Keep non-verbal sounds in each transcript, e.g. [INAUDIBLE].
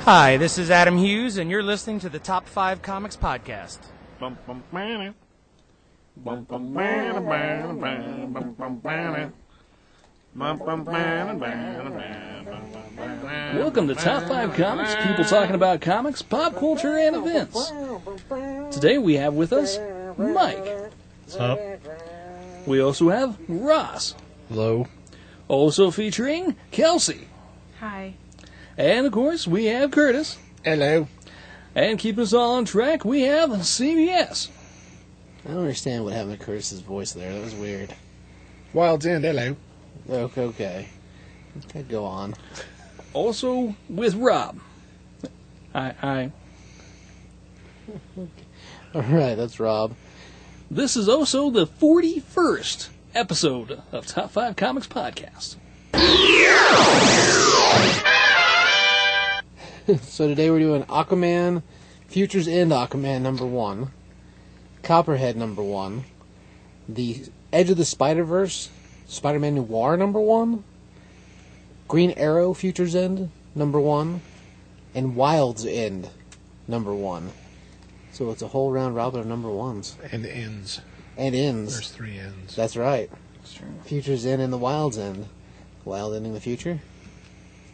Hi, this is Adam Hughes, and you're listening to the Top 5 Comics Podcast. Bum, bum, ba-na. Bum, bum, ba-na, ba-na, ba-na, bum, bum, ba-na. Bum, bum, ba-na, ba-na, ba-na, bum, bum, ba-na. Welcome to Top 5 Comics, people talking about comics, pop culture, and events. Today we have with us Mike. Up. We also have Ross. Low. Also featuring Kelsey. Hi. And of course, we have Curtis. Hello. And keep us all on track, we have CBS. I don't understand what happened to Curtis's voice there. That was weird. Wild End. Hello. Okay, okay. Okay, go on. [LAUGHS] Also with Rob. I, I, All right, that's Rob. this is also the 41st episode of Top 5 Comics Podcast. So today we're doing Aquaman, Futures End Aquaman number one, Copperhead number one, The Edge of the Spider Verse, Spider Man Noir number one, Green Arrow Futures End number one, and Wild's End number one. So it's a whole round robin of number ones And ends. and ends. There's three ends. That's right. Future's in and the wild's end. Wild ending the future?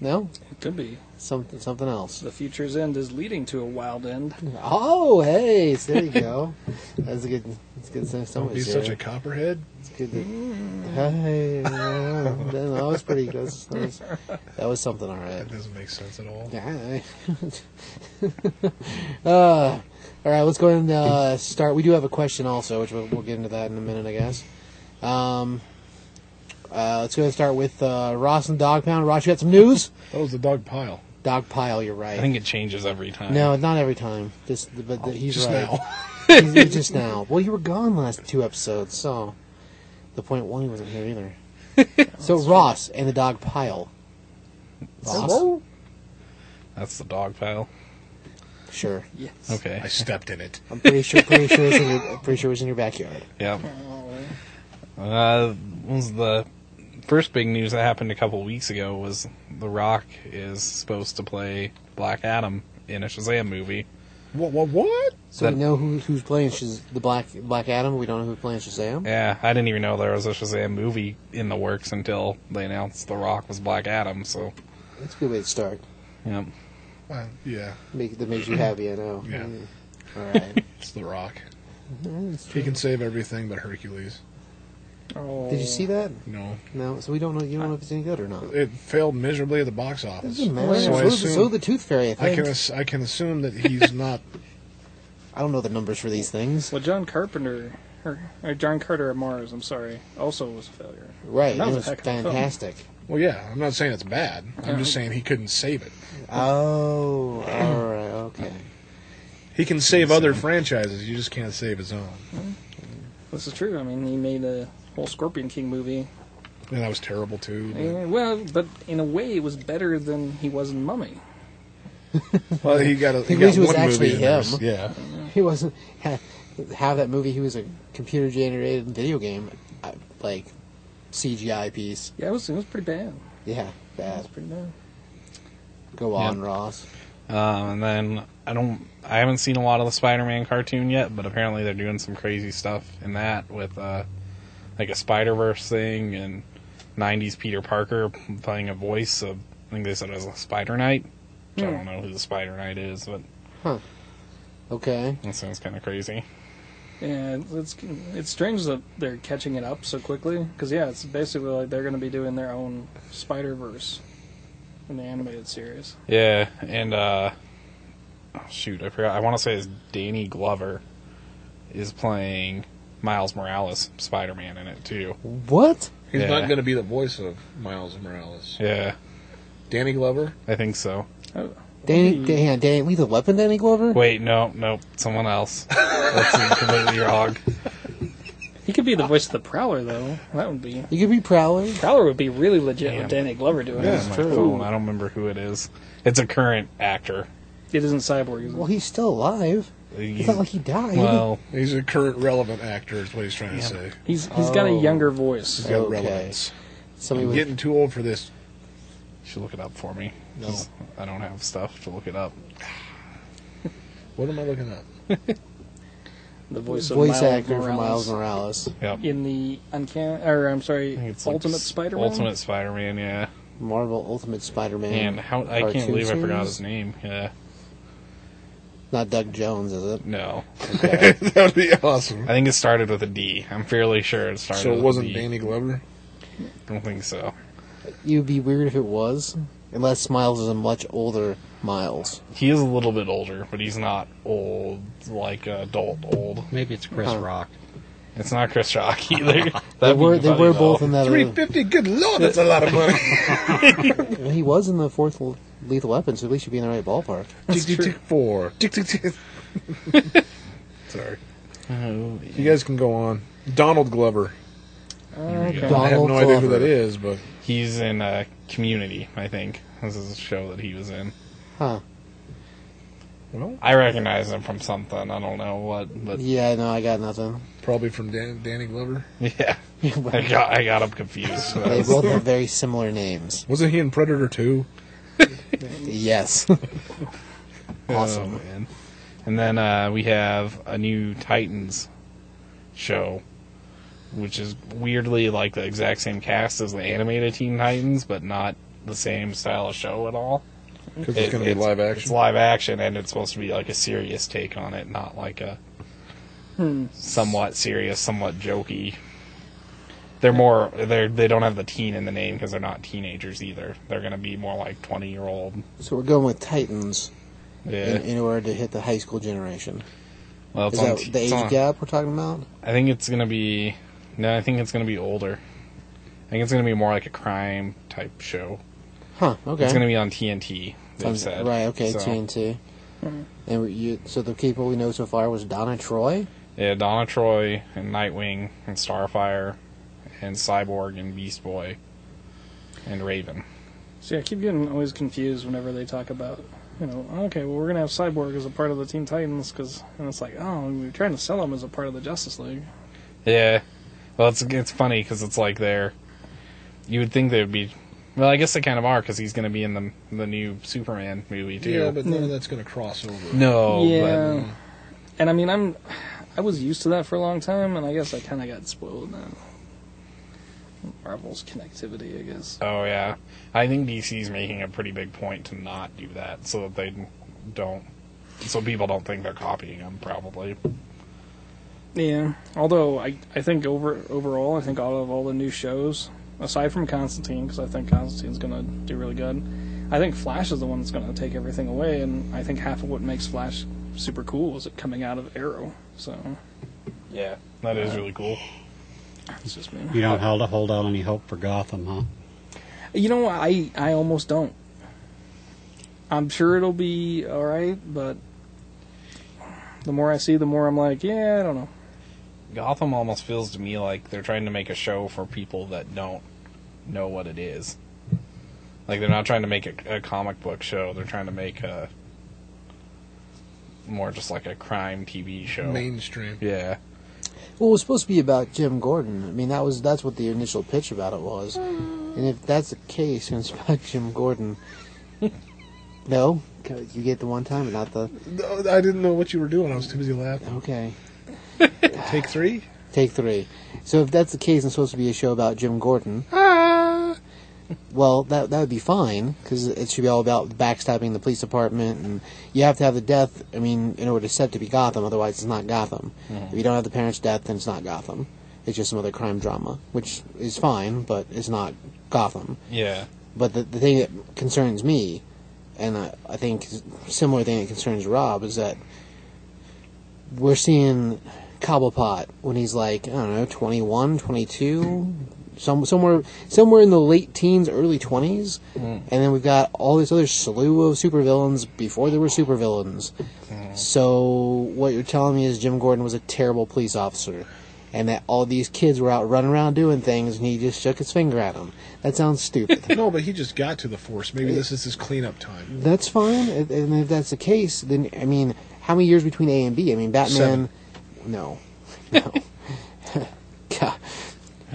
No? It could be. Something something else. The future's end is leading to a wild end. Oh hey, so there you go. That's a good that's a good sense. Don't be Somebody's such a here. copperhead. It's good that- Hey, uh, that was pretty good. That was, that was- that was something alright. That doesn't make sense at all. Yeah. uh, all right, let's go ahead and uh, start. We do have a question also, which we'll, we'll get into that in a minute, I guess. Um, uh, let's go ahead and start with uh, Ross and Dog Pound. Ross, you got some news? That was the dog pile. Dog Pile, you're right. I think it changes every time. no, not every time. Just, but the, he's Just right. now. [LAUGHS] He's- he's just now. Well, you were gone last two episodes, so the point one he wasn't here either. so Ross and the Dog Pile. Ross, That's the dog pile. sure. Yes. Okay. I stepped in it. I'm pretty sure. Pretty sure it's in your. Pretty sure it's in your backyard. Yep. Uh, what was the first big news that happened a couple weeks ago was The Rock is supposed to play Black Adam in a Shazam movie. What? What? What? So That- we know who, who's playing Shaz- the Black Black Adam. We don't know who's playing Shazam. Yeah, I didn't even know there was a Shazam movie in the works until they announced The Rock was Black Adam. So, That's a good way to start. yep. Uh, yeah. Make, that makes you happy, I know. Yeah. All right. [LAUGHS] It's the Rock. That's He true. can save everything but Hercules. Oh. Did you see that? No. No. So we don't know. You don't know if it's any good or not. It failed miserably at the box office. Doesn't matter. So I So, assume- so the Tooth Fairy. I I think. can I, ass- I can assume that he's [LAUGHS] not. don't know the numbers for these things. Well, John Carpenter, or, or John Carter of Mars, I'm sorry, also was a failure. Right. That It was a was heck of a film. [LAUGHS] fantastic. Well, yeah. I'm not saying it's bad. I'm just saying he couldn't save it. [CLEARS THROAT] Oh. All right. Okay. [LAUGHS] He can save other franchises. You just can't save his own. This is true. I mean, he made a whole Scorpion King movie. And that was terrible too. but- Eh, well, but in a way, it was better than he was in Mummy. Well, he got a, he At got least it was one actually movie in there, him. Yeah, He wasn't ha- have that movie. He was a computer generated video game, uh, like CGI piece. Yeah, it was. It was pretty bad. Yeah. It was Bad. pretty bad. Go on, Ross. Um, and then I don't, I haven't seen a lot of the Spider-Man cartoon yet, but apparently they're doing some crazy stuff in that with uh, like a Spider Verse thing and '90s Peter Parker playing a voice of, I think they said it was a Spider Knight. which I don't know who the Spider Knight is, but Okay. that sounds kind of crazy. Yeah, it's- it's it's strange that they're catching it up so quickly. Because yeah, it's basically like they're going to be doing their own Spider Verse in the animated series. Yeah, and uh, oh, shoot, I forgot. I want to say it's Danny Glover is playing Miles Morales Spider-Man in it too. What? he's Yeah. not going to be the voice of Miles Morales. Yeah, Danny Glover. I think so. Danny, Dan- hang on, Danny, Lethal Weapon, Danny Glover. Wait, no, no, someone else. That's completely wrong. He could be the voice of the Prowler though. Uh, That would be You could be Prowler. Prowler would be really legit Damn. with Danny Glover doing Yeah. it. My true. phone, I don't remember who it is. It's a current actor. It isn't Cyborg. Is it? Well, he's still alive. It's He's- not like he died. well, He's a current relevant actor. Is what he's trying to say. He's he's got a Oh. younger voice. He's got Okay. relevance. somebody I'm was, getting too old for this. she look it up for me. No. 'cause I don't have stuff to look it up. What am I looking at? The voice, voice of Miles actor for Morales Miles Morales. Yep. in the uncan or I'm sorry, I think it's like Ultimate s- Spider-Man. Ultimate Spider-Man, yeah. Marvel Ultimate Spider-Man. And how I Mm. cartoon can't believe I forgot series? his name. Yeah, Not Doug Jones, is it? no. [LAUGHS] that would be awesome. I think it started with a D. I'm fairly sure it started. So with it a wasn't D. Danny Glover? I don't think so. You'd be weird if it was, unless Miles is a much older Miles. He is a little bit older, but he's not old like uh, adult old. Maybe it's Chris Huh. Rock. It's not Chris Rock [LAUGHS] either. They That'd be were they funny, were though. both in that. Three Other, fifty. Good lord, that's a lot of money. he was in the fourth L- Lethal Weapon, so at least you'd be in the right ballpark. tick tick tick four. Tick tick tick. [LAUGHS] Sorry. Oh, You guys can go on. Donald Glover. Oh, here we go. Don- I have Donald no idea who Glover. that is, but He's in uh, Community, I think. This is a show that he was in. Huh? well, I recognize him from something. I don't know what, but Yeah, no, I got nothing. probably from Dan- Danny Glover. [LAUGHS] yeah, I got I got [LAUGHS] him confused. That They was- both have very similar names. Wasn't he in Predator Two? [LAUGHS] Yes. awesome. Um, Oh, man. And then uh, we have a new Titans show, which is weirdly like the exact same cast as the animated Teen Titans, but not the same style of show at all. Because it's It- going to be live It's action. live action, and it's supposed to be like a serious take on it, not like a Hmm. somewhat serious, somewhat jokey. They're more they're they don't have the teen in the name because they're not teenagers either. They're gonna be more like twenty year old. So we're going with Titans in, Yeah, in order to hit the high school generation. well, it's Is on that t- the it's age on- gap we're talking about? I think it's gonna be. No, I think it's gonna be older. I think it's gonna be more like a crime type show. Huh? Okay. It's gonna be on TNT. They Sounds- said Right. Okay. So, TNT. And we- you, so the people we know so far was Donna Troy. Yeah, Donna Troy and Nightwing and Starfire and Cyborg and Beast Boy and Raven. See, I keep getting always confused whenever they talk about, you know, okay, well, we're going to have Cyborg as a part of the Teen Titans, because, and it's like, oh, we're trying to sell him as a part of the Justice League. Yeah. Well, it's it's funny because it's like they're. You would think they would be. Well, I guess they kind of are because he's gonna be in the the new Superman movie too. yeah, but none of that's going to cross over. no, yeah. mm. and I mean, I'm, I was used to that for a long time, and I guess I kind of got spoiled now. Marvel's connectivity, I guess. but oh yeah, I think DC's making a pretty big point to not do that so that they don't, so people don't think they're copying him. Probably. Yeah. Although I, I think over overall, I think out of all the new shows, aside from Constantine, because I think Constantine's gonna do really good. I think Flash is the one that's gonna take everything away, and I think half of what makes Flash super cool is it coming out of Arrow. So Yeah, that is really cool. it's just me. You don't hold, hold out any hope for Gotham, huh? You know, I I almost don't. I'm sure it'll be all right, but the more I see, the more I'm like, yeah, I don't know. Gotham almost feels to me like they're trying to make a show for people that don't know what it is. Like they're not trying to make a, a comic book show. They're trying to make a more just like a crime TV show. Mainstream. Yeah, Well, it was supposed to be about Jim Gordon. I mean, that was that's what the initial pitch about it was. And if that's the case, and it's [LAUGHS] about Jim Gordon, no, 'Cause you get the one time, but not the No, I didn't know what you were doing. I was too busy laughing. okay. Take three. Take three. So if that's the case, and it's supposed to be a show about Jim Gordon. Well, that that would be fine because it should be all about backstabbing the police department, and you have to have the death. I mean, in order to set to be Gotham, otherwise it's not Gotham. If you don't have the parents' death, then it's not Gotham. It's just some other crime drama, which is fine, but it's not Gotham. yeah. But the, the thing that concerns me, and I, I think is a similar thing that concerns Rob, is that we're seeing Cobblepot when he's like, I don't know, 21, 22, some, somewhere, somewhere in the late teens, early 20s. And then we've got all this other slew of supervillains before there were supervillains. So what you're telling me is Jim Gordon was a terrible police officer. And that all these kids were out running around doing things, and he just shook his finger at them. That sounds stupid. No, but he just got to the force. Maybe this is his cleanup time. That's fine, and and if that's the case, then I mean, how many years between A and B? I mean, Batman. Seven. No, no. [LAUGHS] God.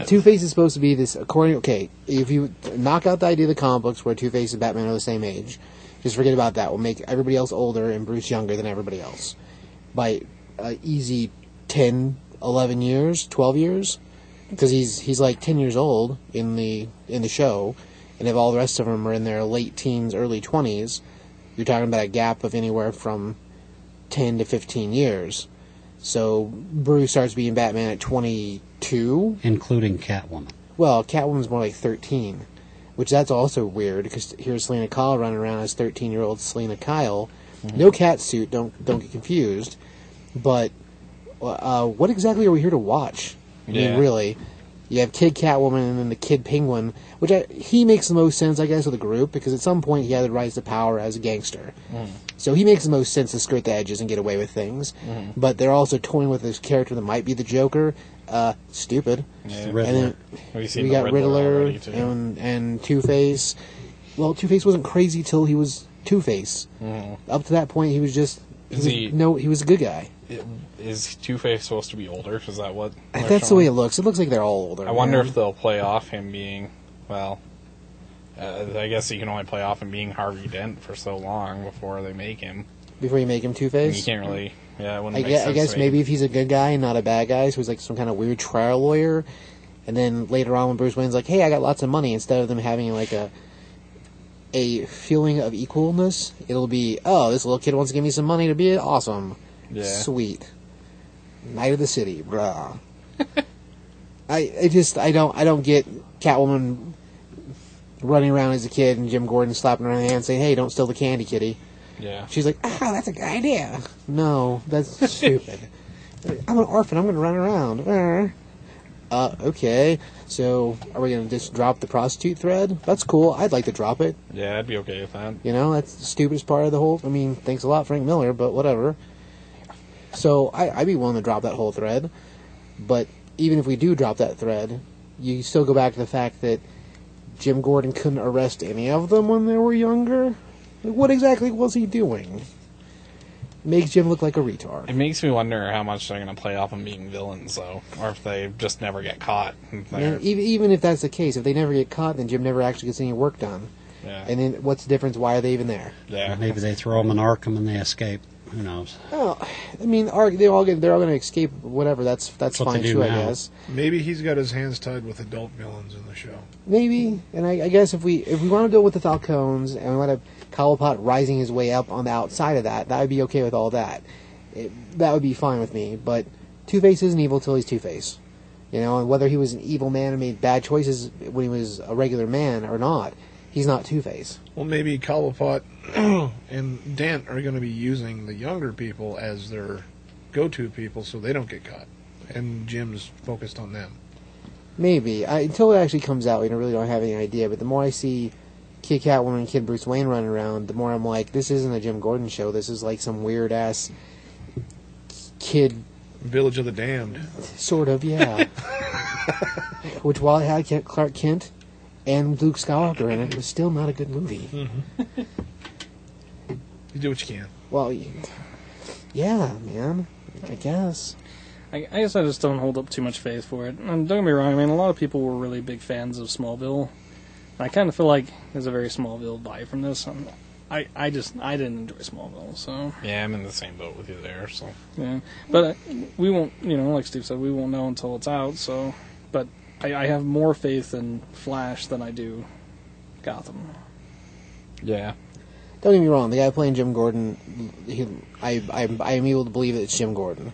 Two Face is supposed to be this according. Okay, if you knock out the idea of the comic books where Two Face and Batman are the same age, just forget about that. We'll make everybody else older and Bruce younger than everybody else by uh, easy 10, 11 years, twelve years, because he's he's like ten years old in the in the show, and if all the rest of them are in their late teens, early twenties, you're talking about a gap of anywhere from ten to fifteen years. So Bruce starts being Batman at twenty two. including Catwoman. Well, Catwoman's more like 13, which that's also weird because here's Selena Kyle running around as 13 year old Selena Kyle. No cat suit, don't don't get confused. But uh, what exactly are we here to watch? I Yeah. mean, really, you have Kid Catwoman and then the Kid Penguin, which I, he makes the most sense, I guess, with the group because at some point he had to rise to power as a gangster. So he makes the most sense to skirt the edges and get away with things. But they're also toying with this character that might be the Joker. Uh, stupid. And Riddler. then Have you seen we the got Riddler, already, too? and and Two Face. Well, Two Face wasn't crazy till he was Two Face. Up to that point, he was just he Is was- Mm-hmm. he- no, he was a good guy. It- Is Two Face supposed to be older? Is that what? they're That's the way showing? it looks. It looks like they're all older. I wonder man. if they'll play off him being well. Uh, I guess you can only play off him being Harvey Dent for so long before they make him. before you make him Two And you Face. can't really. Yeah, it wouldn't I make guess, sense I guess to make him- maybe if he's a good guy and not a bad guy, so he's like some kind of weird trial lawyer. And then later on, when Bruce Wayne's like, "Hey, I got lots of money," instead of them having like a a feeling of equalness, it'll be, "Oh, this little kid wants to give me some money to be awesome." Yeah. Sweet. Night of the City, bruh. [LAUGHS] I I just I don't I don't get Catwoman running around as a kid and Jim Gordon slapping her in the hand saying, Hey, don't steal the candy kitty. yeah. She's like, Oh, that's a good idea. [LAUGHS] No, that's stupid. I'm an orphan, I'm gonna run around. Err. Uh, okay. So are we gonna just drop the prostitute thread? That's cool. I'd like to drop it. Yeah, I'd be okay with that. You know, that's the stupidest part of the whole. I mean, thanks a lot, Frank Miller, but whatever. So I, I'd be willing to drop that whole thread. But even if we do drop that thread, you still go back to the fact that Jim Gordon couldn't arrest any of them when they were younger. Like, what exactly was he doing? Makes Jim look like a It retard. makes me wonder how much they're going to play off him being villains, though, or if they just never get caught. And They're- even, even if that's the case, if they never get caught, then Jim never actually gets any work done. Yeah, And then what's the difference? Why are they even there? yeah. Maybe they throw him in Arkham and they escape. Who knows? Oh, I mean, are, they all get, they're all going to escape. Whatever. That's that's, That's what fine they do too, I now. guess. Maybe he's got his hands tied with adult villains in the show. Maybe, and I, I guess if we if we want to go with the Falcons and we want to Cobblepot rising his way up on the outside of that, that would be okay with all that. It, that would be fine with me. But Two Face isn't evil till he's Two Face, you know. And whether he was an evil man and made bad choices when he was a regular man or not, he's not Two Face. Well, maybe Cobblepot [CLEARS THROAT] and Dent are going to be using the younger people as their go-to people, so they don't get caught. And Jim's focused on them. Maybe I, until it actually comes out, we don't really don't have any idea. But the more I see Kid Catwoman and Kid Bruce Wayne running around, the more I'm like, this isn't a Jim Gordon show. This is like some weird ass kid Village of the Damned. Sort of, yeah. Which, while it had Ke- Clark Kent and Luke Skywalker in it, it was still not a good movie. You do what you can. Well, y- yeah, man. I guess. I, I guess I just don't hold up too much faith for it. And don't get me wrong, I mean, a lot of people were really big fans of Smallville. And I kind of feel like there's a very Smallville vibe from this. And I, I just, I didn't enjoy Smallville, so, Yeah, I'm in the same boat with you there. So yeah. But uh, we won't, you know, like Steve said, we won't know until it's out, so. But I, I have more faith in Flash than I do Gotham. yeah, Don't get me wrong. The guy playing Jim Gordon, he, I, I, I am able to believe that it's Jim Gordon,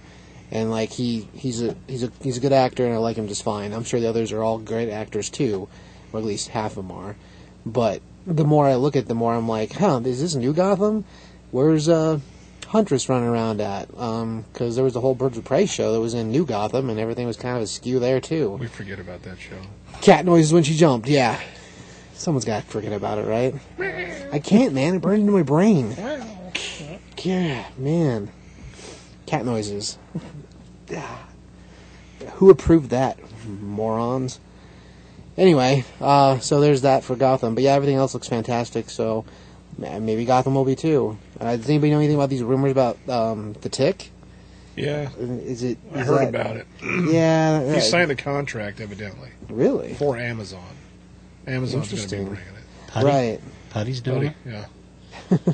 and like he, he's a, he's a, he's a good actor, and I like him just fine. I'm sure the others are all great actors too, or at least half of them are. But the more I look at, it, the more I'm like, huh, is this new Gotham? Where's uh, Huntress running around at? Because there was a whole Birds of Prey show that was in New Gotham, and everything was kind of askew there too. We forget about that show. Cat noises when she jumped. Yeah, someone's got to forget about it, right? I can't, man. It burned into my brain. Yeah, man. Cat noises. [SIGHS] Ah. Who approved that, morons? Anyway, uh, so there's that for Gotham. But yeah, everything else looks fantastic. So ma- maybe Gotham will be too. Uh, does anybody know anything about these rumors about um, the Tick? Yeah, Is it? I is heard that- about it. Yeah. He right. signed the contract evidently really? for Amazon. Amazon's going to be Interesting. bringing it. Putty, Right. Putty's doing Buddy, it. yeah.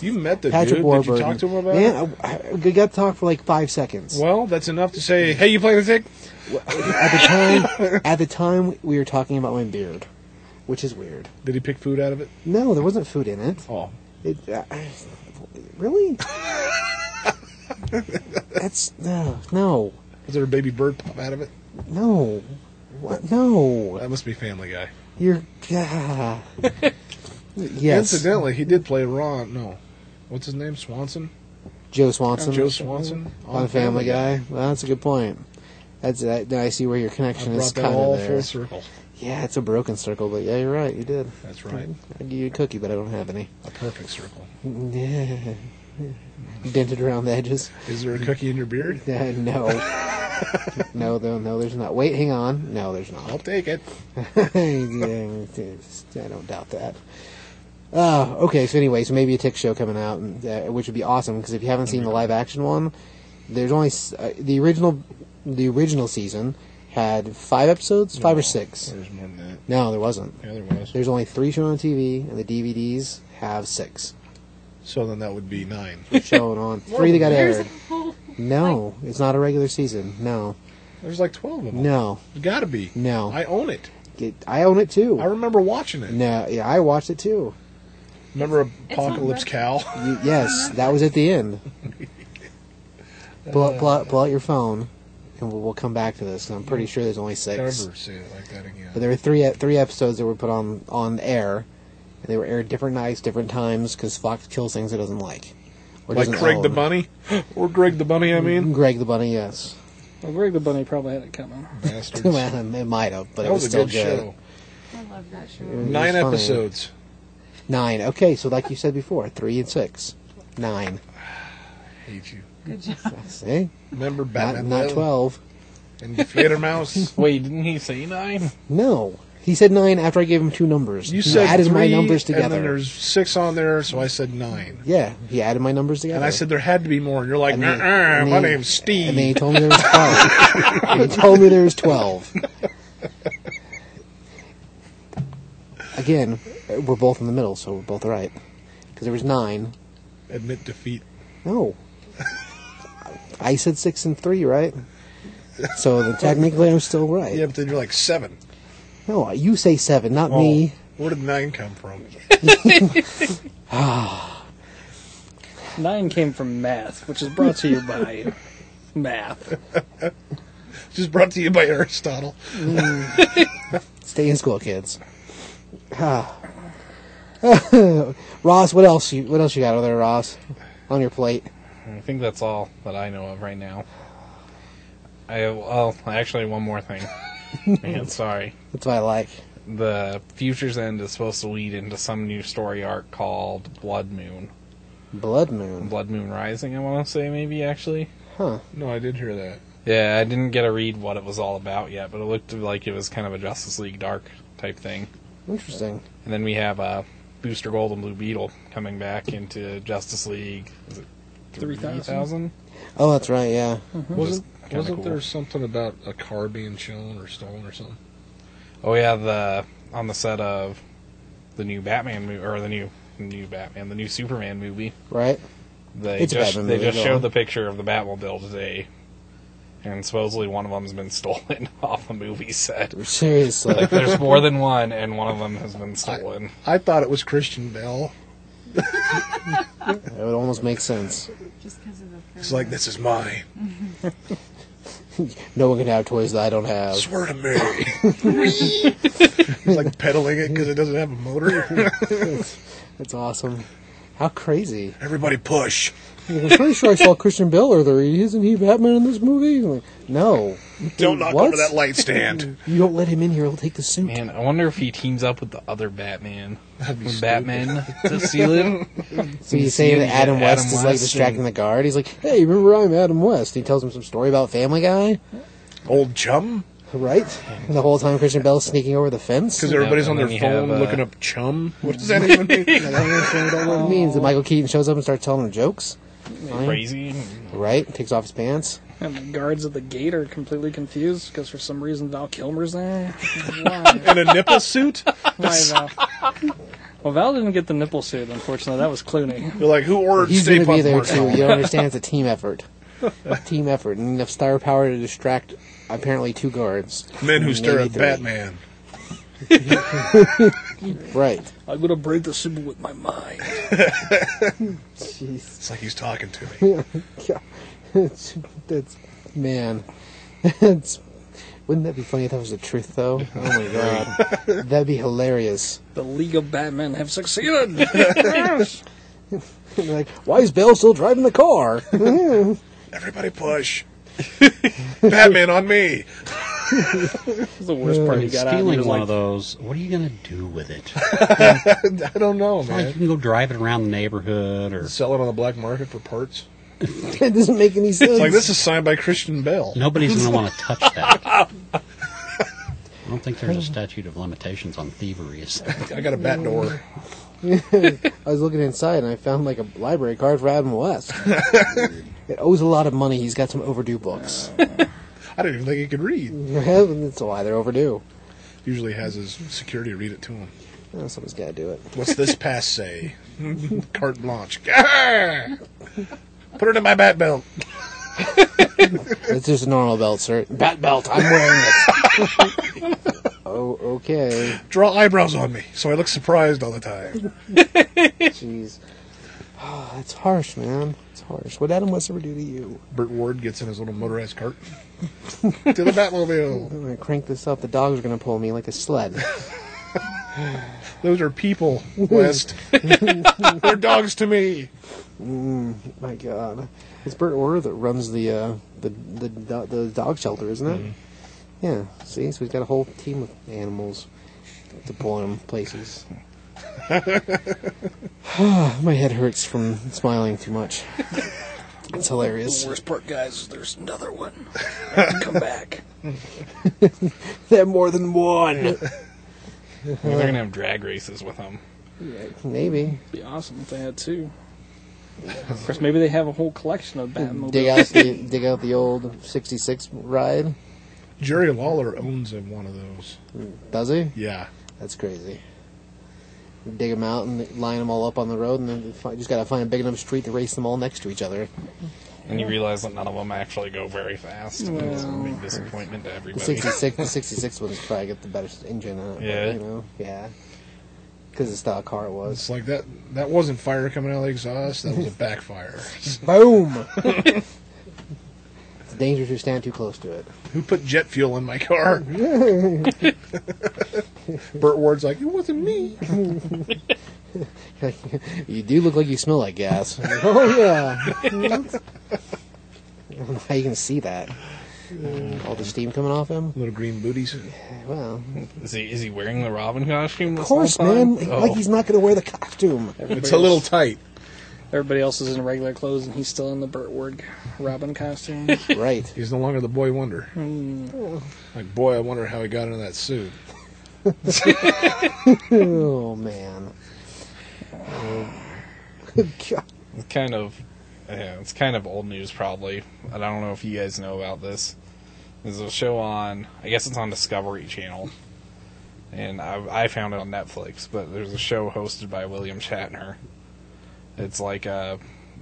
you met the Uh-huh. Patrick dude. Warburton. Did you talk to him about it? Man, I, I- we got to talk for like five seconds. Well, that's enough to say, hey, you play the thing? At the [LAUGHS] time, at the time we were talking about my beard, which is weird. Did he pick food out of it? No, there wasn't food in it. Oh. It uh, [LAUGHS] really? That's no, no, Was there a baby bird pop out of it? no, what? No, That must be Family Guy. you're. ah. yes, Incidentally, he did play Ron. No. What's his name? Swanson? Joe Swanson. Joe Swanson? on Family Guy. Well, that's a good point. That's that, now I see where your I connection is brought that kind all of full there. circle. Yeah, it's a broken circle, but yeah, you're right. You did. That's right. I give you a cookie, but I don't have any. A perfect circle. Yeah. Dented around the edges. Is there a cookie in your beard? Uh, no. no, no, no, there's not. Wait, hang on. No, there's I'll not. [LAUGHS] take it. Yeah, it's- I don't doubt that. Uh, okay, so anyway, so maybe a tick show coming out, and, uh, which would be awesome because if you haven't seen the live action one, there's only s- uh, the original. The original season had five episodes, five or six. There's more than that. No, there wasn't. Yeah, there was. There's only three shown on TV, and the DVDs have [LAUGHS] six So then that would [LAUGHS] be nine. shown on three that got There's aired. a whole No, it's not a regular season. No, There's like 12 of them. no, Gotta be. no. I own it. It, I own it too. I remember watching it. No, yeah, I watched it too. Remember on Apocalypse Netflix. Cow? [LAUGHS] Y- yes, that was at the end. Pull, out- pull, out, pull out your phone, and we'll, we'll come back to this. 'cause I'm pretty sure there's only Never six. say it like that again. But there were three uh, three episodes that were put on on air, and they were aired different nights, different times, because Fox kills things it doesn't like. Or Like doesn't Craig the own. Bunny? [LAUGHS] Or Greg the Bunny, [LAUGHS] I mean? Greg the Bunny, yes. Well, Greg the Bunny probably had it coming. Bastards. That well, it might have, but it was, was still a good good. show. I love that show. It was Nine funny. episodes. Nine. Okay, so like you said before, three and six. Nine. Hate you. Good job. See? Remember Not, Batman not Lil? 12. and [LAUGHS] Gator Mouse? Wait, didn't he say nine? No. He said nine after I gave him two numbers. You he said added my three, numbers And then together. there's six on there, so I said nine. Yeah, he added my numbers together. And I said there had to be more, and you're like, And "Nuh-uh, then- and my then- name's Steve. and then he told me there was twelve. And [LAUGHS] he told me there was twelve. Again, we're both in the middle, so we're both right. Because there was nine. Admit defeat. No. [LAUGHS] I said six and three, right? So then technically I'm still right. Yeah, but then you're like seven. No, you say seven, not me. Where did nine come from? Nine came from math, which is brought to you by math. Just brought to you by Aristotle. Stay in school, kids. [SIGHS] Ah. Ross, what else? You, what else you got over there, Ross? On your plate? I think that's all that I know of right now. I well, actually, one [LAUGHS] more thing. Man, sorry. That's what I like. The Future's End is supposed to lead into some new story arc called Blood Moon, Blood Moon. Blood Moon Rising. I want to say maybe actually. No, I did hear that. Yeah, I didn't get a read what it was all about yet, but it looked like it was kind of a Justice League Dark type thing. Interesting. And then we have uh, Booster Gold and Blue Beetle coming back into Justice League. Is it 3,000? 3,000? Oh, that's right. Yeah. Wasn't kinda wasn't cool. there something about a car being shown or stolen or something? Oh yeah, the on the set of the new Batman movie or the new new Batman, the new Superman movie. Right. [LAUGHS] They It's a just Batman they movie, just go showed on. the picture of the Batmobile today, and supposedly one of them's been [LAUGHS] stolen off the movie set. Seriously. Like there's more than one, and one of them has been stolen. I thought it was Christian Bell. it would almost make sense. Just because of the It's like this is mine. No one can have toys that I don't have. Swear to me. He's like pedaling it because it doesn't have a motor. That's awesome. How crazy. Everybody push. I'm pretty sure I saw Christian Bale earlier. Isn't he Batman in this movie? I'm like, no. Don't knock What? over that light stand. You don't let him in here. He'll take the suit. Man, I wonder if he teams up with the other Batman, Batman [LAUGHS] to seal it. So you say that Adam West is like distracting the guard. He's like, "Hey, remember I'm Adam West?" He tells him some story about Family Guy, Old chum? right? And the whole time Christian Bell's sneaking over the fence. Because everybody's and on their then phone you have, uh, looking up chum. What does that even mean? I don't understand what that means. And Michael Keaton shows up and starts telling him jokes. Hmm? Fine. crazy. Right? Takes off his pants. And the guards at the gate are completely confused because for some reason Val Kilmer's there. Why? In a nipple suit? Why Val? Well, Val didn't get the nipple suit, unfortunately. That was Clooney. You're like, who ordered He's going Stay to be Puft there too. Marshmallow? You don't understand. It's a team effort. A team effort. And enough star power to distract apparently two guards. Men who stare Maybe at three. Batman. Right. I'm gonna break the symbol with my mind. Jeez. It's like he's talking to me. Yeah. It's, that's, man. [LAUGHS] It's, wouldn't that be funny if that was the truth, though? [LAUGHS] Oh my god. [LAUGHS] That'd be hilarious. [LAUGHS] The League of Batman have [LAUGHS] succeeded. like, why is Bell still driving the car? [LAUGHS] Everybody push. [LAUGHS] Batman on me. That's the worst part he got out. He Stealing one was like, of those, what are you going to do [LAUGHS] with it? I don't know, like you man. can go drive it around the neighborhood or Sell it on the black market for parts. it doesn't make any sense. Like this is signed by Christian Bell. nobody's going to want to touch that. [LAUGHS] I don't think there's a statute of limitations on thievery. Is there? I got a bat door. I was looking inside and I found like a library card for Adam [LAUGHS] West. it owes a lot of money. He's got some overdue books. [LAUGHS] I didn't even think he could read. That's why they're overdue. Usually has his security read it to him. Oh, someone's got to do it. What's this pass say? [LAUGHS] Carte blanche. [LAUGHS] Gah! Put it in my bat belt. It's just a normal belt, sir. Bat belt. I'm wearing it. [LAUGHS] oh, okay. Draw eyebrows on me so I look surprised all the time. Jeez. Oh, that's harsh, man. It's harsh. What Adam West ever do to you? Bert Ward gets in his little motorized cart [LAUGHS] to the Batmobile. I'm gonna crank this up. The dogs are gonna pull me like a sled. [LAUGHS] Those are people, [LAUGHS] West. They're dogs to me. My God, it's Bert Orr that runs the uh, the the do- the dog shelter, isn't it? Yeah. See, so he's got a whole team of animals to pull him places. [SIGHS] My head hurts from smiling too much. It's hilarious. the worst part, guys, is there's another one. I have to come back. They're more than one. I mean, they're gonna have drag races with them. Maybe It'd [LAUGHS] be awesome if they had two. Of course, maybe they have a whole collection of dig Batmobiles. out the dig out the old '66 ride. Jerry Lawler owns him one of those. Does he? Yeah. That's crazy. Dig them out and line them all up on the road, and then fi- just gotta find a big enough street to race them all next to each other. And you realize that none of them actually go very fast. and it's a big disappointment to The everybody. sixty six, [LAUGHS] the sixty six one's probably got the better engine on it. Yeah. you know, yeah, because it's the car it was. [LAUGHS] It's like that that wasn't fire coming out of the exhaust, that was a backfire. [LAUGHS] [LAUGHS] Boom. it's dangerous to stand too close to it. Who put jet fuel in my car? [LAUGHS] Bert Ward's like, it wasn't me. you do look like you smell like gas. [LAUGHS] oh yeah. I don't know how you can see that. All the steam coming off him. Little green booties. Well, Is he is he wearing the Robin costume? of course, man. Like Oh. he's not going to wear the [LAUGHS] costume. It's a little tight. Everybody else is in regular clothes, and he's still in the Burt Ward Robin costume. Right. He's no longer the boy wonder. Hmm. Like, boy, I wonder how he got into that suit. Oh man. God. It's kind of yeah, it's kind of old news probably. And I don't know if you guys know about this. There's a show on I guess it's on Discovery Channel. And I I found it on Netflix, but there's a show hosted by William Shatner. It's like a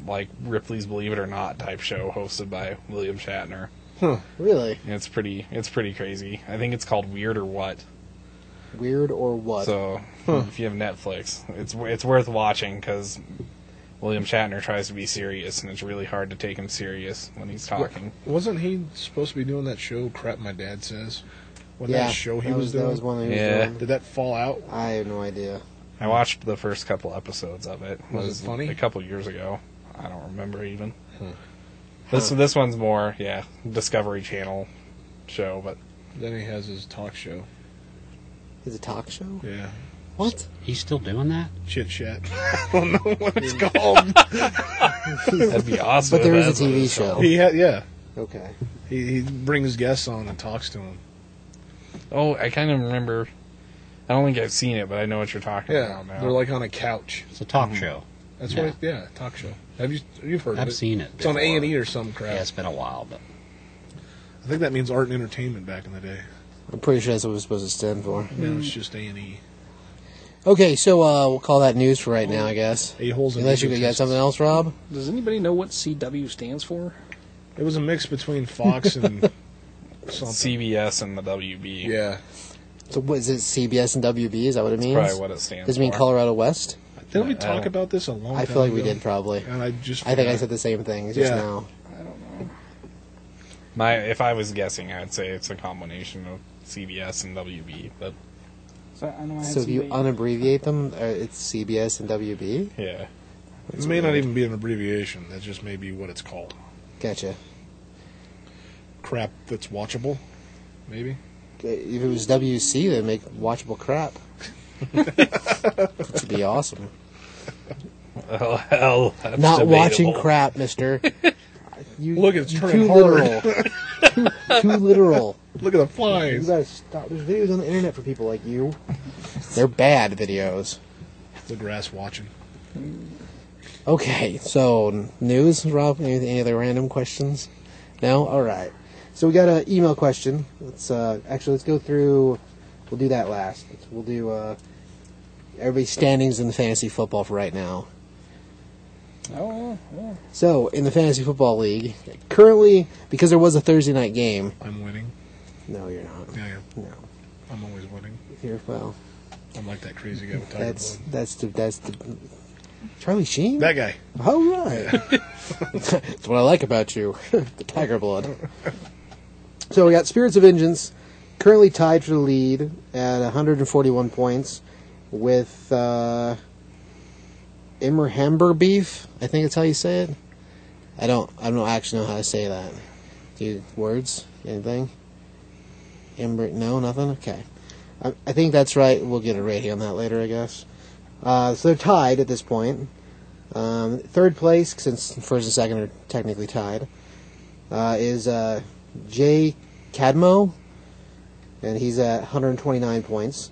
like Ripley's Believe It or Not type show hosted by William Shatner. [LAUGHS] Really? And it's pretty it's pretty crazy. I think it's called Weird or What. Weird or what? So if you have Netflix, it's it's worth watching because William Shatner tries to be serious, and it's really hard to take him serious when he's talking. Wasn't he supposed to be doing that show, Crap My Dad Says? What yeah. that show he that was, doing? That was one that he Yeah. was doing. Did that fall out? I have no idea. I watched the first couple episodes of it. Was it funny? A couple years ago, I don't remember even. This this one's more yeah Discovery Channel show, [LAUGHS] but Then he has his talk show. Is it a talk show? Yeah. What? He's still doing that? Chit chat. I don't know what it's called. that'd be awesome. But if there is that's a what TV it's called. show. he had, yeah. [LAUGHS] Okay. He, he brings guests on and talks to them. Oh, I kind of remember. I don't think I've seen it, but I know what you're talking Yeah. about now. They're like on a couch. It's a talk show. That's No. what. Yeah, talk show. Have you you've heard of I've it? seen it. It's on A before. and E or some crap. Yeah, it's been a while, but I think that means art and entertainment back in the day. I'm pretty sure that's what it was supposed to stand for. Now it's just A and E. Okay, so uh, we'll call that news for right now, I guess. A holes and Unless you got egotists. something else, Rob. Does anybody know what CW stands for? It was a mix between Fox and something. CBS and the WB. Yeah, So what is it? CBS and WB? Is that what it means? Probably what it stands Does it mean for. Colorado West? didn't we I talk don't- about this a long? I time feel like we ago? did probably. And I just. I think I forgot. said the same thing just Yeah. now. My, if I was guessing, I'd say it's a combination of CBS and WB. But So, I know I had So if you somebody- unabbreviate them, uh, it's CBS and WB. yeah, [LAUGHS] It may not even be an abbreviation. That just may be what it's called. Gotcha. Uh, Crap that's watchable, maybe. If it was WC, they'd make watchable crap. Which would be [LAUGHS] awesome. oh hell, that's Not debatable. watching crap, mister. [LAUGHS] You, Look, it's you turning too harder. literal. too, too [LAUGHS] literal. Look at the You flies. gotta stop. There's videos on the internet for people like you. They're bad videos. The grass watching. Okay, so n- news, Rob. Any, any other random questions? No. All right. So we got an email question. Let's uh, actually let's go through. We'll do that last. We'll do uh, everybody's standings in the fantasy football for right now. Oh, yeah, yeah. So in the fantasy football league, currently because there was a Thursday night game. I'm winning. No, you're not. Yeah, yeah. No, I'm always winning. you're well. I'm like that crazy guy with tiger That's blood. that's the that's the Charlie Sheen. That guy. All right. That's what I like about you, [LAUGHS] the tiger blood. So we got Spirits of Vengeance, currently tied for the lead at 141 points with uh, Immer Hamburg Beef. I think that's how you say it. I don't. I don't actually know how to say that. Do you, words? Anything? Ember? No, nothing. Okay. I, I think that's right. We'll get a rating on that later, I guess. Uh, so they're tied at this point. Um, third place, since first and second are technically tied, uh, is uh, Jay Cadmo, and he's at 129 points.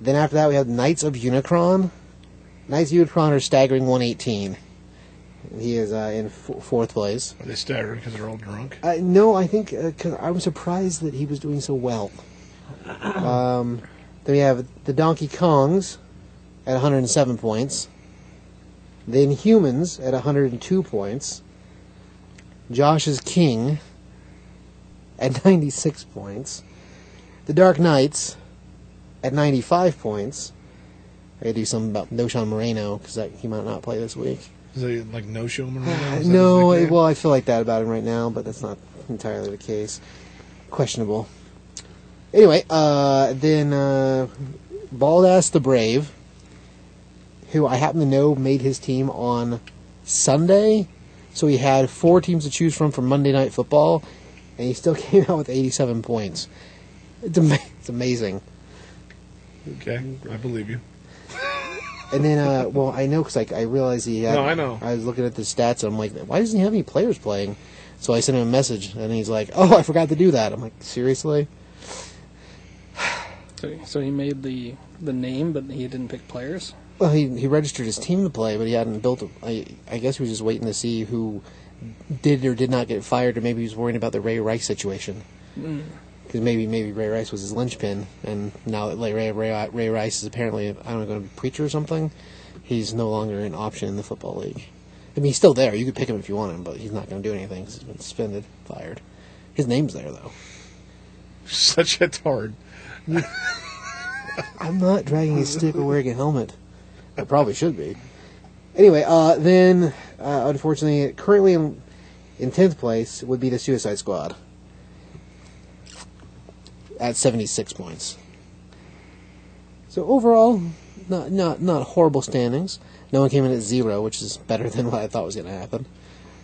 Then after that, we have Knights of Unicron. Knights of Unicron are staggering 118. He is uh, in f- fourth place. Are they staggering because they're all drunk? Uh, no, I think uh 'cause I was surprised that he was doing so well. Um, then we have the Donkey Kongs at 107 points, the Inhumans at 102 points, Josh's King at 96 points, the Dark Knights at 95 points. I gotta do something about No Sean Moreno because he might not play this week. Is they like no showman [SIGHS] right now? Is that his No, nickname? it, well, I feel like that about him right now, but that's not entirely the case. Questionable. Anyway, uh, then uh, Baldass the Brave, who I happen to know made his team on Sunday, so he had four teams to choose from for Monday Night Football, and he still [LAUGHS] came out with 87 points. It's, ama- it's amazing. Okay, I believe you. [LAUGHS] And then, uh, well, I know because like I realized he had. No, I know. I was looking at the stats and I'm like, why doesn't he have any players playing? So I sent him a message and he's like, oh, I forgot to do that. I'm like, seriously? So, so he made the the name, but he didn't pick players. Well, he he registered his team to play, but he hadn't built. A, I I guess he was just waiting to see who did or did not get fired, or maybe he was worrying about the Ray Rice situation. Because maybe maybe Ray Rice was his linchpin, and now that like, Ray, Ray Ray Rice is apparently I don't know going to be a preacher or something, he's no longer an option in the football league. I mean, he's still there. You could pick him if you want him, but he's not going to do anything. 'cause He's been suspended, fired. His name's there though. Such a tard. I'm not dragging a stick or wearing a helmet. I probably should be. Anyway, uh, then, uh, unfortunately, currently in, in 10th place would be the Suicide Squad at 76 points. So overall, not, not, not horrible standings. No one came in at zero, which is better than what I thought was going to happen.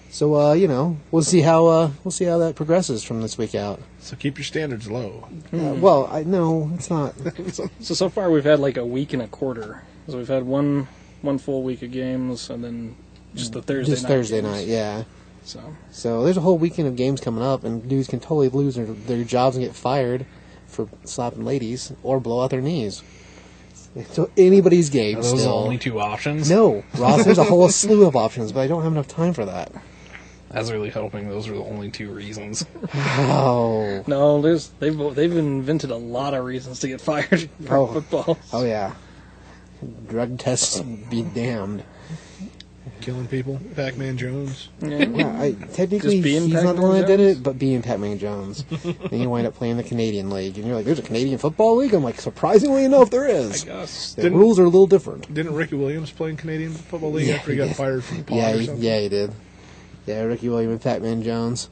So, uh, you know, we'll see how, uh, we'll see how that progresses from this week out. So keep your standards low. Uh, well, I, no, it's not. So so far we've had like a week and a quarter. So we've had one one full week of games, and then just the Thursday Just night Thursday games. night, yeah. So So there's a whole weekend of games coming up, and dudes can totally lose their, their jobs and get fired for slapping ladies or blow out their knees. So anybody's game Are those the still. only two options? No, Ross, there's a whole slew of options, but I don't have enough time for that. I was really hoping those were the only two reasons. Oh, No, there's they've they've invented a lot of reasons to get [LAUGHS] fired from Oh. football. oh yeah. Drug tests be damned. Killing people. Pac Man Jones. Yeah. Yeah, I, technically Just being he's not the Pac-Man one that did Jones? it, but being Pac-Man Jones. then you wind up playing the Canadian League, and you're like, "There's a Canadian football league." I'm like, surprisingly enough, there I is. guess. The Didn't- rules are a little different. Didn't Ricky Williams play in Canadian Football League Yeah, after he he got did. fired from Pod Yeah, or he, something? yeah, he did. Yeah, Ricky Williams and Pac-Man Jones.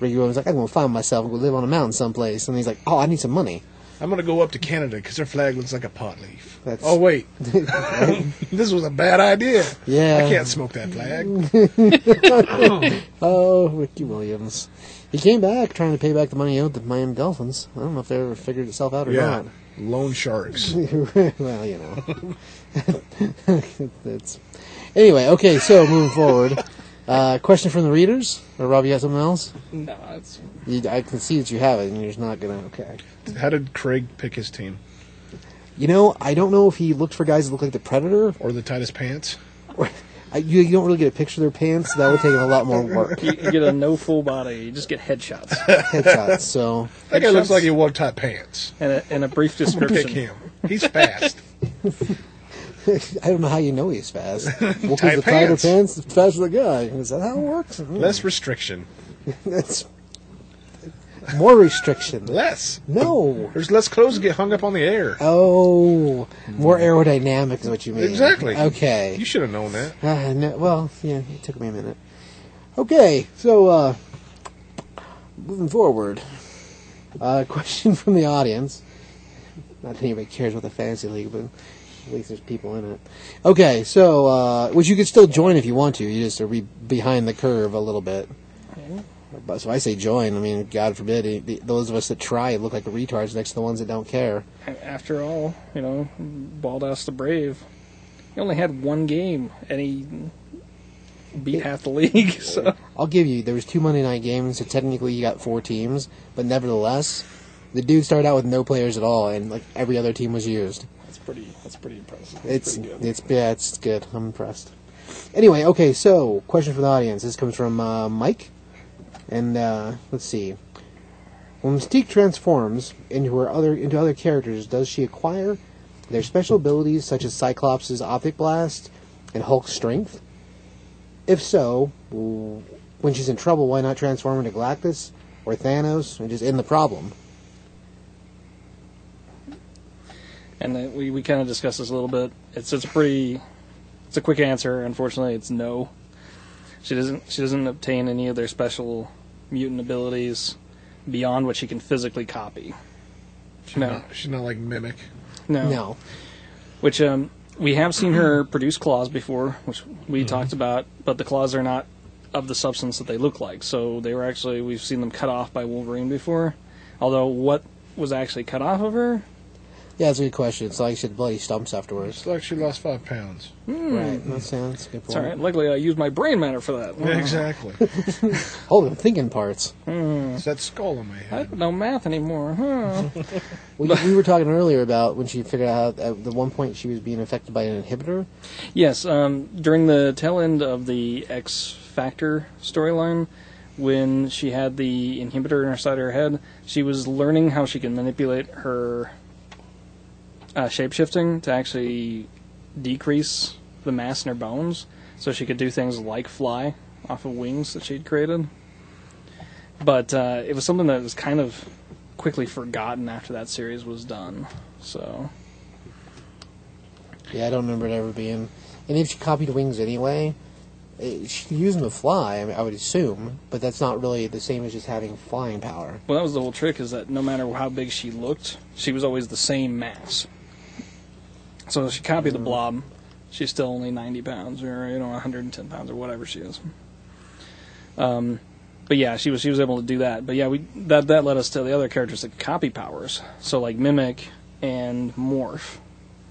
Ricky Williams like, "I'm gonna find myself and go live on a mountain someplace," and he's like, "Oh, I need some money." I'm going to go up to Canada because their flag looks like a pot leaf. That's- Oh, [LAUGHS] wait. [LAUGHS] this was a bad idea. Yeah. I can't smoke that flag. [LAUGHS] Oh, Ricky Williams. He came back trying to pay back the money he owed the Miami Dolphins. I don't know if they ever figured itself out or Yeah. Lone Sharks. not. [LAUGHS] well, you know. [LAUGHS] That's... Anyway, okay, so moving forward. Uh, question from the readers? Or Rob, you got something else? No, it's You, I can see that you have it, and you're just not going to. Okay. How did Craig pick his team? You know, I don't know if he looked for guys that look like the Predator. Or the Titus Pants? Or, I, you, you don't really get a picture of their pants. That would take him a lot more [LAUGHS] work. you, you get a no full body. You just get headshots Headshots, so. That guy looks like he wore tight pants. and a, and a brief [LAUGHS] Pick description. him. He's [LAUGHS] fast. I don't know how you know he's fast. [LAUGHS] Well, 'cause Tight the tighter pants. pants, the faster the guy. Is that how it works? Less restriction. [LAUGHS] That's more restriction. Less. No. There's less clothes that get hung up on the air. Oh, more aerodynamic is what you mean. Exactly. You Okay. should have known that. Uh, no, well, yeah, it took me a minute. Okay, so uh, moving forward, uh, [LAUGHS] question from the audience. Not that anybody cares about the fantasy league, but at least there's people in it. Okay, so uh, which you could still join if you want to. You just are re- behind the curve a little bit. But so I say join. I mean, God forbid, eh, the- those of us that try look like retards next to the ones that don't care. A- After all, you know, Baldass the Brave. He only had one game, and he beat half the league. [LAUGHS] So I'll give you. There was two Monday night games, so technically you got four teams. But nevertheless, the dude started out with no players at all, and like every other team was used. that's pretty. That's pretty impressive. It's it's yeah, it's good. I'm impressed. Anyway, okay. So question for the audience. This comes from uh, Mike, and uh, let's see. When Mystique transforms into her other into other characters, does she acquire their special abilities such as Cyclops' optic blast and Hulk's strength? If so, w- when she's in trouble, why not transform into Galactus or Thanos and just end the problem? and then we, we kind of discussed this a little bit. It's it's a pretty it's a quick answer. Unfortunately, it's no. She doesn't she doesn't obtain any of their special mutant abilities beyond what she can physically copy. No, She's not like Mimic. no, No. Which um, we have seen her produce claws before, which we talked about, but the claws are not of the substance that they look like. So they were actually we've seen them cut off by Wolverine before. Although what was actually cut off of her Yeah, that's a good question. It's like she had bloody stumps afterwards. It's like she lost five pounds. Right. That sounds a good point. Hmm. It's all right. Luckily, I used my brain matter for that. [LAUGHS] Exactly. Hold on, thinking parts. it's that skull on my I head. don't know math anymore. Huh? [LAUGHS] We, we were talking earlier about when she figured out at the one point she was being affected by an inhibitor. yes. Um, during the tail end of the X Factor storyline, when she had the inhibitor in her side of her head, she was learning how she can manipulate her uh, shapeshifting to actually decrease the mass in her bones, so she could do things like fly off of wings that she'd created. But uh, it was something that was kind of quickly forgotten after that series was done. So Yeah, I don't remember it ever being. And if she copied wings anyway, it, she could use them to fly, I, mean, I would assume, but that's not really the same as just having flying power. Well, that was the whole trick is that no matter how big she looked, she was always the same mass. So if she copied the blob. She's still only 90 pounds or, you know, 110 pounds or whatever she is. Um, but yeah, she was she was able to do that. But yeah, we that that led us to the other characters that copy powers. So like mimic and morph.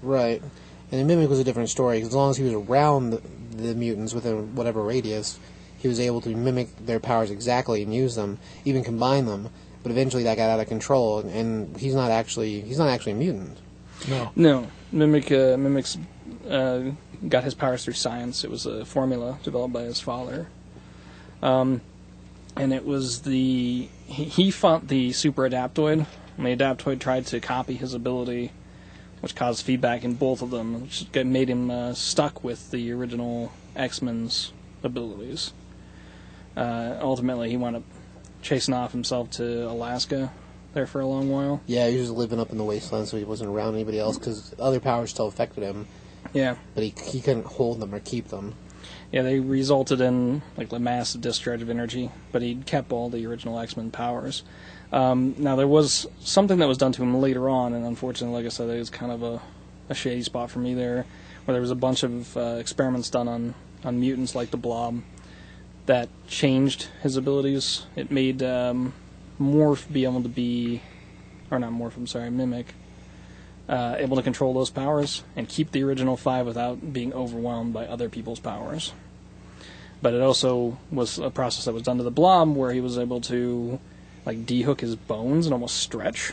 Right. And the Mimic was a different story, 'cause as long as he was around the, the mutants within whatever radius, he was able to mimic their powers exactly and use them, even combine them. But eventually that got out of control, and, and he's not actually he's not actually a mutant. No. No, Mimic uh, mimics uh, got his powers through science. It was a formula developed by his father, um, and it was the he, he fought the super adaptoid, and the adaptoid tried to copy his ability, which caused feedback in both of them, which got- made him uh, stuck with the original X Men's abilities. Uh, ultimately, he wound up chasing off himself to Alaska there for a long while. Yeah, he was living up in the wasteland, so he wasn't around anybody else because other powers still affected him, Yeah. but he he couldn't hold them or keep them. Yeah, they resulted in like a massive discharge of energy, but he kept all the original X Men powers. Um, now there was something that was done to him later on, and unfortunately, like I said, it was kind of a, a shady spot for me there, where there was a bunch of uh, experiments done on on mutants like the Blob that changed his abilities. It made um, Morph be able to be, or not Morph, I'm sorry, Mimic, uh, able to control those powers and keep the original five without being overwhelmed by other people's powers but it also was a process that was done to the blob where he was able to like dehook his bones and almost stretch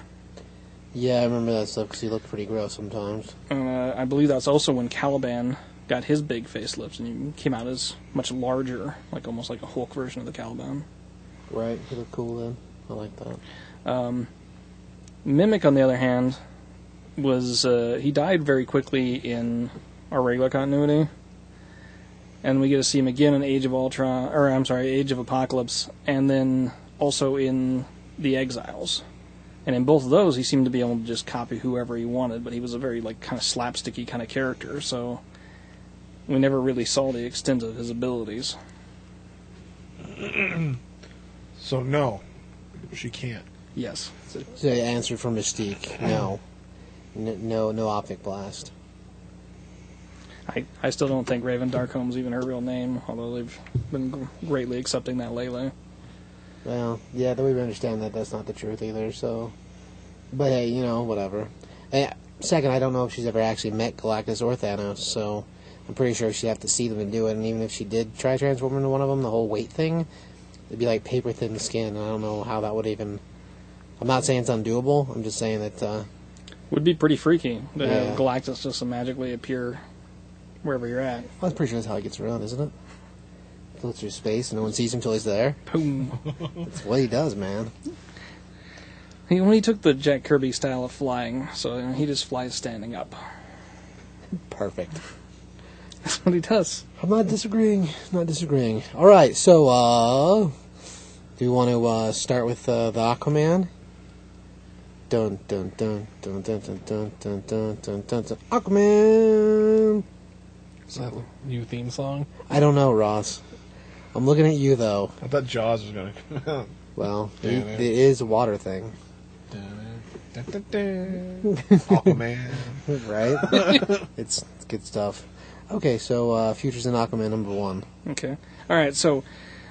Yeah, I remember that stuff because he looked pretty gross sometimes. and uh, i believe that's also when caliban got his big facelift and he came out as much larger like almost like a hulk version of the caliban Right, he looked cool then. I like that. mimic on the other hand was uh, he died very quickly in our regular continuity and we get to see him again in age of ultron or i'm sorry age of apocalypse and then also in the exiles and in both of those he seemed to be able to just copy whoever he wanted but he was a very like kind of slapsticky kind of character so we never really saw the extent of his abilities So no, she can't. yes So I answered for Mystique. No, N- no, no optic blast. I, I still don't think Raven Darkholm's even her real name, although they've been gr- greatly accepting that lately. Well, yeah, though we understand that that's not the truth either. So, but hey, you know, whatever. Eh, second, I don't know if she's ever actually met Galactus or Thanos, so I'm pretty sure she'd have to see them and do it. And even if she did try to transform into one of them, the whole weight thing, it'd be like paper thin skin. And I don't know how that would even. I'm not saying it's undoable. I'm just saying that uh, Would be pretty freaky to Yeah. have Galactus just magically appear wherever you're at. I'm pretty sure that's how he gets around, isn't it? Floats through space and no one sees him until he's there. Boom. That's what he does, man. He only took the Jack Kirby style of flying, so he just flies standing up. [LAUGHS] Perfect. That's what he does. I'm not disagreeing. Not disagreeing. All right. So, uh, do we want to uh, start with uh, the Aquaman? Dun dun dun dun dun dun dun dun dun dun dun dun. Aquaman. Is that- New theme song. I don't know, Ross. I'm looking at you though. I thought Jaws was gonna [LAUGHS] come out. Well, Damn it, it. it is a water thing, Dun, dun, dun. [LAUGHS] Aquaman. [LAUGHS] right? it's, it's good stuff. Okay, so uh, futures in Aquaman number one. Okay. All right. So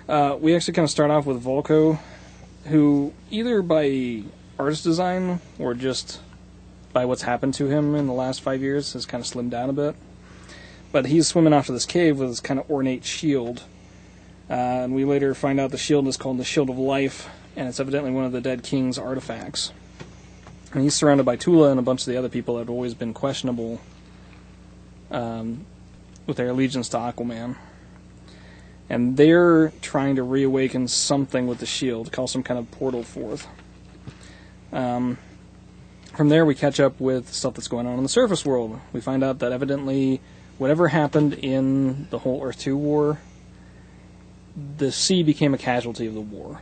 uh, we actually kind of start off with Volko, who either by artist design or just by what's happened to him in the last five years has kind of slimmed down a bit. But he's swimming off to this cave with this kind of ornate shield, uh, and we later find out the shield is called the Shield of Life, and it's evidently one of the dead king's artifacts. And he's surrounded by Tula and a bunch of the other people that have always been questionable um, with their allegiance to Aquaman and they're trying to reawaken something with the shield, call some kind of portal forth. Um, from there, we catch up with stuff that's going on in the surface world. We find out that evidently, whatever happened in the whole Earth 2 war, the sea became a casualty of the war.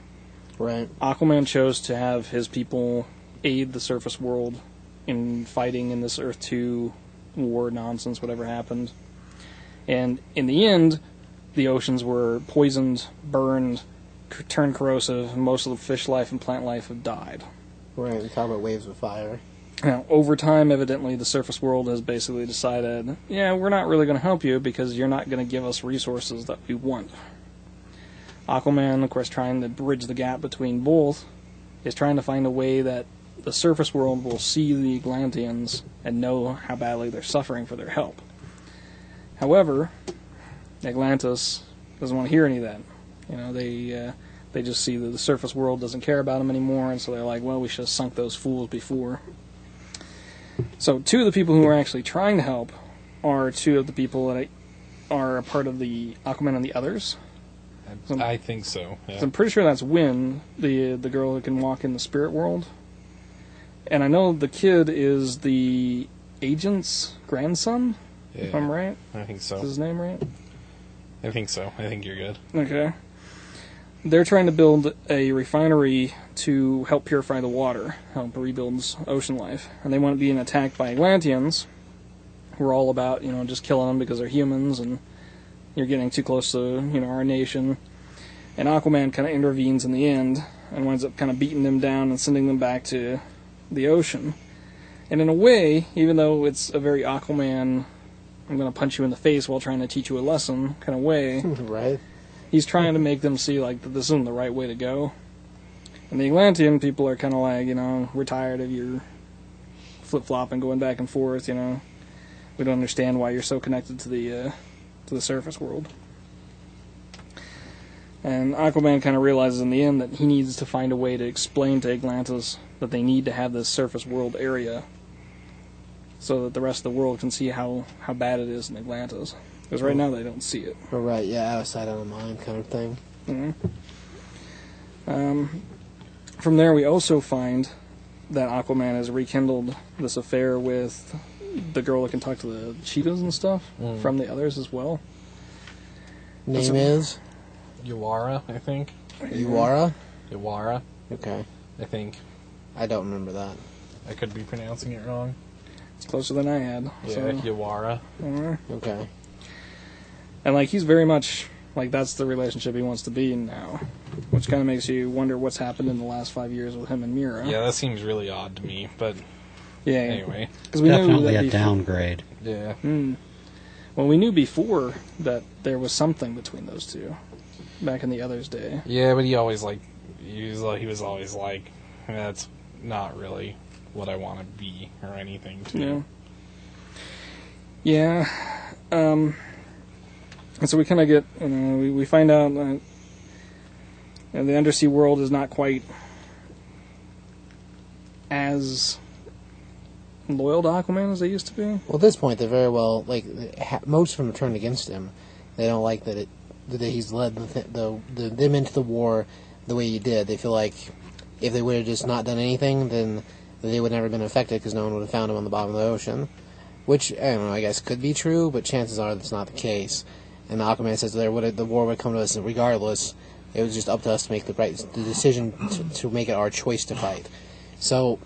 Right. Aquaman chose to have his people aid the surface world in fighting in this Earth 2 war nonsense, whatever happened. And in the end, the oceans were poisoned, burned, c- turned corrosive, and most of the fish life and plant life have died. Right. We talk about waves of fire. Now, over time, evidently, the surface world has basically decided, yeah, we're not really going to help you because you're not going to give us resources that we want. Aquaman, of course, trying to bridge the gap between both, is trying to find a way that the surface world will see the Atlanteans and know how badly they're suffering for their help. However, Atlantis doesn't want to hear any of that. You know, they uh, they just see that the surface world doesn't care about them anymore, and so they're like, well, we should have sunk those fools before. So two of the people who are actually trying to help are two of the people that are a part of the Aquaman and the Others. So I'm, I think so. yeah. Um, so I'm pretty sure that's Win, the the girl who can walk in the spirit world. And I know the kid is the agent's grandson, if Yeah, I'm right. I think Is so. his name right? I think so. I think you're good. Okay. They're trying to build a refinery to help purify the water, help rebuild ocean life. And they want to be attacked by Atlanteans, who are all about, you know, just killing them because they're humans and you're getting too close to, you know, our nation. And Aquaman kind of intervenes in the end and winds up kind of beating them down and sending them back to the ocean. And in a way, even though it's a very Aquaman, I'm going to punch you in the face while trying to teach you a lesson kind of way [LAUGHS] right? he's trying to make them see like that this isn't the right way to go. And the Atlantean people are kind of like, you know, we're tired of your flip flop and going back and forth. You know, we don't understand why you're so connected to the uh, to the surface world. And Aquaman kind of realizes in the end that he needs to find a way to explain to Atlantis that they need to have this surface world area so that the rest of the world can see how, how bad it is in Atlantis. Because right now they don't see it. But right, yeah, out of sight, out of mind kind of thing. From there, we also find that Aquaman has rekindled this affair with the girl that can talk to the cheetahs and stuff Mm. from the others as well. That's Name a- is Iwara, I think. Iwara. Iwara, Okay, I think. I don't remember that. I could be pronouncing it wrong. It's closer than I had. Yeah, so- Iwara. Mhm. Okay, And like he's very much like that's the relationship he wants to be in now, which kind of makes you wonder what's happened in the last five years with him and Mira. Yeah, that seems really odd to me, but Yeah. anyway. Because we knew Definitely that a before, downgrade. Yeah. well, we knew before that there was something between those two, back in the others' day. Yeah, but he always like he was like, he was always like that's not really what I want to be or anything. Too. Yeah. Yeah. Um, and so we kind of get, you know, we, we find out that you know, the undersea world is not quite as loyal to Aquaman as they used to be. well, at this point, they're very well like ha- most of them are turned against him. They don't like that it that he's led the, th- the, the them into the war the way he did. They feel like if they would have just not done anything, then they would never have been affected because no one would have found them on the bottom of the ocean. Which I don't know. I guess could be true, but chances are that's not the case. And Aquaman says there would the war would come to us regardless. It was just up to us to make the right the decision to, to make it our choice to fight. So,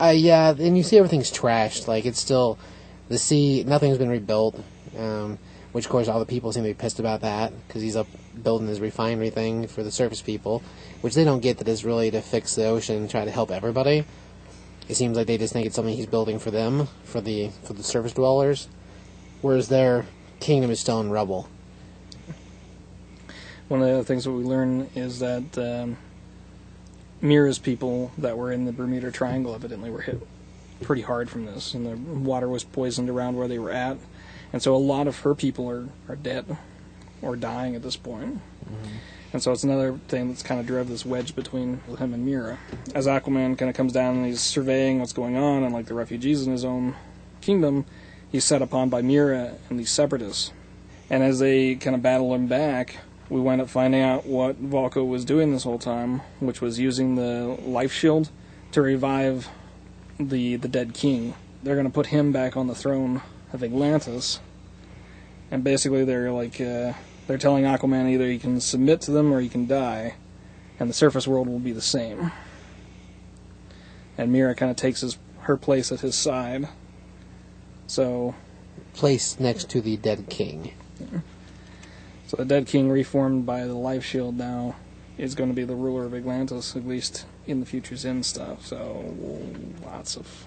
I yeah, and you see everything's trashed. Like it's still the sea. Nothing's been rebuilt. Um, which of course all the people seem to be pissed about that because he's up building his refinery thing for the surface people, which they don't get that it's really to fix the ocean and try to help everybody. It seems like they just think it's something he's building for them, for the for the surface dwellers, whereas their kingdom is still in rubble. One of the other things that we learn is that um, Mira's people that were in the Bermuda Triangle evidently were hit pretty hard from this, and the water was poisoned around where they were at, and so a lot of her people are, are dead or dying at this point. And so it's another thing that's kind of drove this wedge between him and Mira. As Aquaman kind of comes down and he's surveying what's going on, and like the refugees in his own kingdom, he's set upon by Mira and these separatists. And as they kind of battle him back, we wind up finding out what Volko was doing this whole time, which was using the life shield to revive the the dead king. They're going to put him back on the throne of Atlantis, and basically they're like uh, they're telling Aquaman either he can submit to them or he can die, and the surface world will be the same. And Mira kind of takes his her place at his side. So Placed next to the dead king. So the Dead King, reformed by the Life Shield, now is going to be the ruler of Atlantis, at least in the Future's End stuff. So lots of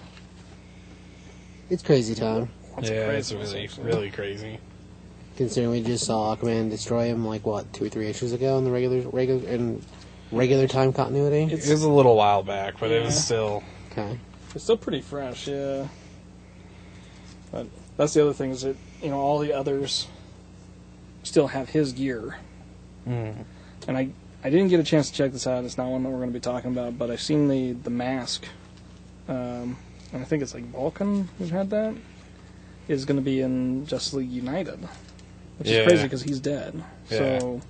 It's crazy time, lots yeah, of it's craziness, really actually. really crazy. considering we just saw Aquaman destroy him like what two or three issues ago in the regular regular in regular time continuity. It was a little while back, but it was Yeah. still Okay, It's still pretty fresh, yeah. But that's the other thing is that you know all the others still have his gear, mm, and I I didn't get a chance to check this out. It's not one that we're going to be talking about, but I've seen the the mask um, and I think it's like Vulcan who had that, is going to be in Justice League United, which Yeah. is crazy because he's dead. Yeah. So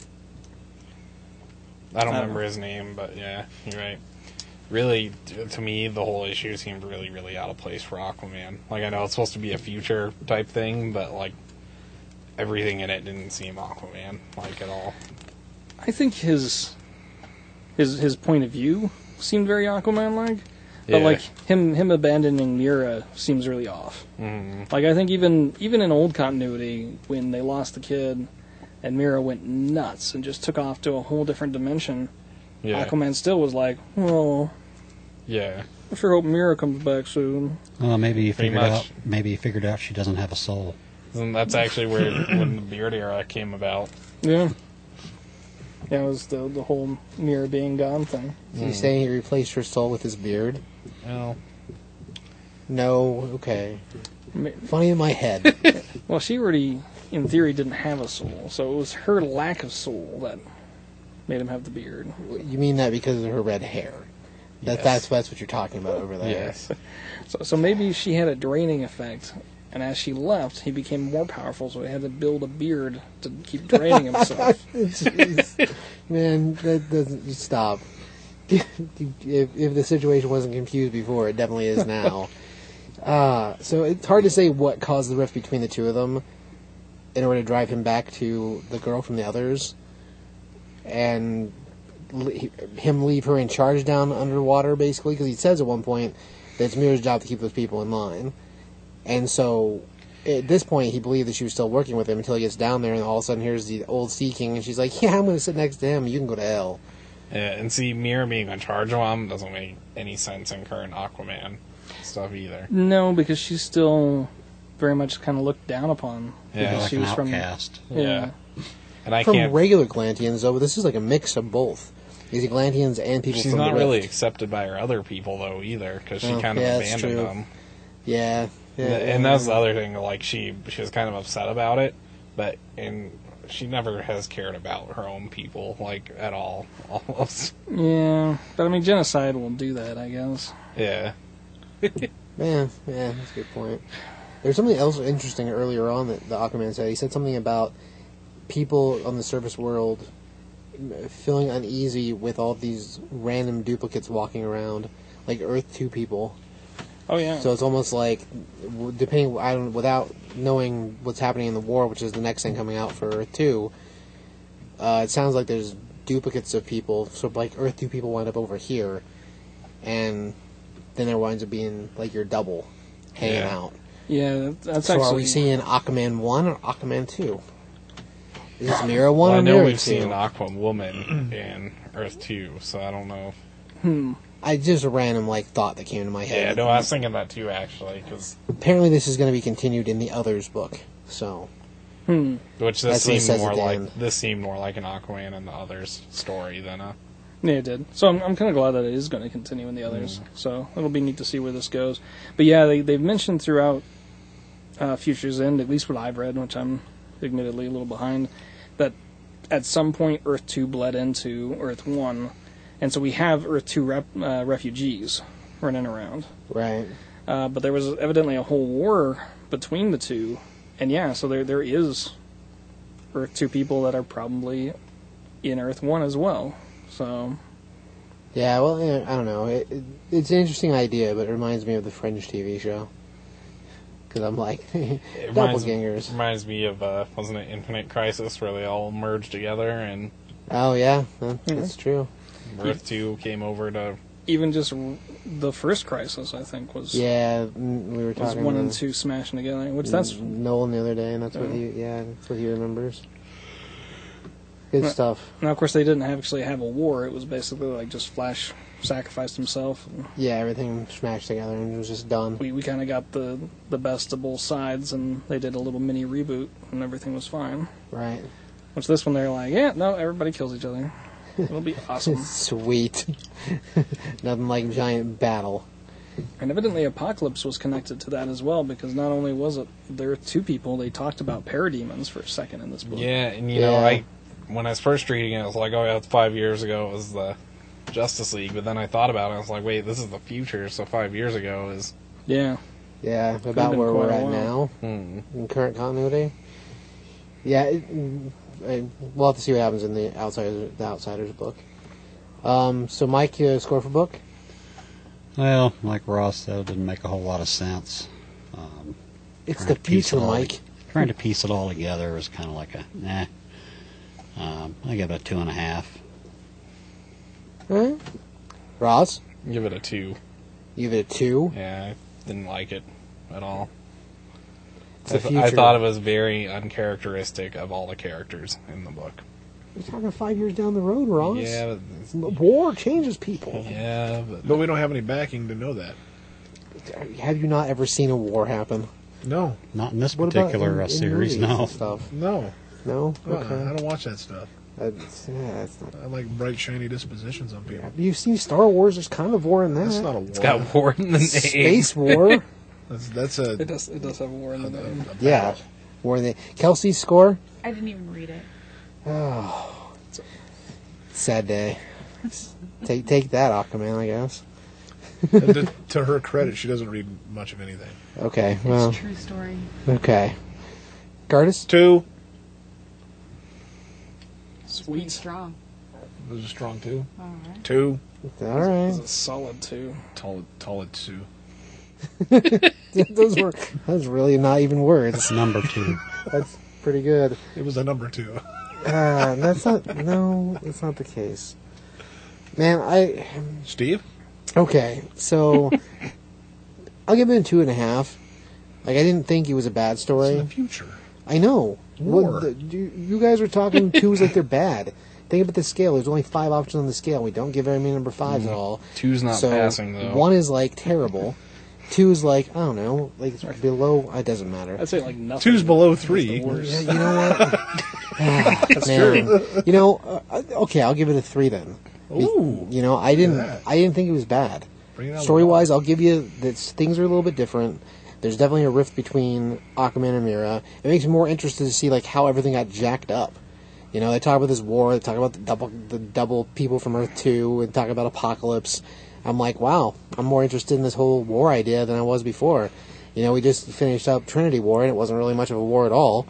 I don't I don't remember his name, but yeah, you're right. Really, t- to me, the whole issue seemed really, really out of place for Aquaman. Like, I know it's supposed to be a future type thing, but like everything in it didn't seem Aquaman like at all. I think his his his point of view seemed very Aquaman-like, but Yeah. like him him abandoning Mira seems really off. Mhm. Like I think even even in old continuity, when they lost the kid, and Mira went nuts and just took off to a whole different dimension, yeah, Aquaman still was like, "Oh, yeah, I sure hope Mira comes back soon." Well, maybe he Pretty figured much. out. Maybe he figured out she doesn't have a soul. and that's actually where when the Beard era came about. Yeah. Yeah, it was the the whole Mira being gone thing. So Hmm. you saying he replaced her soul with his beard? Well, No, okay. Ma- Funny in my head. Well, she already, in theory, didn't have a soul, so it was her lack of soul that made him have the beard. you mean that because of her red hair? That, Yes. That's that's what you're talking about over there. yes, So, so maybe she had a draining effect, and as she left, he became more powerful, so he had to build a beard to [LAUGHS] keep draining himself. Jeez. Man, that doesn't you stop. if, if the situation wasn't confused before, it definitely is now. Uh, so it's hard to say what caused the rift between the two of them in order to drive him back to the girl from the others and le- him leave her in charge down underwater, basically, because he says at one point that it's Mira's job to keep those people in line. And so at this point, he believed that she was still working with him until he gets down there, and all of a sudden, here's the old Sea King, and she's like, "Yeah, I'm going to sit next to him. You can go to hell." yeah, and see, Mira being in charge of him doesn't make any sense in current Aquaman stuff either. no, because she's still very much kind of looked down upon. Yeah, because like she an was from outcast. yeah. And I From can't. regular Glantians, though, but this is like a mix of both. Is he Glantians and people She's from not the really Rift. accepted by her other people though either, because she Oh, kind of yeah, that's abandoned true. them. Yeah, yeah, Th- and that's the other thing. Like she, she was kind of upset about it, but and she never has cared about her own people like at all. [LAUGHS] Almost, Yeah, but I mean, genocide will do that, I guess. yeah. Yeah, yeah, that's a good point. There's something else interesting earlier on that the Aquaman said. He said something about people on the surface world m- feeling uneasy with all these random duplicates walking around, like Earth Two people. Oh yeah. So it's almost like, w- depending, I don't, without knowing what's happening in the war, which is the next thing coming out for Earth Two. Uh, it sounds like there's duplicates of people. So like Earth Two people wind up over here, and then there winds up being like your double hanging Yeah. out. yeah, that- that's So actually. are we seeing Aquaman one or Aquaman two? Is this Mira one Well, or I know Mira we've two? seen Aquaman in Earth Two, so I don't know. I just a random like thought that came to my Yeah, head. no, I was thinking that too actually, 'cause- Apparently, this is going to be continued in the others book. So which That's this what it seemed says more at the like end. this seemed more like an Aquaman and the others story than a Yeah, it did. So I'm, I'm kind of glad that it is going to continue in the others. So it'll be neat to see where this goes. But yeah, they, they've mentioned throughout uh, Future's End, at least what I've read, which I'm admittedly a little behind, that at some point Earth 2 bled into Earth 1. And so we have Earth 2 rep, uh, refugees running around. right, Uh, but there was evidently a whole war between the two. And yeah, so there there is Earth 2 people that are probably in Earth 1 as well. So. Yeah, well, eh, I don't know. It, it, it's an interesting idea, but it reminds me of the Fringe TV show. Because I'm like, [LAUGHS] It reminds- doppelgangers. Reminds me of uh, wasn't it Infinite Crisis where they all merged together and Oh, yeah, that- that's true. Mm-hmm. Earth Two came over to even just r- the first crisis i think was Yeah, mm, we were was talking one and to two smashing together which that's Nolan the other day, and that's what he, yeah, that's what he remembers. Good Right. stuff. now of course they didn't have, actually have a war it was basically like just flash sacrificed himself and Yeah, everything smashed together and it was just done. we, we kind of got the the best of both sides and they did a little mini reboot and everything was fine Right. which this one they're like yeah no everybody kills each other it'll be awesome Sweet. [LAUGHS] Nothing like giant battle. and evidently apocalypse was connected to that as well because not only was it there were two people they talked about parademons for a second in this book Yeah, and you know, Yeah. I when I was first reading it, I was like, oh yeah, it's five years ago. It was the Justice League, but then I thought about it. I was like, wait, this is the future. So five years ago is Yeah. Yeah, about been where quite we're a at while. now hmm, in current continuity. Yeah, it, mm, I- we'll have to see what happens in the Outsiders, the Outsiders book. Um, so, Mike, you score for book? Well, like Ross said, it didn't make a whole lot of sense. Um, It's Trying the to piece future, it all Mike. trying to piece it all together was kind of like a nah. Um, I give it a two and a half. Huh? Ross, Give it a two. you give it a two. Yeah, I didn't like it at all. It's I, the th- future. I thought it was very uncharacteristic of all the characters in the book. We're talking five years down the road, Ross. Yeah, War changes people. but, yeah, but [LAUGHS] But we don't have any backing to know that. Have you not ever seen a war happen? No, Not in this What about particular in- uh, in series, movies and no. stuff. Uh, no. No, Uh-uh, I okay. don't watch that stuff. That's, yeah, that's not. I like bright, shiny dispositions on people. You've seen Star Wars. There's kind of war in that. That's not a war. it's got war in the name. space war. That's, that's a, It does. It does have war in the name. a [LAUGHS] yeah, war in the Kelsey's score. I didn't even read it. Sad day. take take that, Aquaman. I guess. battle. to, to her credit, she doesn't read much of anything. Okay. It's Well. true story. Okay. Gardas. Two. Pretty Sweet. strong. There's a strong two. All right. Two. All right. It's a solid two. Tall, tall at two. [LAUGHS] those were those really not even words. Number two. That's pretty good. It was a number two. Uh, that's not. No, that's not the case. Man, I Steve? Okay, [LAUGHS] so I'll give it a two and a half. Like I didn't think it was a bad It's in the story. future. I know. War. What the, you, you guys are talking twos like they're bad. Think about the scale. There's only five options on the scale. We don't give very many number 5s at all. Two's not so passing though. one is like terrible. two is like I don't know, like it's below. uh, It doesn't matter. I'd say like nothing. Two's below three. The Yeah, worst. you know what? That's true. You know, uh, uh, okay, I'll give it a three then. Be- Ooh. You know, I didn't. that. I didn't think it was bad. Bring it on. Story wise, I'll give you that things are a little bit different. There's definitely a rift between Aquaman and Mira. It makes me more interested to see like how everything got jacked up. You know, they talk about this war. They talk about the double the double people from Earth Two, and talk about apocalypse. I'm like, wow, I'm more interested in this whole war idea than I was before. You know, we just finished up Trinity War, and it wasn't really much of a war at all.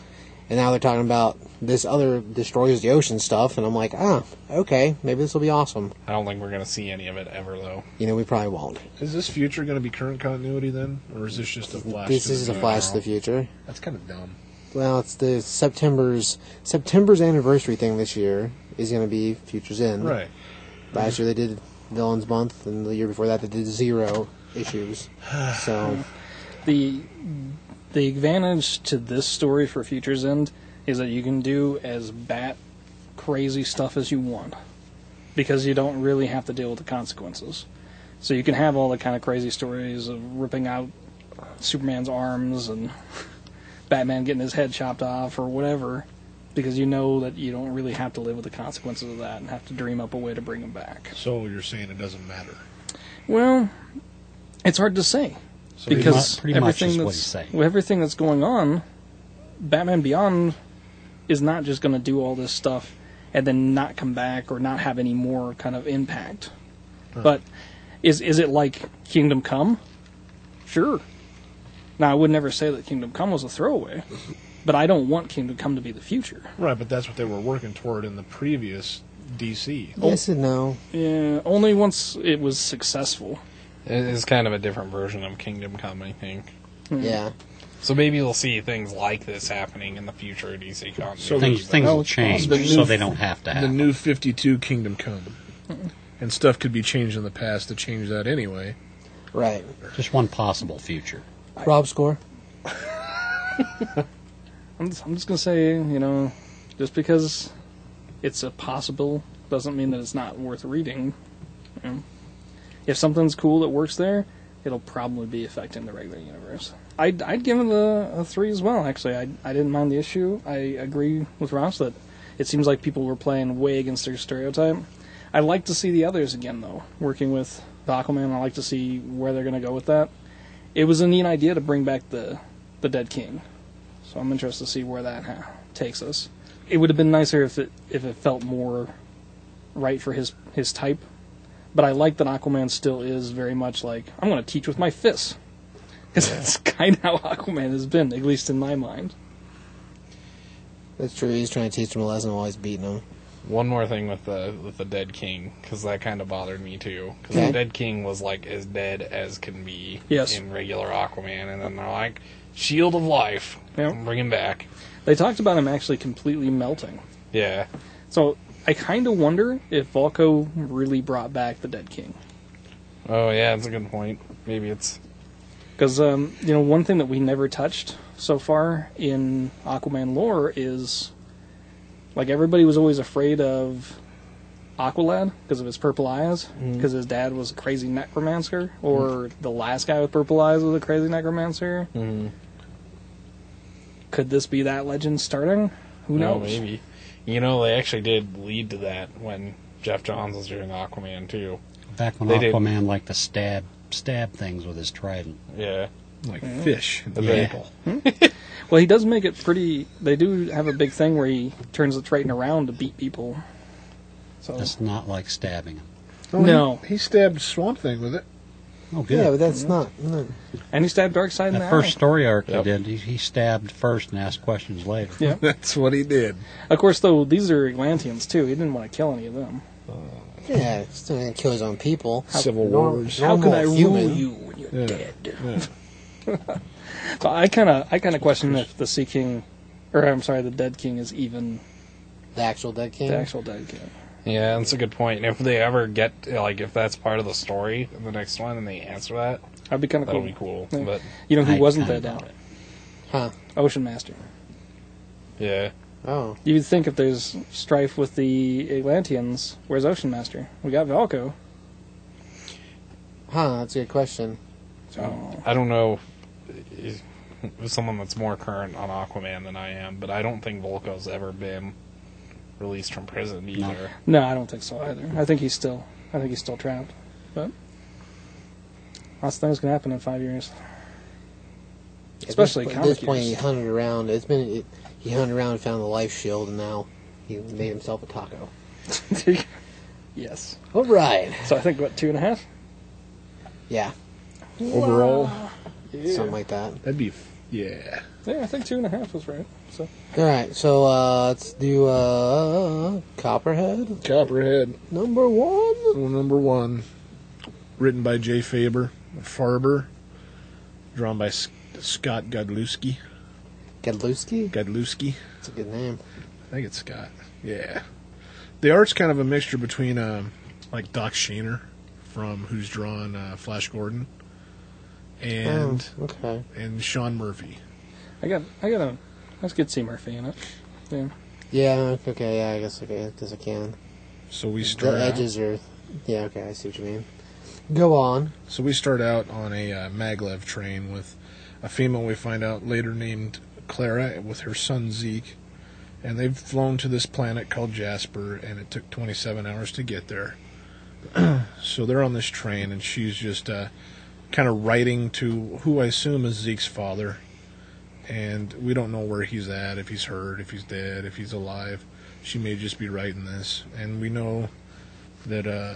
And now they're talking about this other destroys the ocean stuff, and I'm like, ah, okay, maybe this will be awesome. I don't think we're gonna see any of it ever though. You know, we probably won't. Is this future going to be current continuity then? Or is this just a flash? this to the is a future? flash to the future. That's kind of dumb. Well, it's the September's September's anniversary thing this year is going to be Futures End. Right. Last year they did Villains Month, and the year before that they did zero issues. So the the advantage to this story for Futures End is that you can do as bat crazy stuff as you want because you don't really have to deal with the consequences. So you can have all the kind of crazy stories of ripping out Superman's arms and [LAUGHS] Batman getting his head chopped off or whatever because you know that you don't really have to live with the consequences of that and have to dream up a way to bring him back. So you're saying it doesn't matter. Well, it's hard to say So because mu- pretty much everything is what that's he's saying. with everything that's going on, Batman Beyond is not just going to do all this stuff and then not come back or not have any more kind of impact. But is is it like Kingdom Come? Sure. Now I would never say that Kingdom Come was a throwaway, but I don't want Kingdom Come to be the future. Right, but that's what they were working toward in the previous DC. yes and no. Yeah, only once it was successful. It is kind of a different version of Kingdom Come, I think. Yeah, So maybe we'll see things like this happening in the future E of DC Comics. So Things the- things oh, will change, the new- so they don't have to The happen. new 52 Kingdom Come. And stuff could be changed in the past to change that anyway. right. Just one possible future. Rob score. I'm just, I'm just gonna say, you know, just because it's a possible doesn't mean that it's not worth reading. you know. If something's cool that works there, it'll probably be affecting the regular universe. I'd, I'd give it a, a three as well. Actually, I I didn't mind the issue. I agree with Ross that it seems like people were playing way against their stereotype. I like to see the others again though. Working with Aquaman, I like to see where they're gonna go with that. It was a neat idea to bring back the the Dead King. So I'm interested to see where that ha- takes us. It would have been nicer if it if it felt more right for his his type, but I like that Aquaman still is very much like I'm going to teach with my fists. [LAUGHS] Because that's kind of how Aquaman has been, at least in my mind. That's true. He's trying to teach him a lesson while he's beating him. One more thing with the with the Dead King, because that kind of bothered me too. Because Okay. the Dead King was like as dead as can be Yes. in regular Aquaman, and then they're like Shield of Life, Yep. bring him back. They talked about him actually completely melting. Yeah, So I kind of wonder if Volko really brought back the Dead King. Oh yeah, that's a good point. Maybe it's Because um, you know, one thing that we never touched so far in Aquaman lore is like everybody was always afraid of Aqualad because of his purple eyes, Mm-hmm. because his dad was a crazy necromancer, or the last guy with purple eyes was a crazy necromancer. Mm-hmm. Could this be that legend starting? Who no, knows? maybe. You know, they actually did lead to that when Jeff Johns was doing Aquaman too. Back when They did. Aquaman liked to stab stab things with his trident. Yeah, Like Mm-hmm. fish in the Yeah. people. Well, he does make it pretty. They do have a big thing where he turns the Triton around to beat people. So That's not like stabbing him. No. He, he stabbed Swamp Thing with it. [LAUGHS] Oh, Yeah, good. but that's not. No. and he stabbed Darkseid in the that first eye. story arc Yep. he did, he, he stabbed first and asked questions later. Yeah. That's what he did. Of course, though, these are Atlanteans too. He didn't want to kill any of them. Yeah, he's still gonna kill his own people. Civil Nor- Wars. How could normal I human. rule you when you're Yeah. dead? [LAUGHS] So I kind of, I kind of question if the Sea King, or I'm sorry, the Dead King is even The actual dead king. the actual Dead King. yeah, that's a good point. And if they ever get like, if that's part of the story in the next one, and they answer that, That'd be kind of that'll cool. be cool. Yeah. But You know who I wasn't kinda dead now? doubt it. Huh. Ocean Master. yeah, Oh. You'd think if there's strife with the Atlanteans, where's Ocean Master? We got Valko. Huh. That's a good question. Oh. So I don't know. If, if someone that's more current on Aquaman than I am, but I don't think Volko's ever been released from prison either. no, I don't think so either. I think he's still, I think he's still trapped. But lots of things can happen in five years. At Especially this, po- at comic this point, he years. hunted around. It's been it, he hunted around and found the life shield, and now he made himself a taco. [LAUGHS] yes. All right. So I think what two and a half? Yeah. Overall, Something like that. that'd be. F- yeah. Yeah, I think two and a half was right. So All right. So uh, let's do uh, Copperhead Copperhead. number one. Well, number one, written by Jay Faber, Farber, drawn by S- Scott Godlewski. Gadlewski. Godlewski, That's a good name. I think it's Scott. Yeah, the art's kind of a mixture between um, like Doc Sheaner from who's drawn uh, Flash Gordon, and Oh, okay. and Sean Murphy. I got I got a that's good see Murphy in it. Yeah. Yeah. Okay. Yeah. I guess. Okay. I guess I can. So we The start. out- edges are. Yeah. Okay. I see what you mean. Go on. So we start out on a uh, maglev train with a female we find out later named Clara with her son Zeke. And they've flown to this planet called Jasper, and it took 27 hours to get there. [CLEARS THROAT] so they're on this train, and she's just uh, kind of writing to who I assume is Zeke's father. And we don't know where he's at, if he's hurt, if he's dead, if he's alive. She may just be writing this. And we know that uh,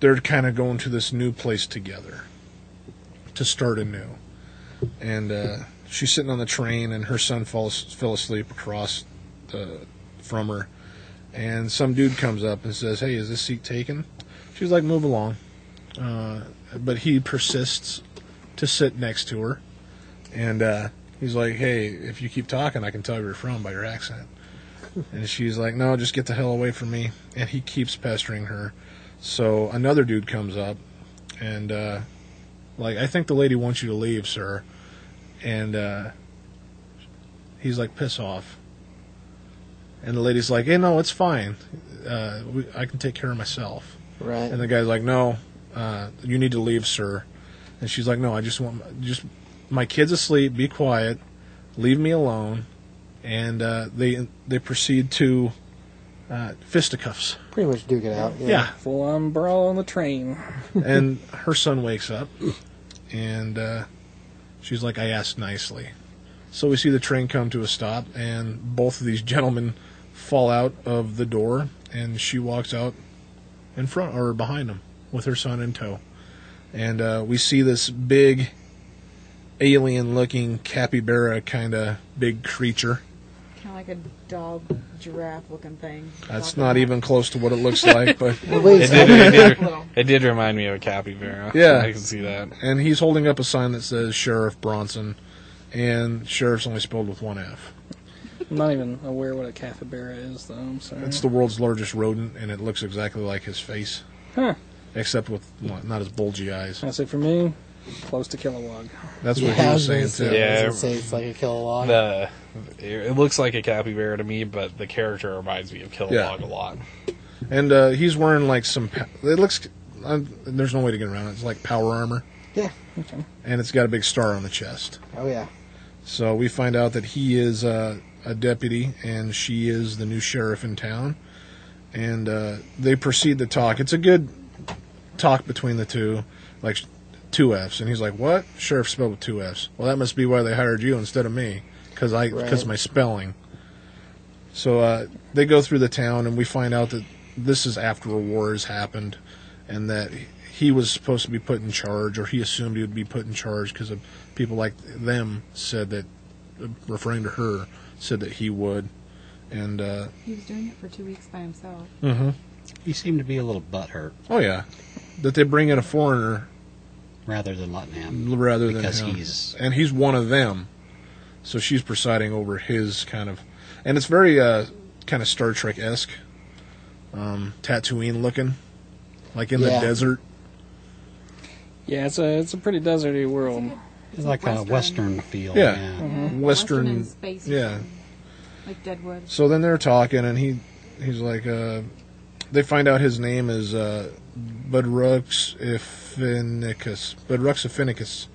they're kind of going to this new place together to start anew. And uh, she's sitting on the train, and her son falls fell asleep across the, from her. And some dude comes up and says, "Hey, is this seat taken?" She's like, "Move along," uh, but he persists to sit next to her. And uh, he's like, "Hey, if you keep talking, I can tell where you're from by your accent." And she's like, "No, just get the hell away from me." And he keeps pestering her. So another dude comes up and uh, like I think the lady wants you to leave, sir. And uh, he's like, piss off. And the lady's like, hey, no, it's fine. Uh, we, I can take care of myself. Right. And the guy's like, no, uh, you need to leave, sir. And she's like, no, I just want my, just my kid's asleep. Be quiet. Leave me alone. And uh, they they proceed to uh, fisticuffs. Pretty much duke it out. yeah, Full on brawl on the train. and her son wakes up, and uh, she's like, "I asked nicely." So we see the train come to a stop, and both of these gentlemen fall out of the door, and she walks out in front or behind them with her son in tow, and uh, we see this big alien looking capybara kind of big creature. Kind of like a dog giraffe looking thing. That's Walking not around. even close to what it looks [LAUGHS] like, but It Wait, did, [LAUGHS] it, did, Little. it did remind me of a capybara. Yeah. I can see that. and he's holding up a sign that says Sheriff Bronson, and Sheriff's only spelled with one F. I'm not even aware what a capybara is, though. I'm sorry. It's the world's largest rodent, and it looks exactly like his face, Huh. except with well, not his bulgy eyes. That's it for me. Close to Kilowog. That's what yeah, he I was was gonna saying say, too. Yeah. I was gonna say it's like a kill a The it it looks like a capybara to me, but the character reminds me of Kilowog Yeah. a lot. And uh, he's wearing like some. pa- It looks. i there's no way to get around it. It's like power armor, Yeah. and it's got a big star on the chest. Oh yeah. So we find out that he is uh, a deputy, and she is the new sheriff in town. And uh, they proceed to talk. It's a good talk between the two, like sh- two Fs. And he's like, "What? Sheriff spelled with two Fs. Well, that must be why they hired you instead of me, because I because Right. my spelling." So uh, they go through the town, and we find out that this is after a war has happened, and that he was supposed to be put in charge, or he assumed he would be put in charge because of people like them said that, referring to her, said that he would, and uh, He was doing it for two weeks by himself. He seemed to be a little butthurt oh yeah, that they bring in a foreigner rather than letting him. rather than Because him. he's- and he's one of them, so she's presiding over his kind of, and it's very uh, kind of Star Trek esque, um, Tatooine looking, like in Yeah. the desert. Yeah, it's a it's a pretty deserty world. It's like a western feel. Yeah. Western Mm-hmm. Western, in space or yeah. something. Like Deadwood. So then they're talking, and he he's like, uh, they find out his name is uh, Budrux Ifinicus, Budrux Ifinicus,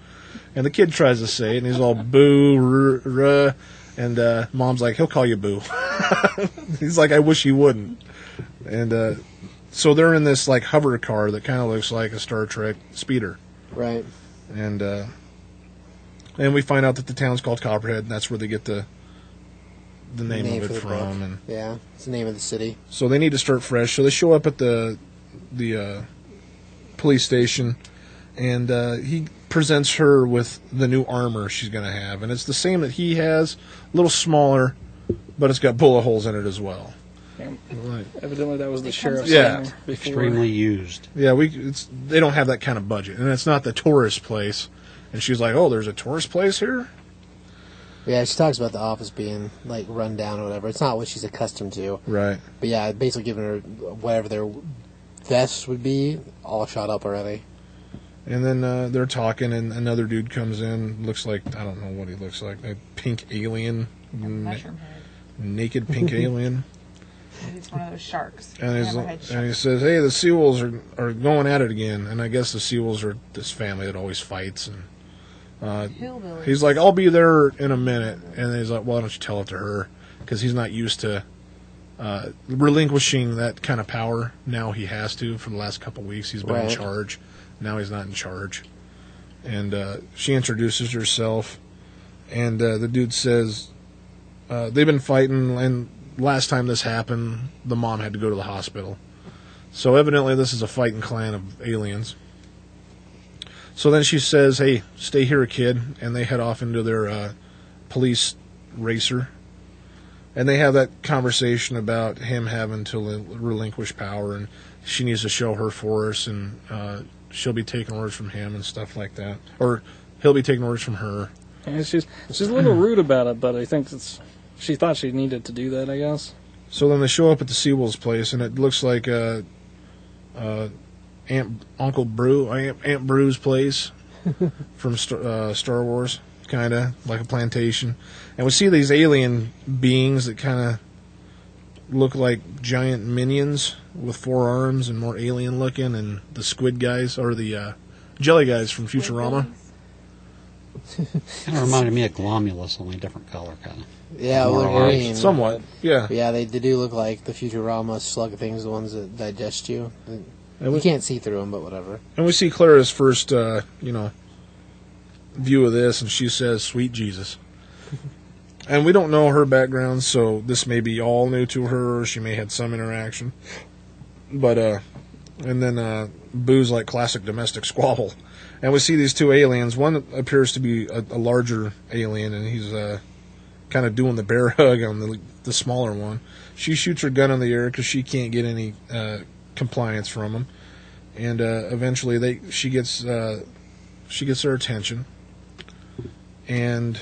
and the kid tries to say it, and he's all boo, ruh, ruh," and uh, mom's like, he'll call you boo. [LAUGHS] he's like, I wish he wouldn't, and uh, so they're in this like hover car that kind of looks like a Star Trek speeder Right. and uh, and we find out that the town's called Copperhead, and that's where they get the the name, of it for the book. from. And Yeah. It's the name of the city. so they need to start fresh. So they show up at the the uh, police station, and uh, he presents her with the new armor she's going to have, and it's the same that he has, a little smaller, but it's got bullet holes in it as well. Yeah. Right. Evidently, that was the It comes sheriff's. with Yeah. thing before. Extremely used. Yeah, we it's they don't have that kind of budget, and it's not the tourist place. And she's like, "Oh, there's a tourist place here." Yeah, she talks about the office being like run down or whatever. It's not what she's accustomed to. Right. But yeah, basically giving her whatever their vests would be all shot up already. And then uh, they're talking, and another dude comes in. Looks like I don't know what he looks like. A pink alien, na- Mushroom head. naked [LAUGHS] pink alien. He's one of those sharks. And he's Hammerhead shark. and he says, "Hey, the seawolves are are going at it again." And I guess the seawolves are this family that always fights. And uh, Hillbilly. he's like, "I'll be there in a minute." And he's like, "Why don't you tell it to her?" Because he's not used to uh, relinquishing that kind of power. Now he has to. For the last couple weeks, he's been in Right. charge. Now he's not in charge. And uh, she introduces herself, and uh, the dude says, uh, "They've been fighting, and last time this happened, the mom had to go to the hospital. So evidently, this is a fighting clan of aliens." So then she says, "Hey, stay here, kid," and they head off into their uh, police racer and they have that conversation about him having to lin- relinquish power and she needs to show her force and uh, she'll be taking orders from him and stuff like that or he'll be taking orders from her Yeah, she's she's a little rude about it, but I think it's she thought she needed to do that. I guess. so then they show up at the seawolves place and it looks like uh, uh, aunt uncle brew aunt, aunt brew's place from star, uh, star wars kind of like a plantation and we see these alien beings that kind of look like giant minions with four arms and more alien looking, and the squid guys or the uh, jelly guys from Futurama. Hillbillies. Kind of reminded me of Glomulus, only different color, kind of. Yeah, More Wolverine. Somewhat, yeah. Yeah, they, they do look like the Futurama slug things, the ones that digest you. And You we, can't see through them, but whatever. and we see Clara's first, uh, you know, view of this, and she says, "Sweet Jesus." And we don't know her background, so this may be all new to her. Or she may had some interaction, but uh, and then uh, boos like classic domestic squabble. And we see these two aliens. One appears to be a, a larger alien, and he's uh, kind of doing the bear [LAUGHS] hug on the, the smaller one. She shoots her gun in the air because she can't get any uh, compliance from him, and uh, eventually they she gets uh, she gets their attention, and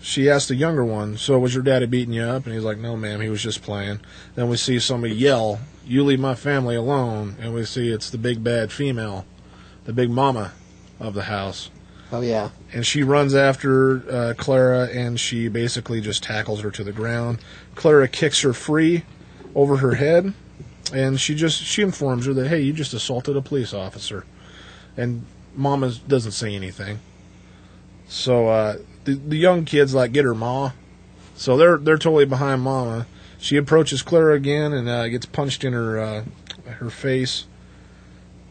she asked the younger one, "So was your daddy beating you up?" And he's like, "No, ma'am, he was just playing." Then we see somebody yell, "You leave my family alone!" And we see it's the big bad female, the big mama of the house, Oh yeah. and she runs after uh, Clara, and she basically just tackles her to the ground. Clara kicks her free over her head, and she just she informs her that hey, you just assaulted a police officer, and Mama doesn't say anything. So uh, the the young kids like get her ma, so they're they're totally behind Mama. She approaches Clara again and uh, gets punched in her uh, her face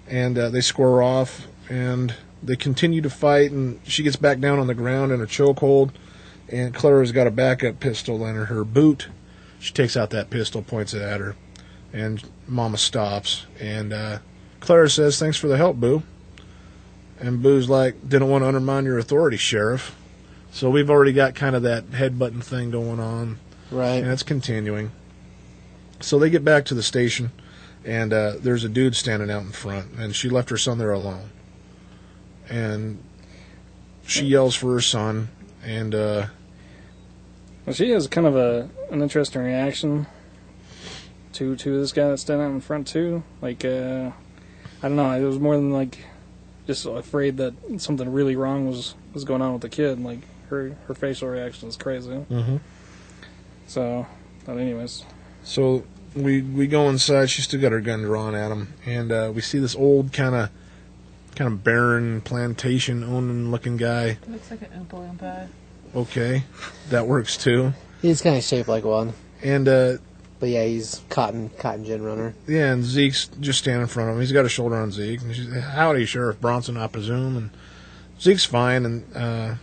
and uh, they square off and they continue to fight and she gets back down on the ground in a chokehold and clara's got a backup pistol in her boot she takes out that pistol points it at her and mama stops and uh, clara says thanks for the help boo and boo's like didn't want to undermine your authority sheriff so we've already got kind of that head button thing going on and Right. it's continuing. So they get back to the station, and uh, there's a dude standing out in front, and she left her son there alone. And she yells for her son, and uh, Well, she has kind of a an interesting reaction to to this guy that's standing out in front too. Like uh, I don't know, it was more than like just afraid that something really wrong was was going on with the kid. Like her her facial reaction is crazy. Mhm. So, but anyways, so we we go inside. She's still got her gun drawn at him, and uh, we see this old kind of kind of barren plantation owning looking guy. Looks like an Oompa Loompa. Okay, that works too. He's kind of shaped like one, And uh, but yeah, he's cotton cotton gin runner. Yeah, and Zeke's just standing in front of him. He's got a shoulder on Zeke. And she's, Howdy, Sheriff Bronson, I presume. And Zeke's fine, and uh,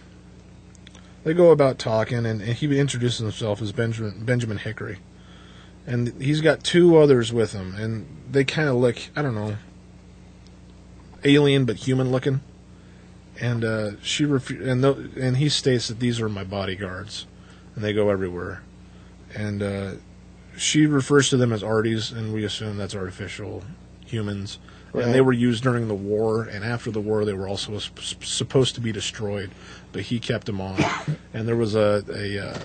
they go about talking, and, and he introduces himself as Benjamin Benjamin Hickory. And he's got two others with him, and they kind of look, I don't know, alien but human looking. And uh, she refu- and tho- and he states that these are my bodyguards, and they go everywhere. And uh, she refers to them as arties, and we assume that's artificial humans. Right. And they were used during the war, and after the war, they were also s- supposed to be destroyed, but he kept them on. and there was a, a uh,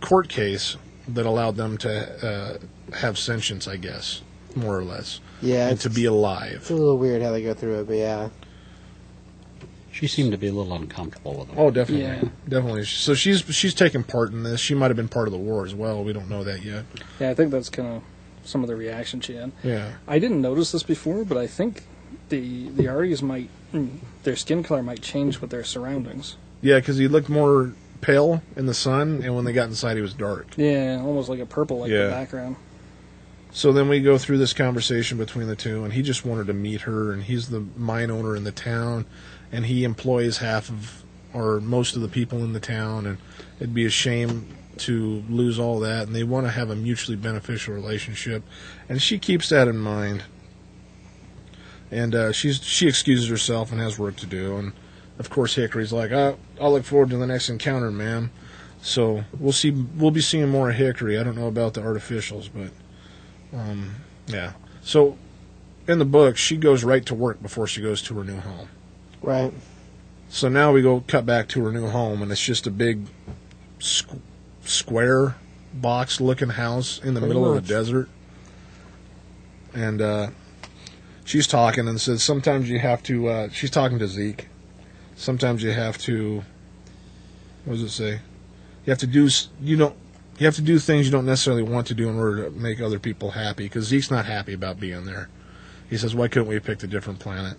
court case that allowed them to uh, have sentience, I guess, more or less, Yeah, and it's, to be it's a alive. little weird how they go through it, but yeah, She seemed to be a little uncomfortable with him. Oh, definitely, Yeah. definitely. So she's she's taking part in this. She might have been part of the war as well. We don't know that yet. yeah, I think that's kind of some of the reaction she had. Yeah, I didn't notice this before, but I think the the Aries might mm, their skin color might change with their surroundings. yeah, because he looked more pale in the sun, and when they got inside, he was dark. Yeah, almost like a purple like Yeah. the background. So then we go through this conversation between the two, and he just wanted to meet her, and he's the mine owner in the town, and he employs half of or most of the people in the town, and it'd be a shame to lose all that, and they want to have a mutually beneficial relationship, and she keeps that in mind, and uh, she's she excuses herself and has work to do, and of course Hickory's like, I, I'll look forward to the next encounter, ma'am. So we'll see. We'll be seeing more of Hickory. I don't know about the artificials, but yeah. So in the book, she goes right to work before she goes to her new home. right. So now we go cut back to her new home, and it's just a big squ- square box looking house in the Pretty middle of much. the desert. And uh, she's talking and says, Sometimes you have to, uh, she's talking to Zeke. Sometimes you have to, what does it say? You have to do, s- you don't. You have to do things you don't necessarily want to do in order to make other people happy. Because Zeke's not happy about being there. He says, "Why couldn't we have picked a different planet?"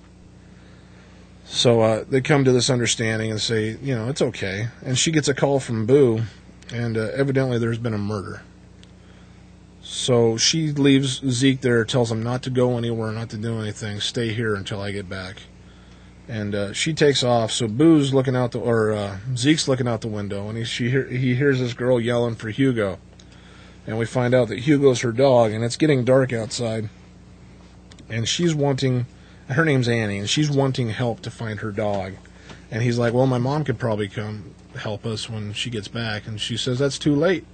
So uh, they come to this understanding and say, you know, it's okay. And she gets a call from Boo, and uh, evidently there's been a murder. So she leaves Zeke there, tells him not to go anywhere, not to do anything, stay here until I get back. And uh, she takes off. So Boo's looking out the, or uh, Zeke's looking out the window, and he she hear, he hears this girl yelling for Hugo, and we find out that Hugo's her dog, and it's getting dark outside. and she's wanting her name's Annie and she's wanting help to find her dog. And he's like, "Well, my mom could probably come help us when she gets back." And she says, "That's too late."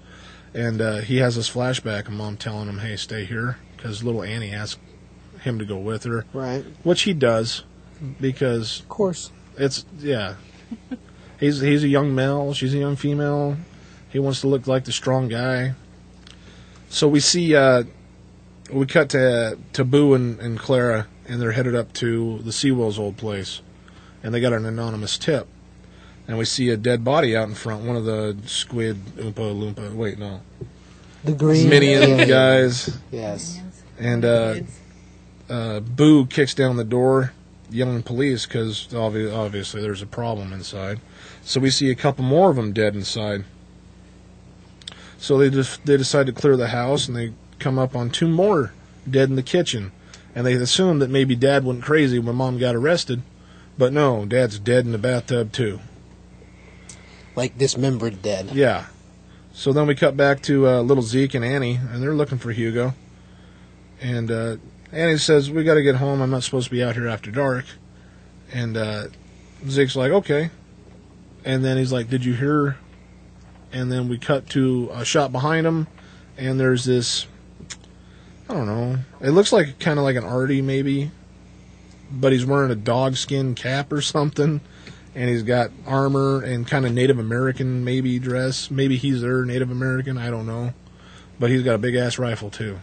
And uh, he has this flashback of mom telling him, "Hey, stay here," because little Annie asked him to go with her, Right. which he does because Of course. it's yeah. He's he's a young male. She's a young female. He wants to look like the strong guy. So we see uh, we cut to to Boo and, and Clara, and they're headed up to the Seawell's old place, and they got an anonymous tip, and we see a dead body out in front. One of the squid oompa loompa. Wait, no, The green. minion guys. Yes. And uh, uh, Boo kicks down the door, yelling police because obvi- obviously there's a problem inside. So we see a couple more of them dead inside. So they just they decide to clear the house and they come up on two more dead in the kitchen, and they assume that maybe Dad went crazy when Mom got arrested, but no, Dad's dead in the bathtub too. Like dismembered dead. Yeah. So then we cut back to uh, little Zeke and Annie, and they're looking for Hugo. And uh, Annie says, "We got to get home. I'm not supposed to be out here after dark." And uh, Zeke's like, "Okay." And then he's like, "Did you hear?" And then we cut to a shot behind him, and there's this. I don't know. It looks like kind of like an Artie maybe, but he's wearing a dog skin cap or something and he's got armor and kind of Native American maybe dress. Maybe he's their Native American. I don't know, but he's got a big ass rifle too.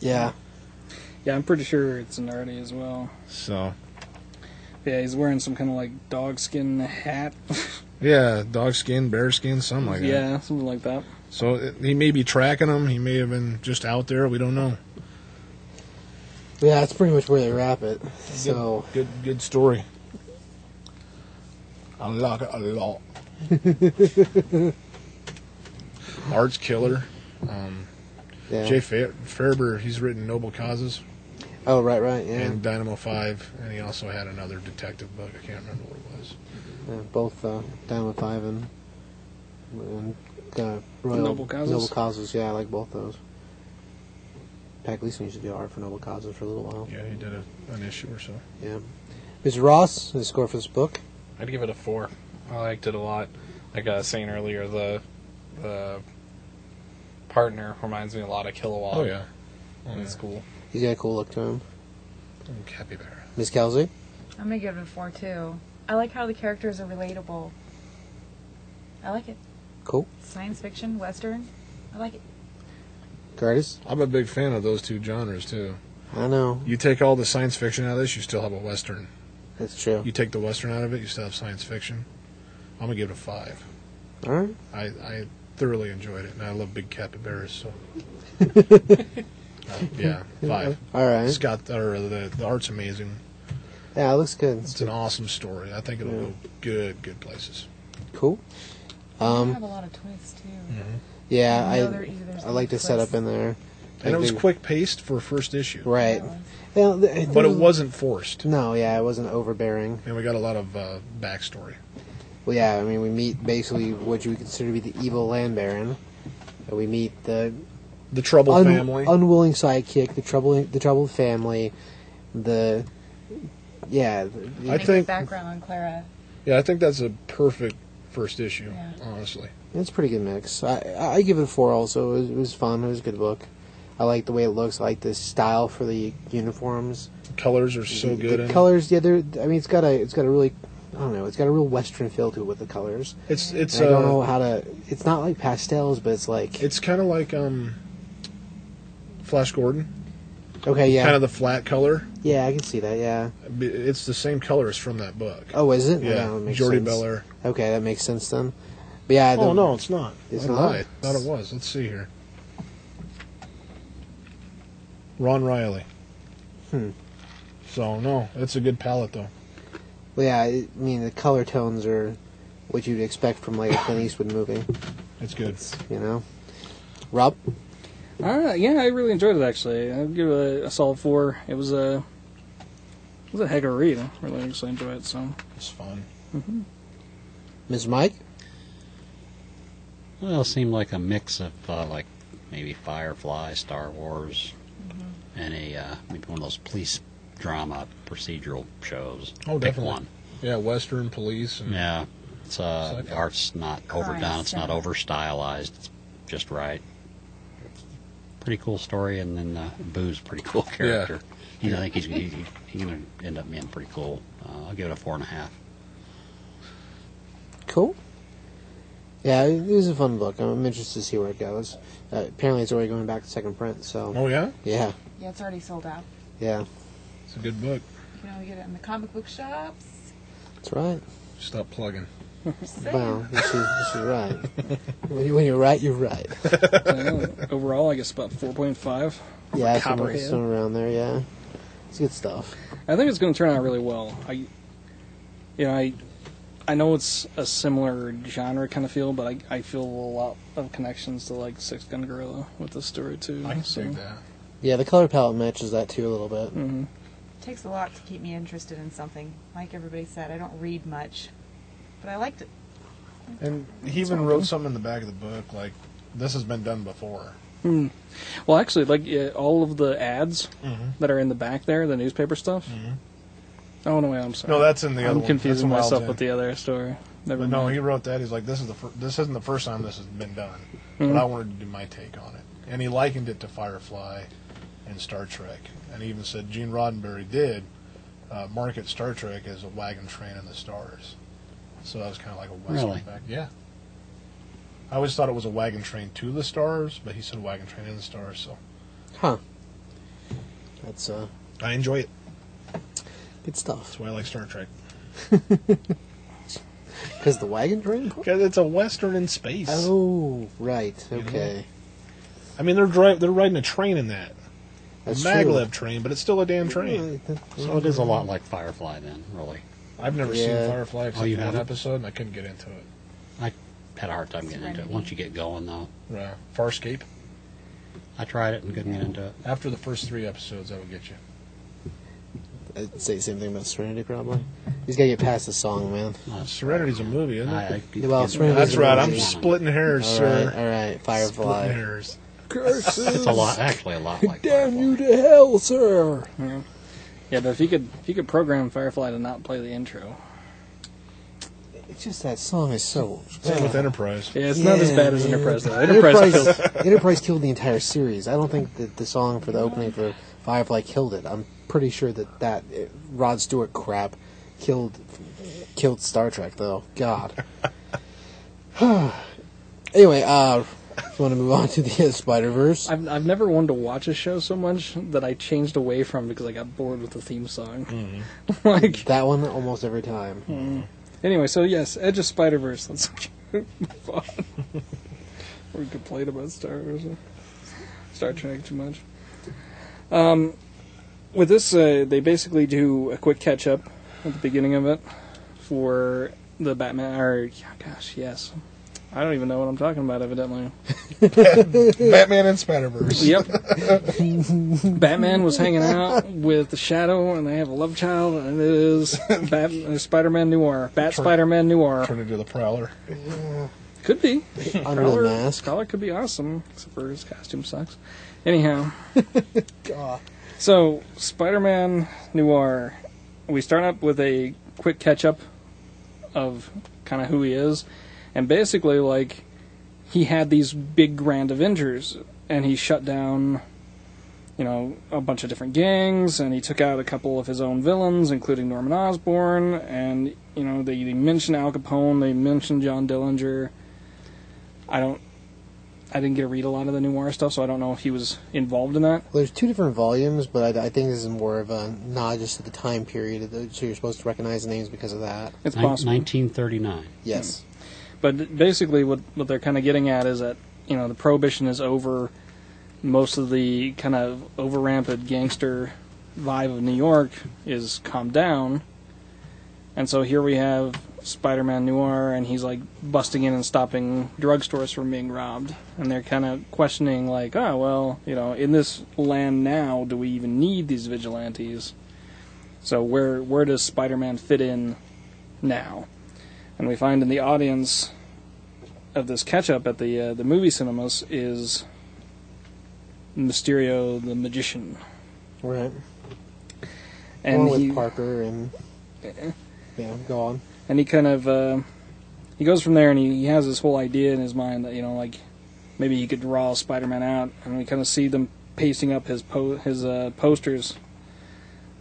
Yeah. Yeah, I'm pretty sure it's an Artie as well. So Yeah, he's wearing some kind of like dog skin hat. yeah, dog skin, bear skin, something like that. yeah, something like that. So it- he may be tracking them. He may have been just out there. We don't know. Yeah, that's pretty much where they wrap it. So good, good story. I like it a [LAUGHS] lot. Arts killer. Um, yeah. Jay Fa- Farber, he's written Noble Causes. oh right, right, yeah. and Dynamo Five, and he also had another detective book. I can't remember what it was. Yeah, both uh, Diamond Five and and uh, Royal Noble Causes? Noble Causes, yeah, I like both those. Pat Gleason used to do art for Noble Causes for a little while. Yeah, he did a, an issue or so. Yeah. Mr. Ross, the score for this book. I'd give it a four. I liked it a lot. Like I was saying earlier, the the partner reminds me a lot of Kilowatt. Oh yeah, and it's cool. He's got a cool look to him. And Capybara. Miss Kelsey, I'm gonna give it a four too. I like how the characters are relatable. I like it. Cool. Science fiction, western. I like it. Curtis. I'm a big fan of those two genres too. I know You take all the science fiction out of this, you still have a western. that's true. You take the western out of it, you still have science fiction. I'm gonna give it a five. All right. I, I thoroughly enjoyed it, and I love big capybaras. [LAUGHS] So Uh, yeah, five. All right. Scott or the the art's amazing. Yeah, it looks good. It's an awesome story. I think it'll Yeah. go good, good places. Cool. I Um, have a lot of twists too. Mm-hmm. yeah, I know there- I there's I like the twists. setup in there. And it Like was they- quick paced for a first issue. Right. Well, th- But it wasn't forced. No, yeah, it wasn't overbearing. And we got a lot of uh, backstory. Well, yeah, I mean, we meet basically what you would consider to be the evil land baron. And we meet the The Trouble un- family. unwilling sidekick, the troubling, the troubled family, the yeah, the, I Like the think, background on Clara. yeah, I think that's a perfect first issue, Yeah. honestly. it's a pretty good mix. I I I give it a four. Also, it was, it was fun. It was a good book. I like the way it looks. I like the style for the uniforms. Colors are so the, good. eh? in The it. colors, yeah, they're. I mean, it's got a it's got a really I don't know. It's got a real western feel to it with the colors. It's it's And I don't know uh, how to. It's not like pastels, but it's like it's kind of like um, Flash Gordon, okay, yeah, kind of the flat color. yeah. I can see that. Yeah. B- It's the same colors from that book. Oh, is it? yeah, No, that makes Jordy sense. Belair. Okay, that makes sense then. But yeah, the, Oh no, it's not. It's I not? lied. Thought it was. Let's see here. Ron Riley. Hmm. So no, it's a good palette though. Well, yeah, I I mean the color tones are what you'd expect from like a [COUGHS] Clint Eastwood movie, It's good. you know. Rob, All right, yeah, I really enjoyed it actually. I'd give it a, a solid four. It was a it was a heck of a read. I really actually enjoyed it. So It's fun. Ms. Mike, Well, it seemed like a mix of uh, like maybe Firefly, Star Wars, and a uh, maybe one of those police drama procedural shows. Oh, Pick definitely. one. Yeah, Western police. And, Yeah, it's uh, Sci-fi. the art's not overdone. It's not yeah. over stylized. It's just right. Pretty cool story, and then uh, Boo's a pretty cool [LAUGHS] character. He's, I think he's he, he's gonna end up being pretty cool. Uh, I'll give it a four and a half. Cool. Yeah, it was a fun book. I'm interested to see where it goes. Uh, apparently, it's already going back to second print. So Oh yeah, yeah, Yeah, it's already sold out. yeah, it's a good book. You can only get it in the comic book shops. that's right. Stop plugging. for sale. Wow, this is, this is right. [LAUGHS] when, you, when you're right, you're right. Overall, I guess about 4.5. Yeah, somewhere, Copperhead. somewhere around there. Yeah, it's good stuff. I think it's going to turn out really well. I, you know, I, I know it's a similar genre kind of feel, but I, I feel a lot of connections to like Six Gun Gorilla with this story too. I can so- dig that. Yeah, the color palette matches that too a little bit. Mhm. takes a lot to keep me interested in something. Like everybody said, I don't read much, but I liked it. And he even wrote something in the back of the book like, "This has been done before." Well, actually, like yeah, all of the ads Mm-hmm. that are in the back there, the newspaper stuff. Oh no, wait, I'm sorry. Mm-hmm. No, that's in the other I'm one. That's confusing in Wild myself Tin. with the other story. Never mind. But no, he wrote that. He's like, "This is the fir- this isn't the first time this has been done, but I wanted to do my take on it." And he likened it to Firefly and Star Trek, and he even said Gene Roddenberry did uh, market Star Trek as a wagon train in the stars. So that was kind of like a Western Really? back. Yeah. I always thought it was a wagon train to the stars, but he said wagon train in the stars. So Huh. That's uh, I enjoy it. good That's stuff. why I like Star Trek Because the wagon train? because it's a Western in space. Oh, right. Okay. I mean, they're dri- they're riding a train in that That's a maglev train, but it's still a damn train. true. So Oh, it is a lot like Firefly, then. Really, I've never Yeah. seen Firefly except Oh, you one haven't? episode, and I couldn't get into it. I had a hard time getting into it. Once you get going, though, Yeah. Farscape. I tried it and couldn't get into it. After the first three episodes, I would get you. I'd say the same thing about Serenity, probably. He's got to get past the song, man. Serenity's a movie, isn't it? I, I, well, it's- Serenity's That's a right. movie. I'm splitting hairs, All sir. right, all right. Splitting Firefly. hairs. It's a lot, actually, a lot like Damn Firefly. you to hell, sir! yeah, but if you could, if you could program Firefly to not play the intro, It's just that song is so. Same with Enterprise. yeah, it's not as Yeah, bad as man. Enterprise. Though. Enterprise, feels- Enterprise, [LAUGHS] Enterprise killed the entire series. I don't think that the song for the opening for Firefly killed it. I'm pretty sure that that uh, Rod Stewart crap killed killed Star Trek, though. God. [SIGHS] anyway, uh, you want to move on to the uh, Spider Verse? I've, I've never wanted to watch a show so much that I changed away from because I got bored with the theme song. like That one almost every time. anyway, so yes, Edge of Spider Verse. Let's [LAUGHS] move on. we complain about Star Wars, or Star Trek too much. Um, with this, uh, they basically do a quick catch up at the beginning of it for the Batman. Or yeah, gosh, yes, I don't even know what I'm talking about. Evidently, Batman and Spider Verse. Yep. Batman was hanging out with the Shadow, and they have a love child, and it is Bat- uh, Spider-Man Noir. Bat Spider-Man Noir. Turn into the Prowler. Could be. Under Color, the mask. color could be awesome, except for his costume sucks. Anyhow. So, Spider-Man Noir. We start up with a quick catch-up of kind of who he is, and basically, like, he had these big grand Avengers, and he shut down, you know, a bunch of different gangs, and he took out a couple of his own villains, including Norman Osborn, and you know, they, they mention Al Capone, they mention John Dillinger. I don't, I didn't get to read a lot of the noir stuff, so I don't know if he was involved in that. Well, there's two different volumes, but I, I think this is more of a nod just to the time period, of the- so you're supposed to recognize the names because of that. It's Nin- possible. 1939. Yes. But basically, what what they're kind of getting at is that you know the prohibition is over. Most of the kind of over rampant gangster vibe of New York is calmed down, and so here we have Spider-Man Noir, and he's like busting in and stopping drugstores from being robbed, and they're kind of questioning like, oh well, you know, in this land now, do we even need these vigilantes? So where where does Spider-Man fit in now? and we find in the audience of this catch up at the uh, the movie cinemas is Mysterio the magician, Hmm. Right. and or with he, Parker and yeah, go on. and he kind of uh, he goes from there and he, he has this whole idea in his mind that you know like maybe he could draw spider-man out and we kind of see them pasting up his po- his uh, posters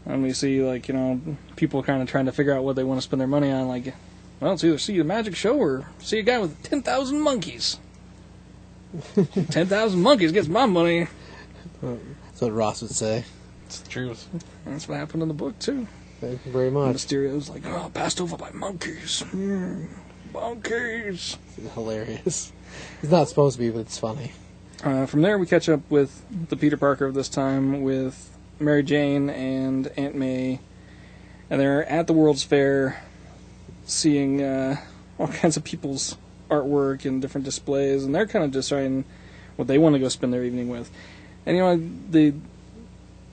and we see like you know people kind of trying to figure out what they want to spend their money on like well it's either see the magic show or see a guy with 10,000 [LAUGHS] monkeys 10,000 monkeys gets my money That's what Ross would say. It's the truth. that's what happened in the book too Thank you very and much. Mysterio's like oh passed over by monkeys Hmm, monkeys It's hilarious. It's not supposed to be, but it's funny. Uh, from there, we catch up with the Peter Parker of this time with Mary Jane and Aunt May, and they're at the World's Fair, seeing uh, all [LAUGHS] kinds of people's artwork and different displays, and they're kind of deciding what they want to go spend their evening with. And you know, the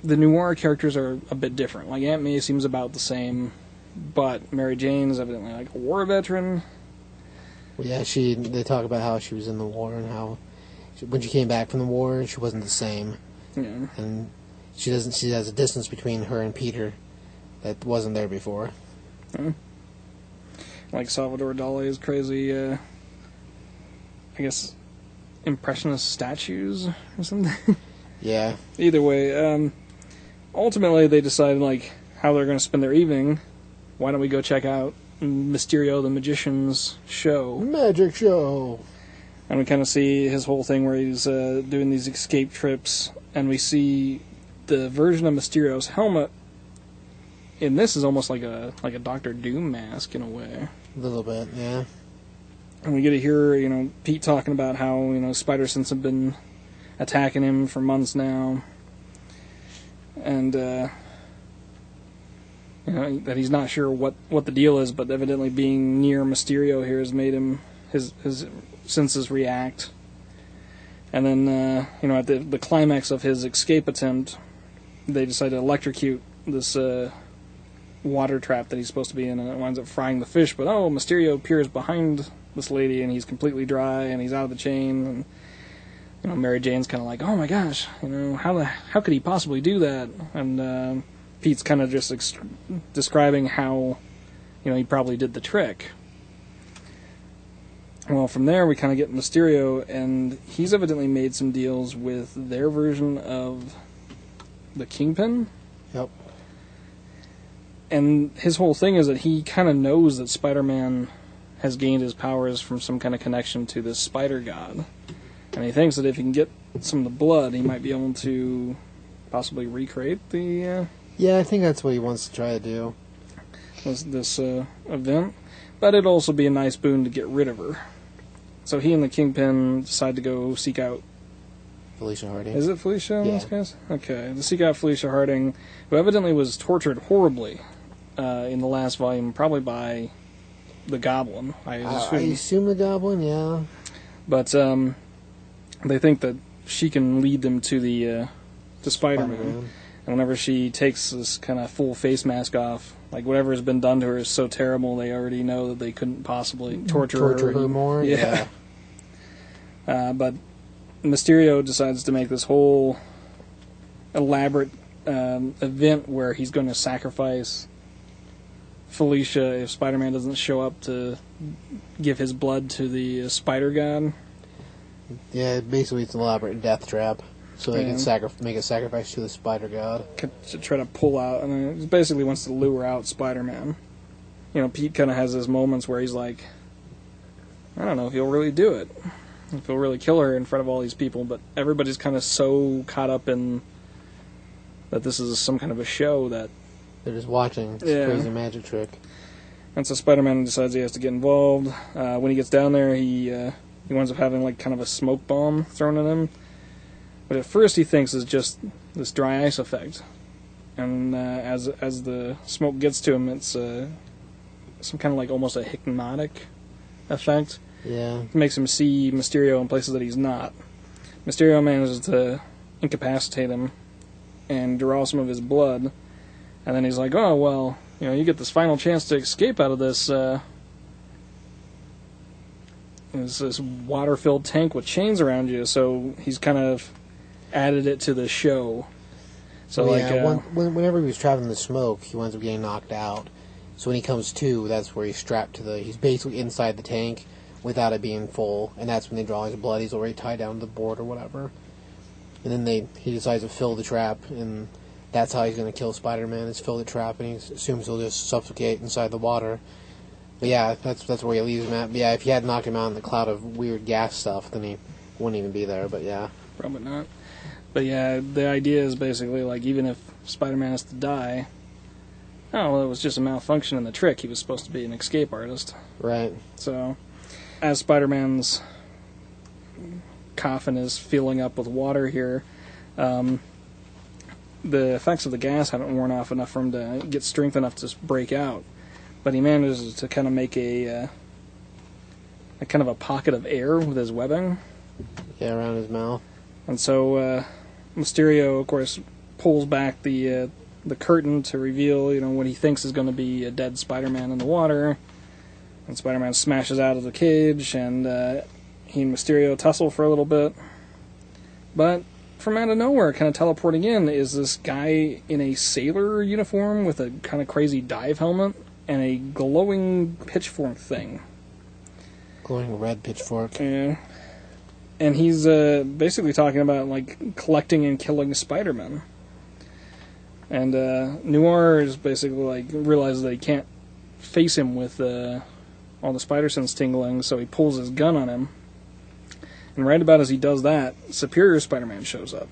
the noir characters are a bit different. Like Aunt May seems about the same, but Mary Jane is evidently like a war veteran. Yeah, she. They talk about how she was in the war and how she, when she came back from the war, she wasn't the same, You know, and she doesn't. She has a distance between her and Peter that wasn't there before. like Salvador Dali's crazy, uh, I guess, impressionist statues or something. [LAUGHS] Yeah, Either way, um, ultimately they decided like how they're going to spend their evening. Why don't we go check out Mysterio the Magician's show? magic show. And we kind of see his whole thing where he's uh, doing these escape trips, and we see the version of Mysterio's helmet. And this is almost like a like a Doctor Doom mask in a way. A little bit, yeah. and we get to hear you know Pete talking about how you know spider sense have been attacking him for months now, and uh, you know that he's not sure what what the deal is, but evidently being near Mysterio here has made him his his senses react. And then uh, you know at the the climax of his escape attempt, they decide to electrocute this. Uh, water trap that he's supposed to be in, and it winds up frying the fish. But oh, Mysterio appears behind this lady, and he's completely dry, and he's out of the chain. And you know, Mary Jane's kind of like, oh my gosh, you know, how the how could he possibly do that? And uh, Pete's kind of just ex- describing how you know he probably did the trick. Well, from there we kind of get Mysterio, and he's evidently made some deals with their version of the Kingpin Yep. and his whole thing is that he kind of knows that Spider-Man has gained his powers from some kind of connection to this spider god, and he thinks that if he can get some of the blood, he might be able to possibly recreate the uh, Yeah, I think that's what he wants to try to do. this, this uh, event. But it'd also be a nice boon to get rid of her. So he and the Kingpin decide to go seek out Felicia Hardy. Is it Felicia in this Yeah. case? Okay. To seek out Felicia Harding, who evidently was tortured horribly uh, in the last volume, probably by the Goblin, I I, Uh, I assume. assume the Goblin. Yeah. But um, they think that she can lead them to the uh, to Spider-Man. Spider-Man. And whenever she takes this kind of full face mask off, like whatever has been done to her is so terrible, they already know that they couldn't possibly torture, Torture her more. Yeah. Yeah. Uh, but Mysterio decides to make this whole elaborate um, event where he's going to sacrifice Felicia if Spider-Man doesn't show up to give his blood to the uh, Spider God. Yeah, basically it's an elaborate death trap, so they Yeah. can sacri- make a sacrifice to the spider god. c- to try to pull out. I mean, he basically wants to lure out Spider-Man. You know, Pete kind of has those moments where he's like, I don't know if he'll really do it, if he'll really kill her in front of all these people. But everybody's kind of so caught up in that this is some kind of a show that, They're just watching this Yeah. crazy magic trick. and so Spider-Man decides he has to get involved. Uh, when he gets down there, he uh, he winds up having like kind of a smoke bomb thrown at him. But at first, he thinks it's just this dry ice effect, and uh, as as the smoke gets to him, it's uh, some kind of like almost a hypnotic effect. Yeah, It makes him see Mysterio in places that he's not. Mysterio manages to incapacitate him and draw some of his blood, and then he's like, "Oh well, you know, you get this final chance to escape out of this." Uh, this, this water-filled tank with chains around you, so he's kind of added it to the show. So like Oh, yeah, uh, one, when, whenever he was traveling the smoke, he winds up getting knocked out. So when he comes to, that's where he's strapped to the. He's basically inside the tank without it being full, and that's when they draw his blood. He's already tied down to the board or whatever. And then they he decides to fill the trap, and that's how he's going to kill Spider-Man. Is fill the trap, and he assumes he'll just suffocate inside the water. But yeah, that's that's where he leaves him at. But yeah, if he had knocked him out in the cloud of weird gas stuff, then he wouldn't even be there. But yeah, probably not. But yeah, the idea is basically like even if Spider-Man has to die, oh well, it was just a malfunction in the trick. He was supposed to be an escape artist. right. So, as Spider Man's coffin is filling up with water here, um, the effects of the gas haven't worn off enough for him to get strength enough to s- break out. But he manages to kind of make a, uh, a kind of a pocket of air with his webbing. Yeah, around his mouth. And so uh, Mysterio, of course, pulls back the uh, the curtain to reveal, you know, what he thinks is going to be a dead Spider-Man in the water. And Spider-Man smashes out of the cage, and uh, he and Mysterio tussle for a little bit. But from out of nowhere, kind of teleporting in, is this guy in a sailor uniform with a kind of crazy dive helmet and a glowing pitchfork thing. glowing red pitchfork. Yeah. And he's uh, basically talking about like collecting and killing Spider-Man. And uh, Noir is basically like realizes they can't face him with uh, all the spider sense tingling, so he pulls his gun on him. And right about as he does that, Superior Spider-Man shows up.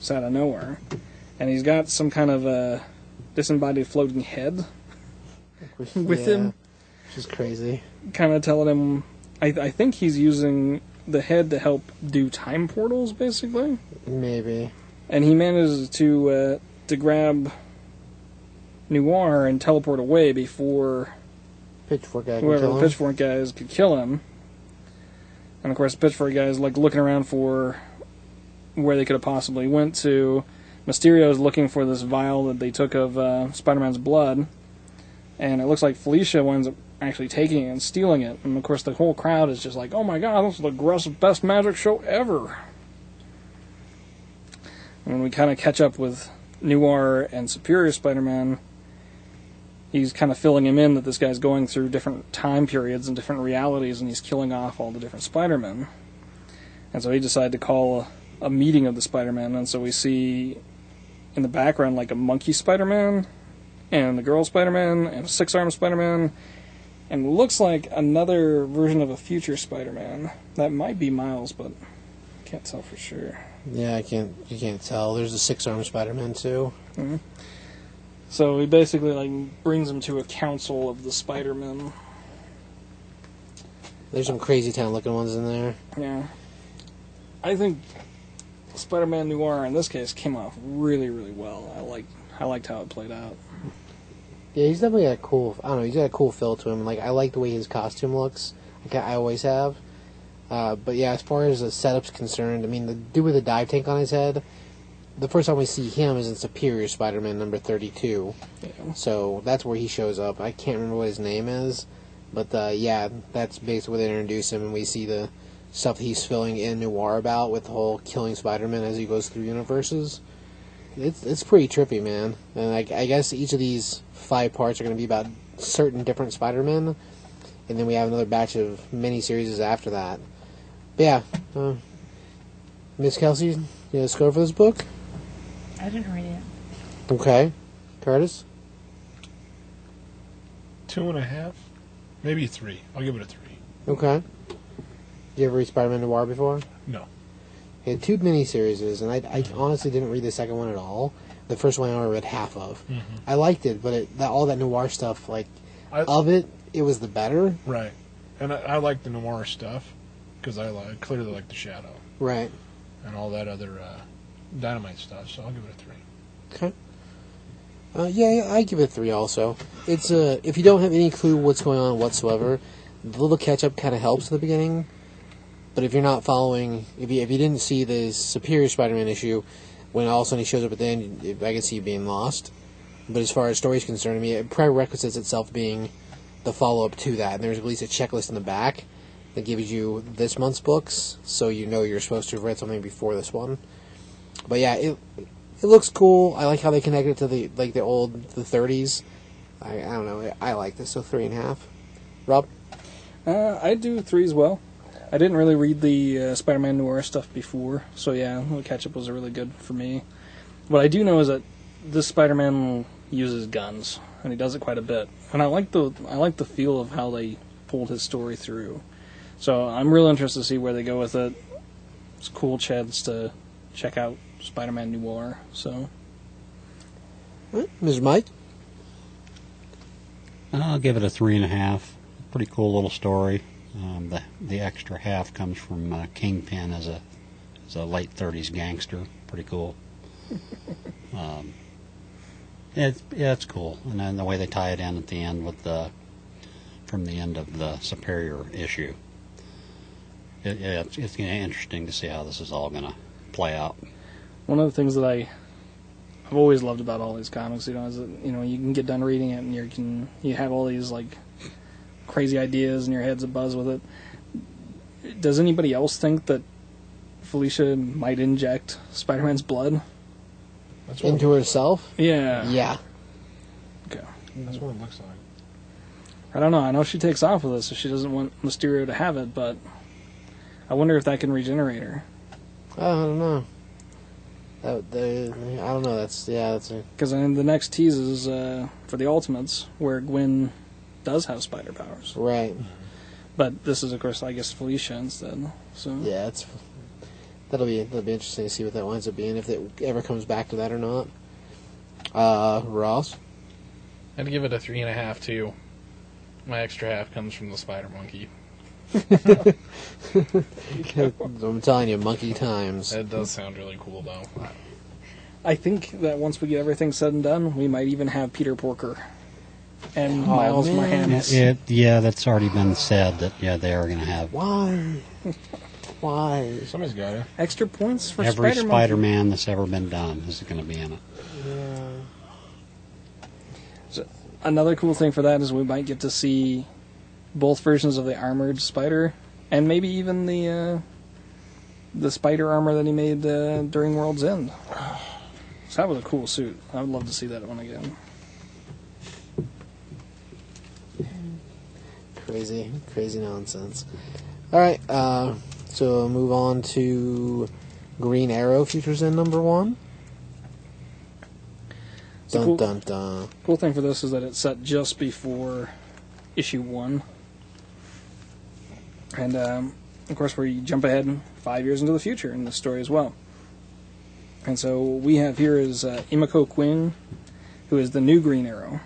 It's out of nowhere, and he's got some kind of uh, disembodied floating head with yeah, him which is crazy. kind of telling him I, I think he's using the head to help do time portals basically Maybe and he manages to uh, to grab noir and teleport away before pitchfork guy can whoever kill the him. pitchfork guys could kill him and of course the pitchfork guys like looking around for where they could have possibly went to mysterio is looking for this vial that they took of uh, spider-man's blood and it looks like Felicia winds up actually taking it and stealing it. And of course, the whole crowd is just like, "Oh my god, this is the grossest, best magic show ever!" And when we kind of catch up with Noir and Superior Spider-Man, he's kind of filling him in that this guy's going through different time periods and different realities, and he's killing off all the different Spider-Men. And so he decided to call a, a meeting of the Spider-Man, and so we see in the background like a monkey Spider-Man and the girl Spider-Man and a six-armed Spider-Man, and looks like another version of a future Spider-Man. That might be Miles, but can't tell for sure. Yeah, I can't. You can't tell. There's a six-armed Spider-Man too. So he basically like brings him to a council of the Spider-Men. There's some crazy town-looking ones in there. Yeah, I think Spider-Man Noir in this case came off really, really well. I like I liked how it played out. Yeah, he's definitely got a cool. I don't know. He's got a cool feel to him. Like I like the way his costume looks. Like I always have. Uh, but yeah, as far as the setup's concerned, I mean, the dude with the dive tank on his head. The first time we see him is in Superior Spider-Man number thirty-two. Yeah. So that's where he shows up. I can't remember what his name is, but uh, yeah, that's basically where they introduce him, and we see the stuff that he's filling in Noir about with the whole killing Spider-Man as he goes through universes. It's it's pretty trippy, man. And I, I guess each of these five parts are going to be about certain different Spider-Men, and then we have another batch of mini series after that. But yeah, uh, Miss Kelsey, you have a score for this book? I didn't read it. Okay, Curtis. Two and a half, maybe three. I'll give it a three. Okay. You ever read Spider-Man Noir before? No. He had two miniseries, and I, I honestly didn't read the second one at all. The first one I only read half of. I liked it, but it, that all that noir stuff, like I, of it, it was the better. right, and I, I like the noir stuff because I like, clearly like the Shadow Right. and all that other uh, dynamite stuff. So I'll give it a three. Okay. Uh, yeah, yeah, I give it a three. Also, it's uh, if you don't have any clue what's going on whatsoever, the little catch up kind of helps at the beginning. But if you're not following, if you if you didn't see the Superior Spider-Man issue, when all of a sudden he shows up at the end, it- I can see you being lost. But as far as story's concerned, I mean, it prerequisites itself being the follow-up to that, and there's at least a checklist in the back that gives you this month's books, so you know you're supposed to have read something before this one. But yeah, it It looks cool. I like how they connect it to the like the old the 30s. I, I don't know. I like this. So three and a half. Rob, Uh, I do three as well. I didn't really read the uh, Spider-Man Noir stuff before, so yeah, the catch-up was really good for me. What I do know is that this Spider-Man uses guns, and he does it quite a bit. And I like the I like the feel of how they pulled his story through. So I'm real interested to see where they go with it. It's a cool chance to check out Spider-Man Noir. So Huh? Mr. Mike, I'll give it a three and a half. Pretty cool little story. Um, the the extra half comes from uh, Kingpin as a as a late thirties gangster. Pretty cool. um, it's yeah, it's cool, and then the way they tie it in at the end with the from the end of the Superior issue. It, yeah, it's it's gonna be interesting to see how this is all gonna play out. one of the things that I I've always loved about all these comics, you know, is that you know you can get done reading it and you can you have all these like crazy ideas and your head's a buzz with it. Does anybody else think that Felicia might inject Spider-Man's blood? That's what, into herself. Yeah. Yeah, that's what it looks like. I don't know. I know she takes off with it, so she doesn't want Mysterio to have it, but I wonder if that can regenerate her. Oh, I don't know. That, the, I don't know. That's yeah. That's a, Because then the next tease is uh, for the Ultimates, where Gwen does have spider powers. right. But this is, of course, I guess Felicia instead. So Yeah, it's that'll be that'll be interesting to see what that winds up being if it ever comes back to that or not. Uh, Ross, I'd give it a three and a half too. My extra half comes from the spider monkey. I'm telling you, monkey times. That does sound really cool though. I think that once we get everything said and done, we might even have Peter Porker and Miles man. Oh, Yeah, Moranis. it, yeah, that's already been said that yeah they are gonna have Why? Why? Somebody's got it. Extra points for every Spider-Man. Spider-Man that's ever been done is going to be in it. Another cool thing for that is we might get to see both versions of the armored spider, and maybe even the uh, the spider armor that he made uh, during World's End. [SIGHS] So that was a cool suit. I would love to see that one again. Crazy, crazy nonsense. All right, uh, so move on to Green Arrow futures in number one. Dun cool- dun dun. Cool thing for this is that it's set just before issue one, and um, of course we jump ahead five years into the future in this story as well. And so what we have here is uh, Imiko Quinn, who is the new Green Arrow,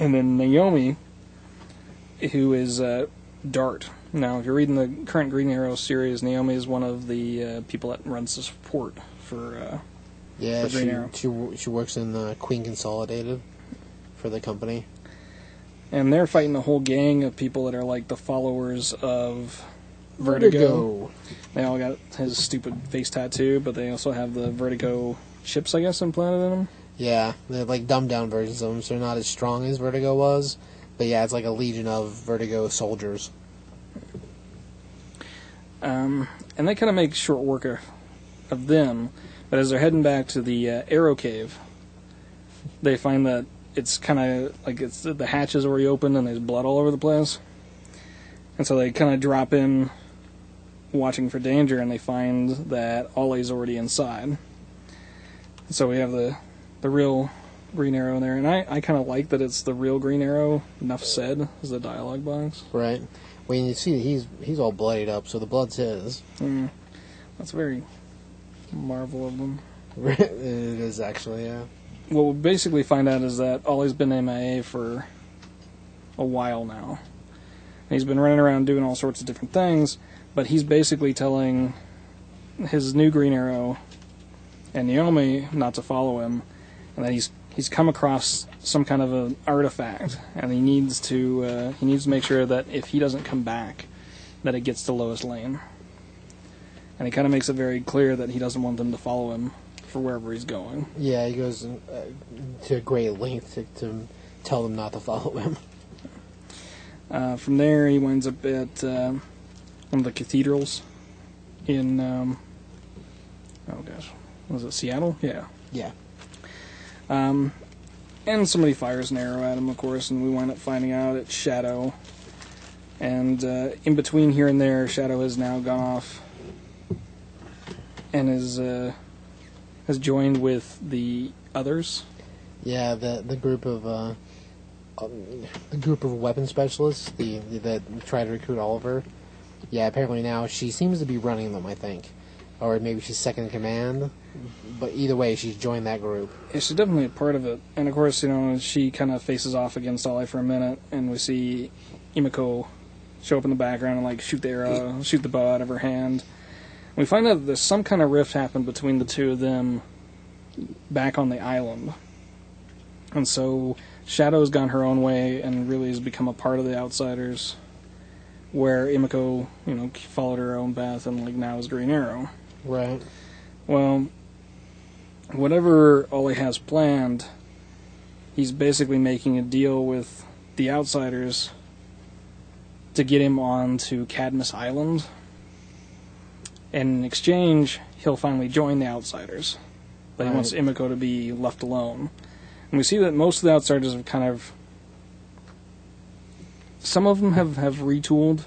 and then Naomi, who is uh, Dart. Now, if you're reading the current Green Arrow series, Naomi is one of the uh, people that runs the support for. Uh, Yeah, For she, Green Arrow. she wo- she works in uh, Queen Consolidated for the company. and they're fighting a whole gang of people that are like the followers of Vertigo. They all got his stupid face tattoo, but they also have the Vertigo chips, I guess, implanted in them. Yeah, they're like dumbed down versions of them, so they're not as strong as Vertigo was. But yeah, it's like a legion of Vertigo soldiers. Um, and they kind of make short work of, of them. But as they're heading back to the uh, Arrow Cave, they find that it's kind of like it's the hatch is already open and there's blood all over the place. And so they kind of drop in, watching for danger, and they find that Ollie's already inside. So we have the the real Green Arrow in there, and I, I kind of like that it's the real Green Arrow. Enough said is the dialogue box. Right. When you see he's he's all bloodied up, so the blood's his. [LAUGHS] Mm. That's very Marvel of them. it is actually, yeah. what we'll basically find out is that Ollie's been MIA for a while now. And he's been running around doing all sorts of different things, but he's basically telling his new Green Arrow and Naomi not to follow him, and that he's he's come across some kind of an artifact, and he needs to uh, he needs to make sure that if he doesn't come back, that it gets to Lois Lane. And he kind of makes it very clear that he doesn't want them to follow him for wherever he's going. Yeah, he goes uh, to great length to, to tell them not to follow him. Uh, from there, he winds up at uh, one of the cathedrals in, um, oh gosh, was it Seattle? Yeah. [LAUGHS] Yeah. Um, and somebody fires an arrow at him, of course, and we wind up finding out it's Shadow. And uh, in between here and there, Shadow has now gone off and is uh, has joined with the others. Yeah, the the group of uh, um, the group of weapon specialists the, the that try to recruit Oliver. Yeah, apparently now she seems to be running them. I think, or maybe she's second in command. But either way, she's joined that group. Yeah, she's definitely a part of it. And of course, you know, she kind of faces off against Ollie for a minute, and we see Imiko show up in the background and like shoot the arrow, shoot the bow out of her hand. We find out that there's some kind of rift happened between the two of them back on the island. And so Shadow's gone her own way and really has become a part of the Outsiders, where Imiko, you know, followed her own path and like now is Green Arrow. Right. Well, whatever Ollie has planned, he's basically making a deal with the Outsiders to get him on to Cadmus Island. And in exchange, he'll finally join the Outsiders. But he wants Right. Imiko to be left alone. And we see that most of the Outsiders have kind of. Some of them have, have retooled.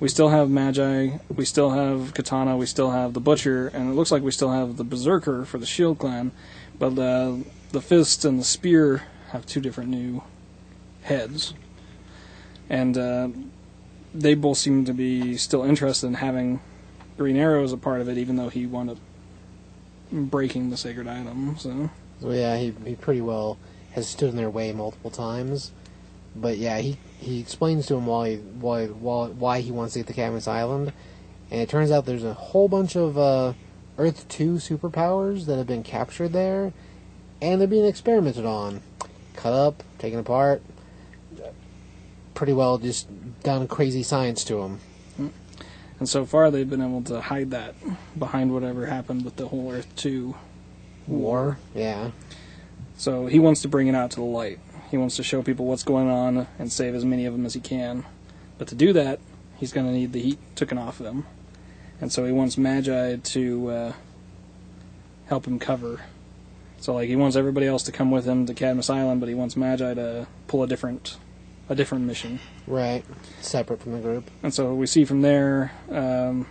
We still have Magi, we still have Katana, we still have the Butcher, and it looks like we still have the Berserker for the Shield Clan, but uh, the Fist and the Spear have two different new heads. And uh, they both seem to be still interested in having Green Arrow as a part of it, even though he wound up breaking the sacred item. So So yeah, he, he pretty well has stood in their way multiple times. But yeah, he, he explains to him why why why why he wants to get to Cadmus Island, and it turns out there's a whole bunch of uh, Earth Two superpowers that have been captured there, and they're being experimented on, cut up, taken apart. Pretty well, just done crazy science to him. and so far they've been able to hide that behind whatever happened with the whole Earth Two war. Yeah, So he wants to bring it out to the light. He wants to show people what's going on and save as many of them as he can. But to do that, he's going to need the heat taken off of him. And so he wants Magi to uh, help him cover. So like he wants everybody else to come with him to Cadmus Island, but he wants Magi to pull a different a different mission. right. Separate from the group. And so we see from there, um,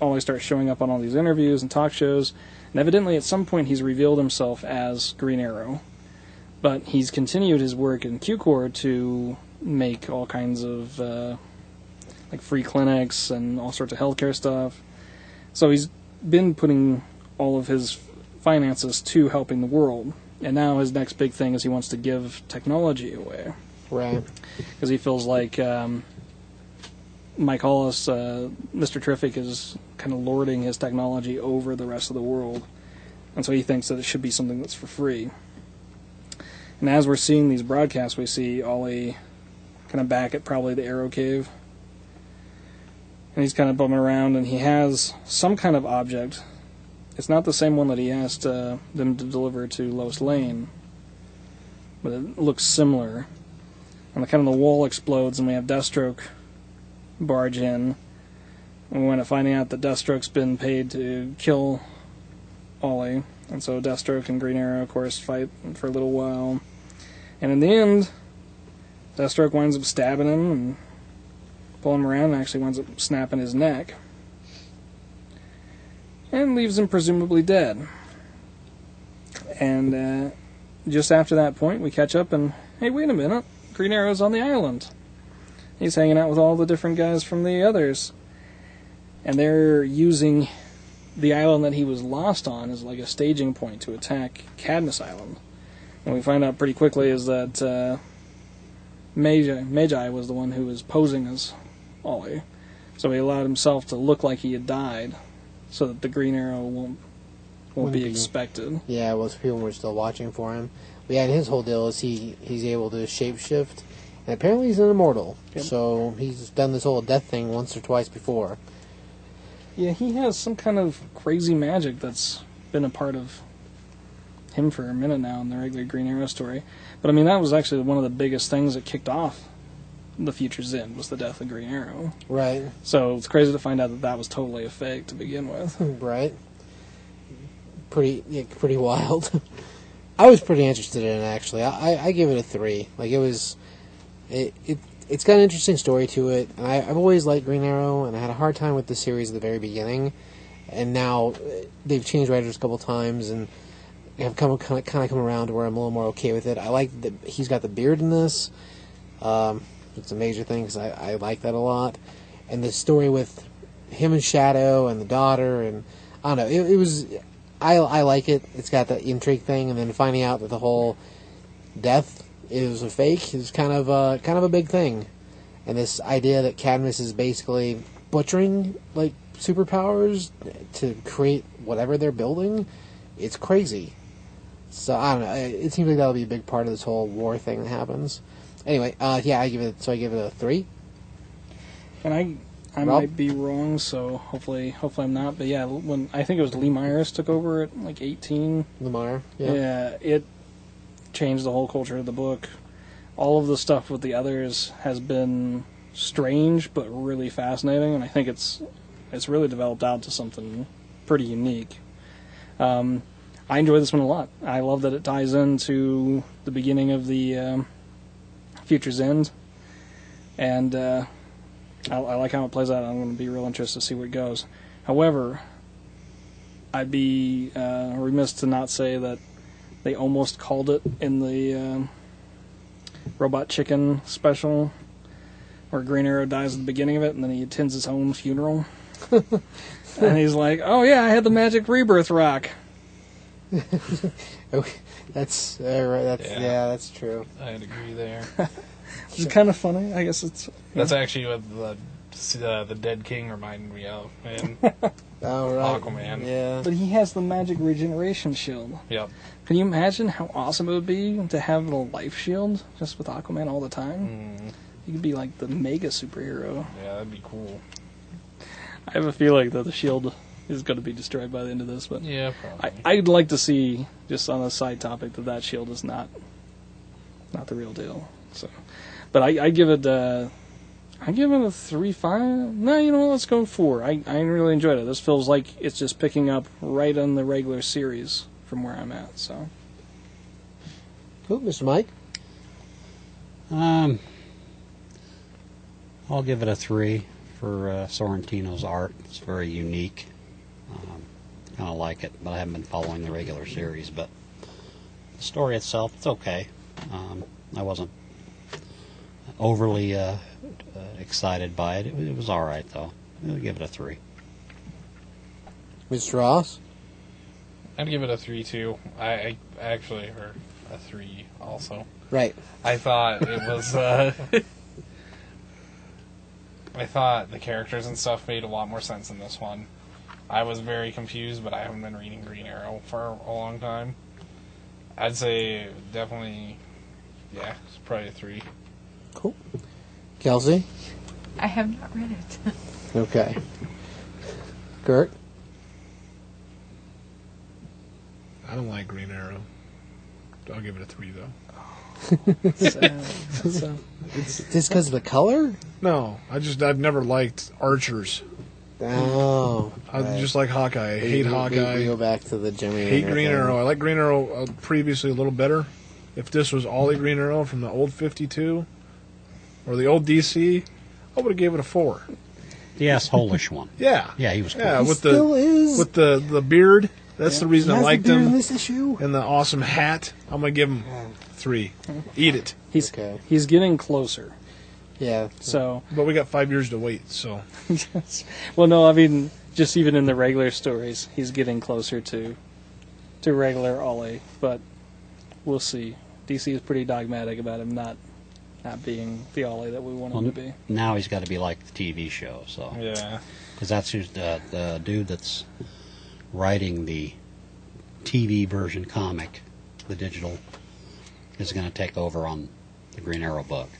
Ollie starts showing up on all these interviews and talk shows, and evidently at some point he's revealed himself as Green Arrow. But he's continued his work in Q Corps to make all kinds of uh, like free clinics and all sorts of healthcare stuff. So he's been putting all of his finances to helping the world, and now his next big thing is he wants to give technology away Right. because he feels like um, Mike Hollis, uh, Mr. Terrific, is kind of lording his technology over the rest of the world, and so he thinks that it should be something that's for free. And as we're seeing these broadcasts, we see Ollie kind of back at probably the Arrow Cave, and he's kind of bumming around, and he has some kind of object. It's not the same one that he asked uh, them to deliver to Lois Lane, but it looks similar and the kind of the wall explodes, and we have Deathstroke barge in. And we wind up finding out that Deathstroke's been paid to kill Ollie, and so Deathstroke and Green Arrow, of course, fight for a little while. And in the end, Deathstroke winds up stabbing him and pulling him around, and actually winds up snapping his neck, and leaves him presumably dead. And uh, just after that point, we catch up and hey, wait a minute. Green Arrow's on the island. He's hanging out with all the different guys from the others. And they're using the island that he was lost on as like a staging point to attack Cadmus Island. And we find out pretty quickly is that uh, Magi, Magi was the one who was posing as Ollie. So he allowed himself to look like he had died so that the Green Arrow won't, won't Wouldn't be be- expected. Yeah, well, people were still watching for him. But yeah, and his whole deal is he he's able to shapeshift, and apparently he's an immortal. Yep. So he's done this whole death thing once or twice before. Yeah, he has some kind of crazy magic that's been a part of him for a minute now in the regular Green Arrow story. But I mean, that was actually one of the biggest things that kicked off the Future's End was the death of Green Arrow. Right, Hmm. [LAUGHS] So it's crazy to find out that that was totally a fake to begin with. right. pretty yeah, pretty wild. [LAUGHS] I was pretty interested in it actually. I, I, I gave it a three. Like it was, it, it it's got an interesting story to it, and I, I've always liked Green Arrow, and I had a hard time with the series at the very beginning, and now eh, they've changed writers a couple times, and have come kind of kind of come around to where I'm a little more okay with it. I like that he's got the beard in this. Um, it's a major thing because I, I like that a lot, and the story with him and Shadow and the daughter and I don't know. It, it was I I like it. It's got that intrigue thing, and then finding out that the whole death is a fake is kind of uh, kind of a big thing, and this idea that Cadmus is basically butchering like superpowers to create whatever they're building, it's crazy. So I don't know. It it seems like that'll be a big part of this whole war thing that happens. Anyway, uh, yeah, I give it. So I give it a three. And I, I Rob? might be wrong, so hopefully, hopefully I'm not. But yeah, when I think it was Lee Myers took over at like 18, Lamar. yeah, it changed the whole culture of the book. All of the stuff with the others has been strange, but really fascinating, and I think it's it's really developed out to something pretty unique. Um, I enjoy this one a lot. I love that it ties into the beginning of the um, Future's End, and uh, I, I like how it plays out. I'm going to be real interested to see where it goes. However, I'd be uh, remiss to not say that they almost called it in the um, Robot Chicken special, where Green Arrow dies at the beginning of it, and then he attends his own funeral. and he's like, "Oh yeah, I had the magic rebirth rock." Okay, that's uh, right, that's yeah. Yeah. that's true. I'd agree there. It's kind of funny. I guess it's That's actually what the uh, the Dead King reminded me of. Man, Oh right, Aquaman. Yeah, But he has the magic regeneration shield. yep. Can you imagine how awesome it would be to have a life shield just with Aquaman all the time? Mm, You could be like the mega superhero. yeah, that'd be cool. I have a feeling that the shield is going to be destroyed by the end of this, but Yeah, I, probably. I'd like to see, just on a side topic, that that shield is not not the real deal. So, but I, I give it uh, I give it a three five. No, you know what? Let's go four. I I really enjoyed it. This feels like it's just picking up right on the regular series from where I'm at. So cool, Mr. Mike. Um, I'll give it a three for uh, Sorrentino's art. It's very unique. Um, kind of like it, but I haven't been following the regular series. But the story itself, it's okay. Um, I wasn't overly uh, uh, excited by it. It was, it was all right though. I'll give it a three. Mr. Ross. I'd give it a three too. I, I actually heard a three also. Right. I thought [LAUGHS] it was. Uh, I thought the characters and stuff made a lot more sense in this one. I was very confused, but I haven't been reading Green Arrow for a long time. I'd say definitely, yeah, it's probably a three. Cool. Kelsey. I have not read it. [LAUGHS] Okay. Gert. I don't like Green Arrow. I'll give it a three though. Just because of the color? No, I just I've never liked Archers. Oh. I right. just like Hawkeye. I We- hate we- we- Hawkeye. We, go back to the Jimmy. hate Renner Green thing. Arrow. I like Green Arrow uh, previously a little better. If this was Ollie Green Arrow from the old 52 or the old DC, I would have gave it a four. The assholish [LAUGHS] one. Yeah, Yeah, he was cool. yeah. He With still the is. with the the beard, that's the He reason I has the liked beard in him. this issue. And the awesome hat. I'm gonna give him three. Eat it. he's Okay. he's getting closer. Yeah. So But we got five years to wait, so Yes. Well, no, I mean, just even in the regular stories, he's getting closer to to regular Ollie, but we'll see. DC is pretty dogmatic about him not not being the Ollie that we want him Well, to be. now he's got to be like the TV show. So Yeah, because that's who's the, the dude that's writing the TV version comic, the digital, is going to take over on the Green Arrow book,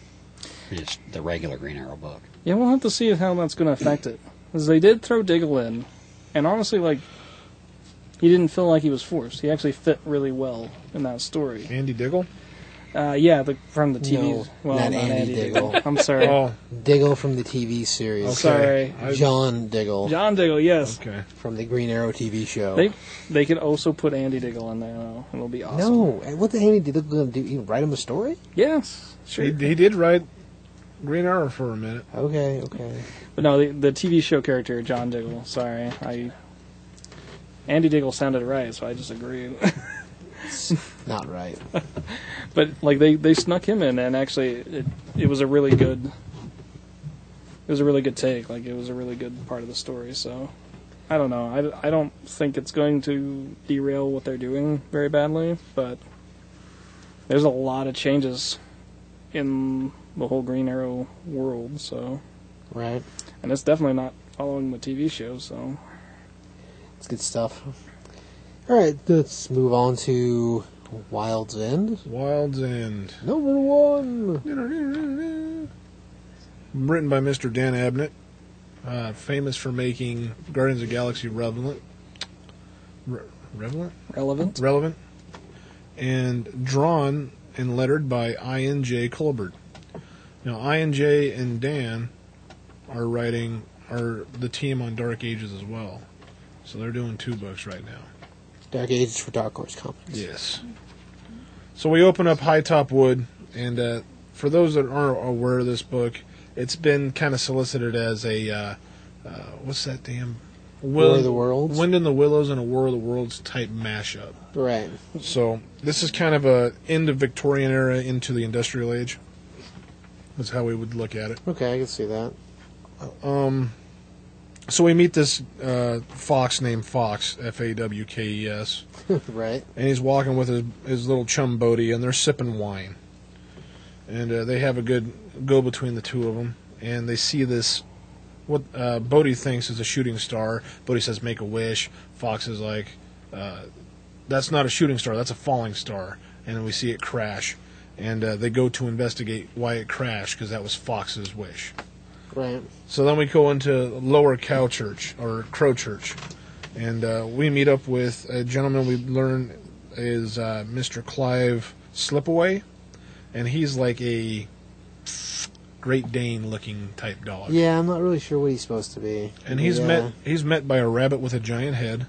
just the regular Green Arrow book. Yeah, we'll have to see how that's going to affect it. Because they did throw Diggle in, and honestly, like, he didn't feel like he was forced. He actually fit really well in that story. Andy Diggle. Uh, yeah, the, from the TV. No, well, not Andy Diggle. I'm [LAUGHS] sorry. Oh, Diggle from the TV series. Sorry. I- John Diggle John Diggle, yes. okay. from the Green Arrow TV show. They they could also put Andy Diggle in there. Now. It'll be awesome. no, and what the Andy Diggle gonna do? You write him a story? Yes. Sure. He, he did ride Green Arrow for a minute. Okay, okay. But no, the, the TV show character John Diggle. Sorry, I. Andy Diggle sounded right, so I just agreed. Not right. [LAUGHS] but like they, they snuck him in, and actually it it was a really good. It was a really good take. Like it was a really good part of the story. So, I don't know. I, I don't think it's going to derail what they're doing very badly, but there's a lot of changes in the whole Green Arrow world. So, Right. and it's definitely not following the TV show. So. It's good stuff. All right, let's move on to Wild's End. Wild's End. Number one. Written by Mr. Dan Abnett, uh, famous for making Guardians of the Galaxy relevant, re- relevant, Relevant. relevant, and drawn and lettered by I N J Colbert. Now I N J and Dan are writing are the team on Dark Ages as well, so they're doing two books right now. Dark Ages for Dark Horse Comics. Yes. So we open up High Top Wood, and uh, for those that aren't aware of this book, it's been kind of solicited as a uh, uh, what's that damn War of the Worlds? Wind in the Willows, and a War of the Worlds type mashup. Right. So this is kind of a end of Victorian era into the Industrial Age. That's how we would look at it. Okay, I can see that. So we meet this uh, fox named Fox, F A W K E S. right. and he's walking with his, his little chum Bodie, and they're sipping wine. And uh, they have a good go between the two of them, and they see this what uh, Bodie thinks is a shooting star. Bodie says, "Make a wish." Fox is like, uh, "That's not a shooting star. That's a falling star." And then we see it crash, and uh, they go to investigate why it crashed because that was Fox's wish. Right. So then we go into Lower Cow Church or Crow Church, and uh, we meet up with a gentleman we learn is uh, Mr. Clive Slipaway, and he's like a Great Dane looking type dog. Yeah, I'm not really sure what he's supposed to be. And he's Yeah. met he's met by a rabbit with a giant head,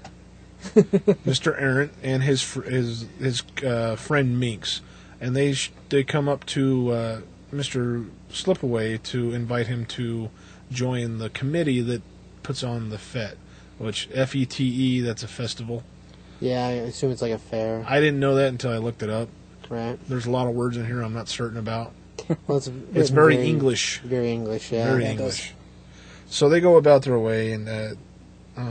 Mr. Errant, and his fr- his his uh, friend Minx, and they sh- they come up to uh, Mr. Slipaway to invite him to join the committee that puts on the fete, which F E T E that's a festival. Yeah, I assume it's like a fair. I didn't know that until I looked it up. Right. There's a lot of words in here I'm not certain about. Well, it's It's written very English. Very English. Yeah. very Yeah, it does- English. So they go about their way, and uh, um,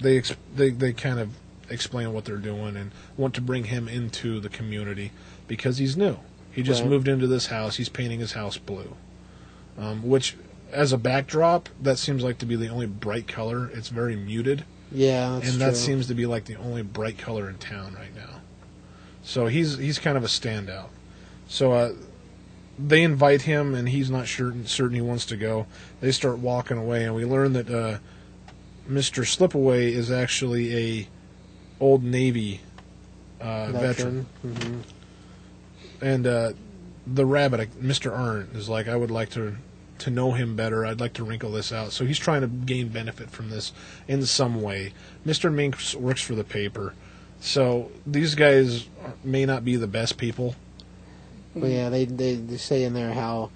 they ex- they they kind of explain what they're doing and want to bring him into the community because he's new. He just Right. moved into this house. He's painting his house blue, um, which as a backdrop, that seems like to be the only bright color. It's very muted Yeah, that's and true. that seems to be like the only bright color in town right now. So he's he's kind of a standout. So uh, they invite him, and he's not sure certain he wants to go. They start walking away, and we learn that uh, Mister Slipaway is actually a old Navy uh, veteran hmm and uh, the rabbit, Mister Arndt, is like, I would like to to know him better. I'd like to wrinkle this out. So he's trying to gain benefit from this in some way. Mister Minx works for the paper, so these guys are- may not be the best people. But yeah, they, they they say in there how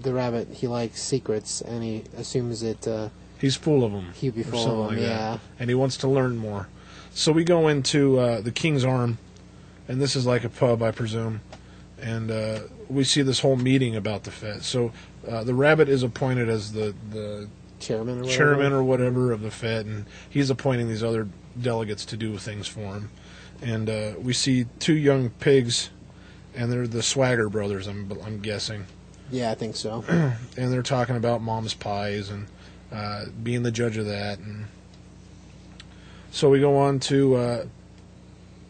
the rabbit he likes secrets and he assumes that uh, He's full of them. he'd be full of them. yeah. and he wants to learn more. So we go into uh, the King's Arm, and this is like a pub, I presume, and uh, we see this whole meeting about the Fed. So uh, the rabbit is appointed as the the Chairman. Or whatever. chairman or whatever of the Fed, and he's appointing these other delegates to do things for him. And uh, we see two young pigs, and they're the Swagger brothers, I'm, I'm guessing. Yeah, I think so. And they're talking about mom's pies and uh, being the judge of that. And so we go on to uh,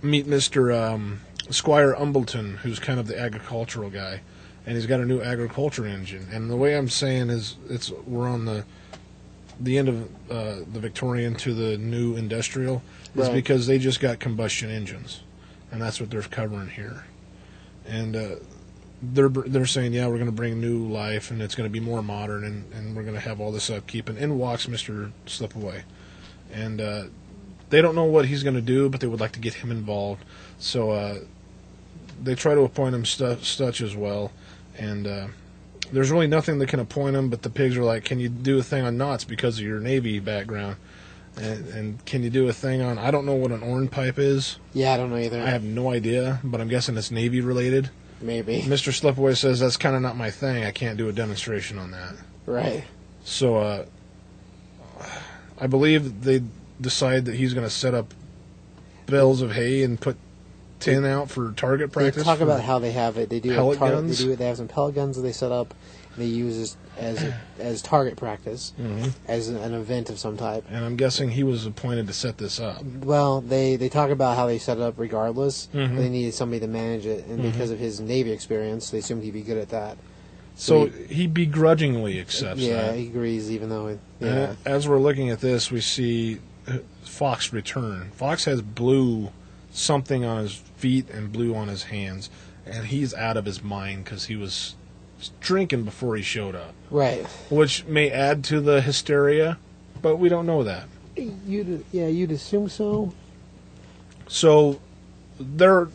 meet Mister um, Squire Umbleton, who's kind of the agricultural guy, and he's got a new agriculture engine. And the way I'm saying is, it's we're on the the end of uh, the Victorian to the new industrial is Right. because they just got combustion engines, and that's what they're covering here. and uh, they're br- they're saying, yeah, we're going to bring new life, and it's going to be more modern, and, and we're going to have all this upkeep. And in walks Mister Slipaway, and uh, they don't know what he's going to do, but they would like to get him involved. So uh, they try to appoint him stu- Stutch as well, and uh, there's really nothing that can appoint him. But the pigs are like, can you do a thing on knots because of your navy background? And, and can you do a thing on? I don't know what an orange pipe is. Yeah, I don't know either. I have no idea, but I'm guessing it's Navy related. Maybe. Mr. Slipaway says that's kind of not my thing. I can't do a demonstration on that. [LAUGHS] Right. So, uh, I believe they decide that he's going to set up bales of hay and put tin out for target They practice. talk for- about how they have it. They do have pellet tar- guns? They do. They have some pellet guns that they set up. They use as as, [CLEARS THROAT] a, as target practice, Mm-hmm. as an, an event of some type. and I'm guessing he was appointed to set this up. Well, they they talk about how they set it up regardless. Mm-hmm. but They needed somebody to manage it, and because of his Navy experience, they assumed he'd be good at that. So So he begrudgingly accepts yeah, that. he agrees, even though it, yeah. And As we're looking at this, we see uh, Fox return. Fox has blue something on his feet and blue on his hands, and he's out of his mind because he was drinking before he showed up, Right. which may add to the hysteria, but we don't know that. You'd yeah, you'd assume so. So they're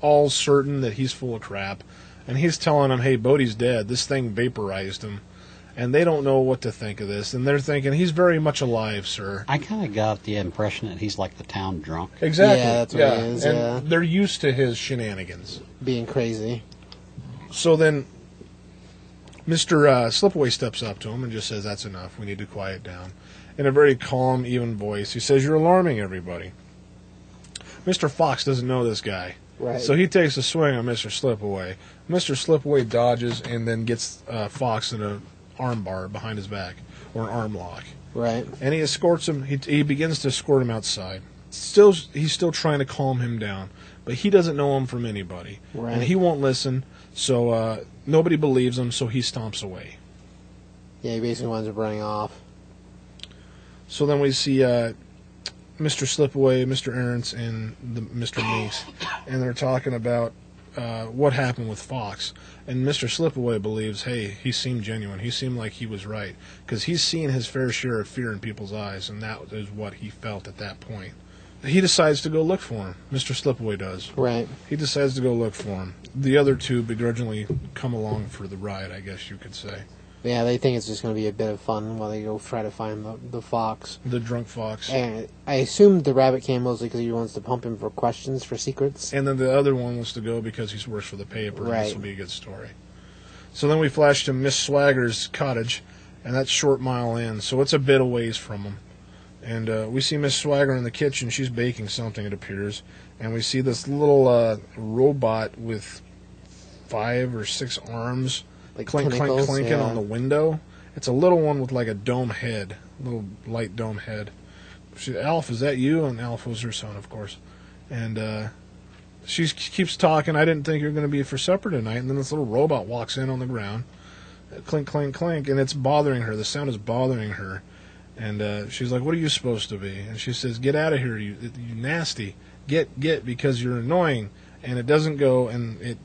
all certain that he's full of crap, and he's telling them, "Hey, Bodie's dead. This thing vaporized him." And they don't know what to think of this, and they're thinking he's very much alive, sir. I kind of got the impression that he's like the town drunk. Exactly. Yeah, that's what it is, And yeah. they're used to his shenanigans. Being crazy. So then, Mister uh, Slipaway steps up to him and just says, "That's enough. We need to quiet down." In a very calm, even voice, he says, "You're alarming everybody." Mister Fox doesn't know this guy, Right. so he takes a swing on Mister Slipaway. Mister Slipaway dodges and then gets uh, Fox in an arm bar behind his back or an arm lock Right. and he escorts him. He, he begins to escort him outside. Still, he's still trying to calm him down, but he doesn't know him from anybody, and Right. he won't listen. So uh, nobody believes him, so he stomps away. Yeah, he basically winds up running off. So then we see uh, Mr. Slipaway, Mr. Arentz, and the, Mr. Meeks, and they're talking about uh, what happened with Fox. And Mr. Slipaway believes, hey, he seemed genuine. He seemed like he was right because he's seen his fair share of fear in people's eyes, and that is what he felt at that point. He decides to go look for him. Mr. Slipaway does. Right. He decides to go look for him. The other two begrudgingly come along for the ride, I guess you could say. Yeah, they think it's just going to be a bit of fun while they go try to find the, the fox. The drunk fox. And I assumed the rabbit came mostly because he wants to pump him for questions for secrets. And then the other one wants to go because he works for the paper. and This Right. will be a good story. So then we flash to Miss Swagger's cottage, and that's short mile in, so it's a bit a ways from them. And uh, we see Miss Swagger in the kitchen. She's baking something, it appears. And we see this little uh, robot with five or six arms Like clink, clink, tentacles, clinking yeah. on the window. It's a little one with like a dome head, little light dome head. She, Alf, is that you? And Alf was her son, of course. And uh, she keeps talking. I didn't think you were going to be for supper tonight. And then this little robot walks in on the ground, clink, clink, clink, and it's bothering her. The sound is bothering her. And uh, she's like, "What are you supposed to be?" And she says, "Get out of here, you you nasty! Get get because you're annoying." And it doesn't go, and it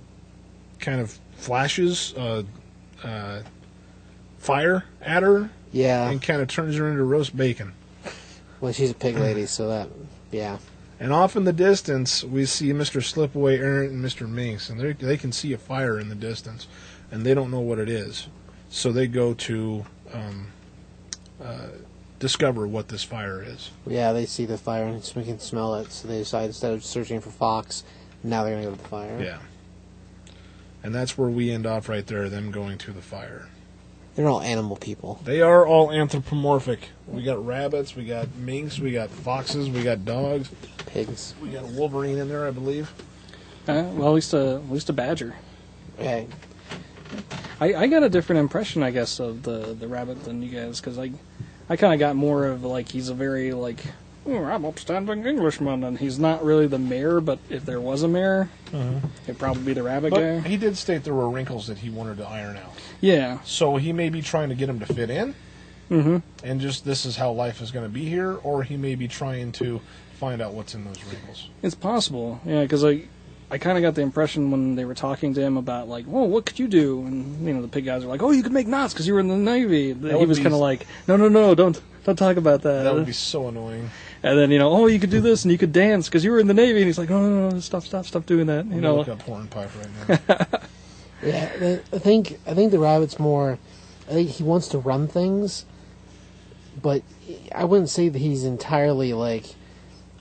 kind of flashes uh, uh, fire at her Yeah. and kind of turns her into roast bacon. Well, she's a pig lady, so that. Yeah. And off in the distance, we see Mr. Slipaway, Errant, and Mr. Minx, and they they can see a fire in the distance, and they don't know what it is. So they go to um, uh, discover what this fire is. Yeah, they see the fire and we can smell it, so they decide instead of searching for fox, now they're going to go to the fire. Yeah. And that's where we end off right there, them going to the fire. They're all animal people. They are all anthropomorphic. We got rabbits, we got minks, we got foxes, we got dogs, Pigs. we got a wolverine in there, I believe. Uh, well, at least a at least a badger. Okay. I, I got a different impression, I guess, of the, the rabbit than you guys, because I, I kind of got more of like he's a very like "Oh, I'm upstanding Englishman, and he's not really the mayor. But if there was a mayor, it'd probably be the rabbit Mm-hmm. But guy. he did state there were wrinkles that he wanted to iron out. Yeah, So he may be trying to get him to fit in, Mm-hmm. and just this is how life is going to be here, or he may be trying to find out what's in those wrinkles. it's possible. Yeah, because like I kind of got the impression when they were talking to him about like, "Well, what could you do?" and you know the pig guys are like, "Oh, you could make knots because you were in the navy." he would was be- kind of like, "No, no, no, don't don't talk about that." That would be so annoying. and then you know, "Oh, you could do this and you could dance because you were in the navy," and he's like, "No, no, no, stop, stop, stop doing that." You I'm know, gonna look up horn pipe [LAUGHS] right now. Yeah, I I think I think the rabbit's more. I think he wants to run things, but I wouldn't say that he's entirely like.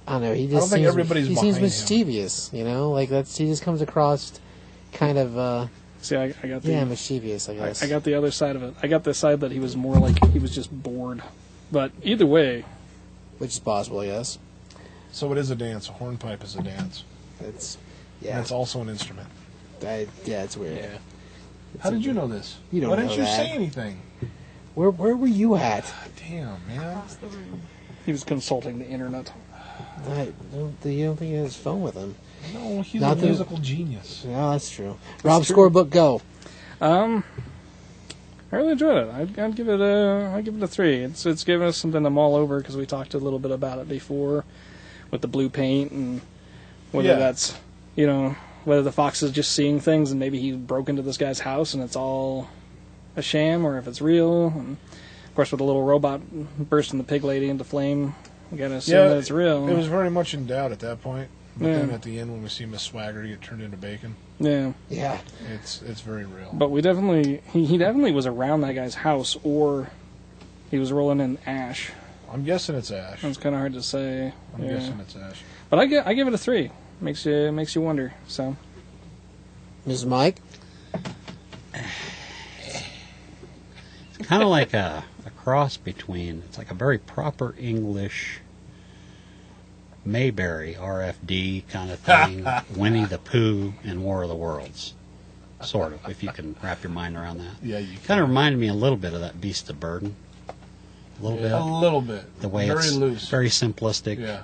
I don't know. He just don't think seems, everybody's he seems behind him. mischievous. You know, like that's he just comes across kind of uh, see, I, I got the yeah mischievous. I I, guess. I got the other side of it. I got the side that he was more like he was just bored. But either way, which is possible. I guess so it is a dance. A horn pipe is a dance. it's And yeah. it's also an instrument. I, yeah, it's weird. How did you know this? You don't Why didn't know you that. say anything? Where where were you at? Damn, man. Across the room. [LAUGHS] he was consulting the internet. I don't, you don't think he had his phone with him? No, he's Not a that- musical genius. No, that's true. Rob, true. scorebook, go. Um, I really enjoyed it. I'd, I'd give it a I'd give it a three. It's it's given us something to mull over because we talked a little bit about it before, with the blue paint and whether Yeah. that's you know whether the fox is just seeing things and maybe he broke into this guy's house and it's all a sham or if it's real. And of course, with the little robot bursting the pig lady into flame, we gotta assume that it's real. It was very much in doubt at that point. But Yeah. then at the end, when we see Miss Swagger get turned into bacon, yeah. Yeah, it's it's very real. But we definitely he, he definitely was around that guy's house or he was rolling in ash. I'm guessing it's Ash. It's kind of hard to say. I'm Oh, yeah. guessing it's Ash. But I give, I give it a three. Makes you makes you wonder. So Mrs. Mike. kind of like a, a cross between it's like a very proper English Mayberry RFD kind of [LAUGHS] thing, Winnie the Pooh and War of the Worlds, sort of. If you can wrap your mind around that, Yeah, you kind of reminded me a little bit of that Beast of Burden, a little A bit. little bit. The way very it's loose. very simplistic, yeah,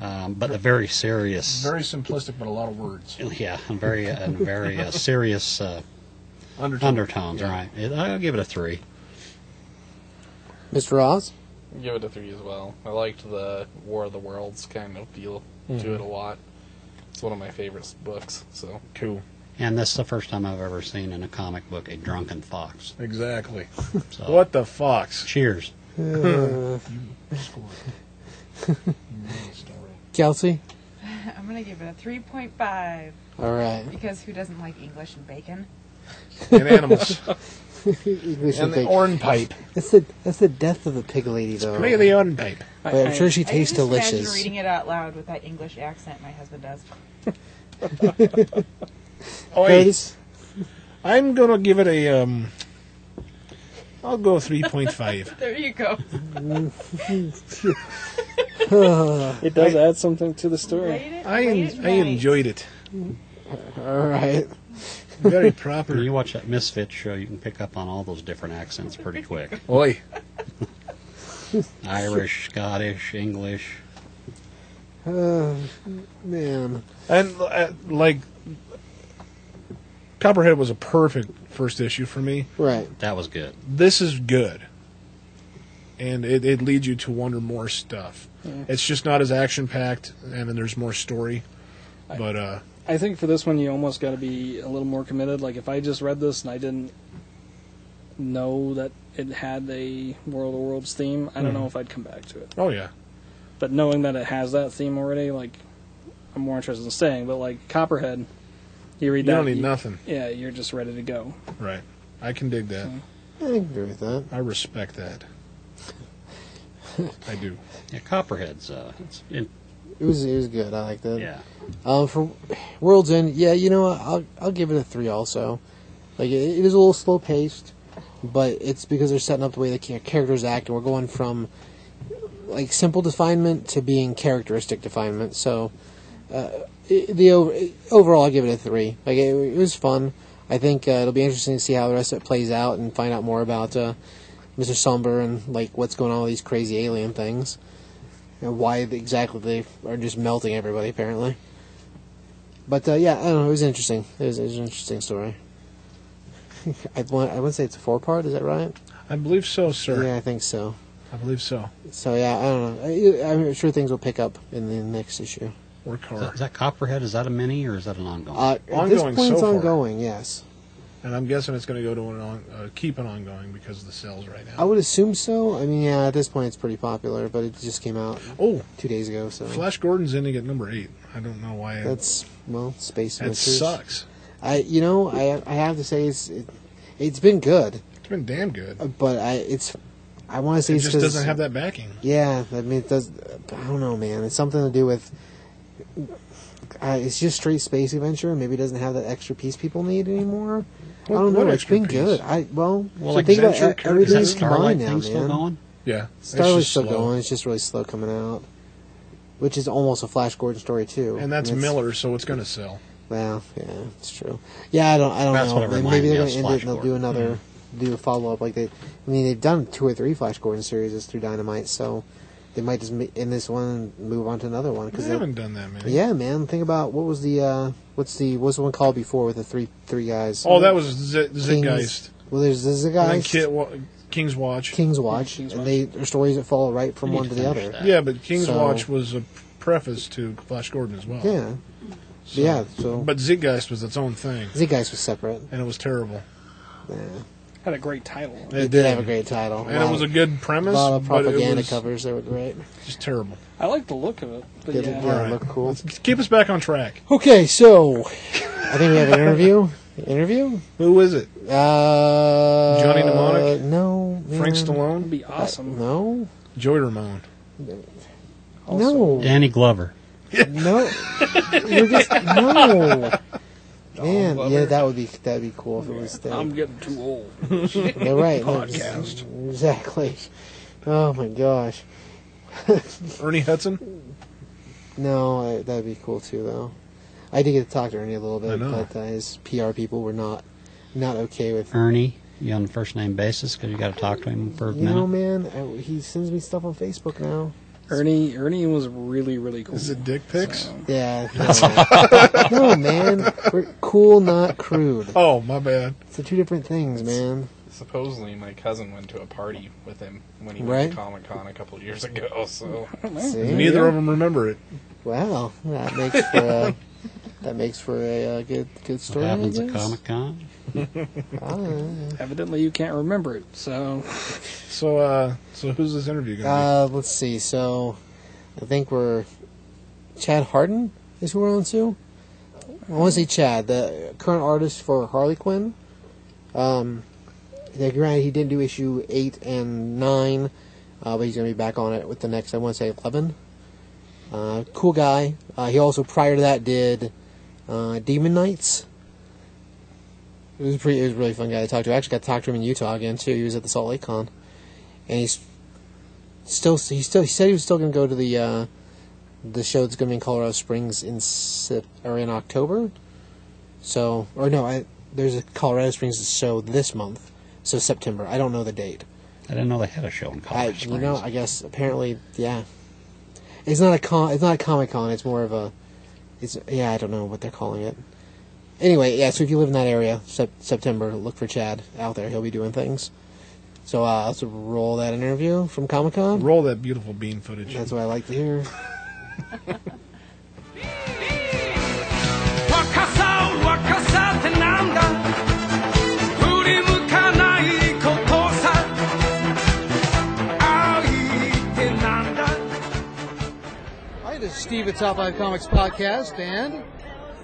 um, but a very serious, very simplistic, but a lot of words. [LAUGHS] yeah, and very and very uh, [LAUGHS] serious uh, Undertone. undertones. Yeah. Right, It- I'll give it a three. Mr. Oz? Give it a three as well. I liked the War of the Worlds kind of feel to it a lot. It's one of my favorite books. So Cool. And this is the first time I've ever seen in a comic book a drunken fox. Exactly. So, What the fox? Cheers. Kelsey? I'm gonna give it a 3.5 All right. because who doesn't like English and bacon? and [LAUGHS] animals. English and the pig. orange pipe. that's, the, that's the death of the pig lady, though. Look at the orange pipe. But I'm sure she I tastes can just Imagine delicious. reading it out loud with that English accent my husband does. Oi, Curtis? Oh, I'm gonna give it a um. I'll go three point five. There you go. it does add something to the story. Late at- I late at en- I night. enjoyed it. All right. Very When proper. [LAUGHS] you watch that Misfits show, you can pick up on all those different accents [LAUGHS] pretty quick Oi. Irish, Scottish, English. Uh, [LAUGHS] man. And uh, like, Copperhead was a perfect first issue for me. Right. That was good. This is good, and it, it leads you to wonder more stuff. It's just not as action packed, and then there's more story. But uh, I think for this one you almost got to be a little more committed. Like if I just read this and I didn't know that it had a World of Worlds theme, I don't Hmm. know if I'd come back to it. oh yeah, But knowing that it has that theme already, like I'm more interested in staying. But like Copperhead, you read you that, don't need you- nothing, Yeah, you're just ready to go. right? I can dig that. I agree with that. I respect that. I do. Yeah, Copperhead's. Uh, it's, it, It was it was good. I liked it. yeah, Um, for World's End, yeah, you know what? I'll I'll give it a three also. Like it, it is a little slow paced, but it's because they're setting up the way the cha- characters act, and we're going from like simple definement to being characteristic definement. So, uh, it, the o- overall, I'll give it a three. Like it, it was fun. I think uh, it'll be interesting to see how the rest of it plays out and find out more about uh, Mr. Somber and like what's going on with these crazy alien things and why they- exactly they are just melting everybody apparently. But uh, yeah, I don't know. It was interesting. It was, it was an interesting story. [LAUGHS] I want. I would say it's a four part. Is that right? I believe so, sir. Yeah, I think so. I believe so. So yeah, I don't know. I, I'm sure things will pick up in the next issue. or Is that, car. is that Copperhead? Is that a mini or is that an ongoing? Uh, at this Ongoing point, so it's far. ongoing. Yes, And I'm guessing it's going to go to an on, uh, keep an ongoing because of the sales right now. I would assume so. I mean, yeah, at this point, it's pretty popular, but it just came out oh, two days ago, so Flash Gordon's ending at number eight. I don't know why. that's well, space. that mixers. sucks. I, you know, I, I have to say it's, it, it's been good, It's been damn good. but I, it's, I want to say It it's just 'cause- doesn't have that backing. Yeah, I mean, it does. I don't know, man. It's something to do with. Uh, it's just straight space adventure. Maybe it doesn't have that extra piece people need anymore. What- I don't what know. It's extra been piece? good. I well, Well, so think about Accenture, it, is that everything's Starlight combined thing now, still man. going? Yeah, it's Starlight's just still slow. going. It's just really slow coming out, which is almost a Flash Gordon story too. and that's it's- Miller, so it's going to sell. Well, yeah, it's true. Yeah, I don't. I don't That's know. what it Maybe- reminded Maybe me they're of, going to end it and Flash they'll do Gordon. another, Mm-hmm. do a follow up like they. I mean, they've done two or three Flash Gordon series through Dynamite, so they might just ma- end this one and move on to another one. They Cause they'll- haven't done that many. yeah, man. Think about what was the uh, what's the what's the one called before with the three three guys? Oh, that was Z- Kings- Zitgeist. Well, there's the And then Zeitgeist, Kit Wa- King's Watch. King's Watch, King's and Watch. they are stories that follow right from I need one to to the finish other. that. yeah, but King's So- Watch was a preface to Flash Gordon as well. Yeah, So- yeah. So But Zitgeist was its own thing, Zeitgeist was separate. and it was terrible. Yeah. Had a great title. It, did have a great title, and it was a good premise, A lot of but it propaganda was covers that were great. just terrible. I like the look of it. But Did it- yeah. yeah. look cool. Let's keep us back on track. Okay, so I think we have an interview. interview? Who is it? Uh, Johnny Mnemonic? No. Frank man. It'd Stallone, be awesome. No. Joey Ramone. Also- No. Danny Glover. No. You're [LAUGHS] just no. Oh, Man, Glover. yeah, that would be that would be cool if it was I'm that. getting too old. Yeah, right. no, Podcast. Exactly. Oh my gosh. Ernie Hudson. No, I, that'd be cool too, though. I did get to talk to Ernie a little I bit, know. but uh, his PR people were not not okay with Ernie, you on a first name basis because you got to talk to him for a You know, minute. man, I, he sends me stuff on Facebook now. Ernie Ernie was really, really cool. Is it dick pics? Yeah. [LAUGHS] No, no man. We're cool, not crude. Oh, my bad. It's the two different things, man. Supposedly, my cousin went to a party with him when he Right. went to Comic Con a couple years ago. So See? Neither of them remember it. Wow, that makes for a, that makes for a uh, good good What story. I happens at guess. Comic Con? Ah. Evidently, you can't remember it. So So, uh, so who's this interview going to Uh, let's see. So, I think we're Chad Harden is who we're on to. I want to say Chad, the current artist for Harley Quinn. Um, yeah, granted, he didn't do issue eight and nine, uh, but he's going to be back on it with the next. I want to say eleven. Uh, cool guy. Uh, he also prior to that did uh, Demon Knights. It was pretty. It was a really fun guy to talk to. I actually got to talk to him in Utah again too. He was at the Salt Lake Con, and he's still he still he said he was still going to go to the uh, the show that's going to be in Colorado Springs in Sep- or in October. So or no, I there's a Colorado Springs show this month, so September. I don't know the date. I didn't know they had a show in I Colorado you know Springs. I guess apparently yeah. It's not a con. It's not a Comic Con. It's more of a. It's yeah. I don't know what they're calling it. Anyway, yeah. So if you live in that area, sep- September, look for Chad out there. He'll be doing things. So uh, let's roll that interview from Comic Con. do? Roll that beautiful bean footage. That's what I like to hear. Hi, this is Steve at Top 5 Comics Podcast, and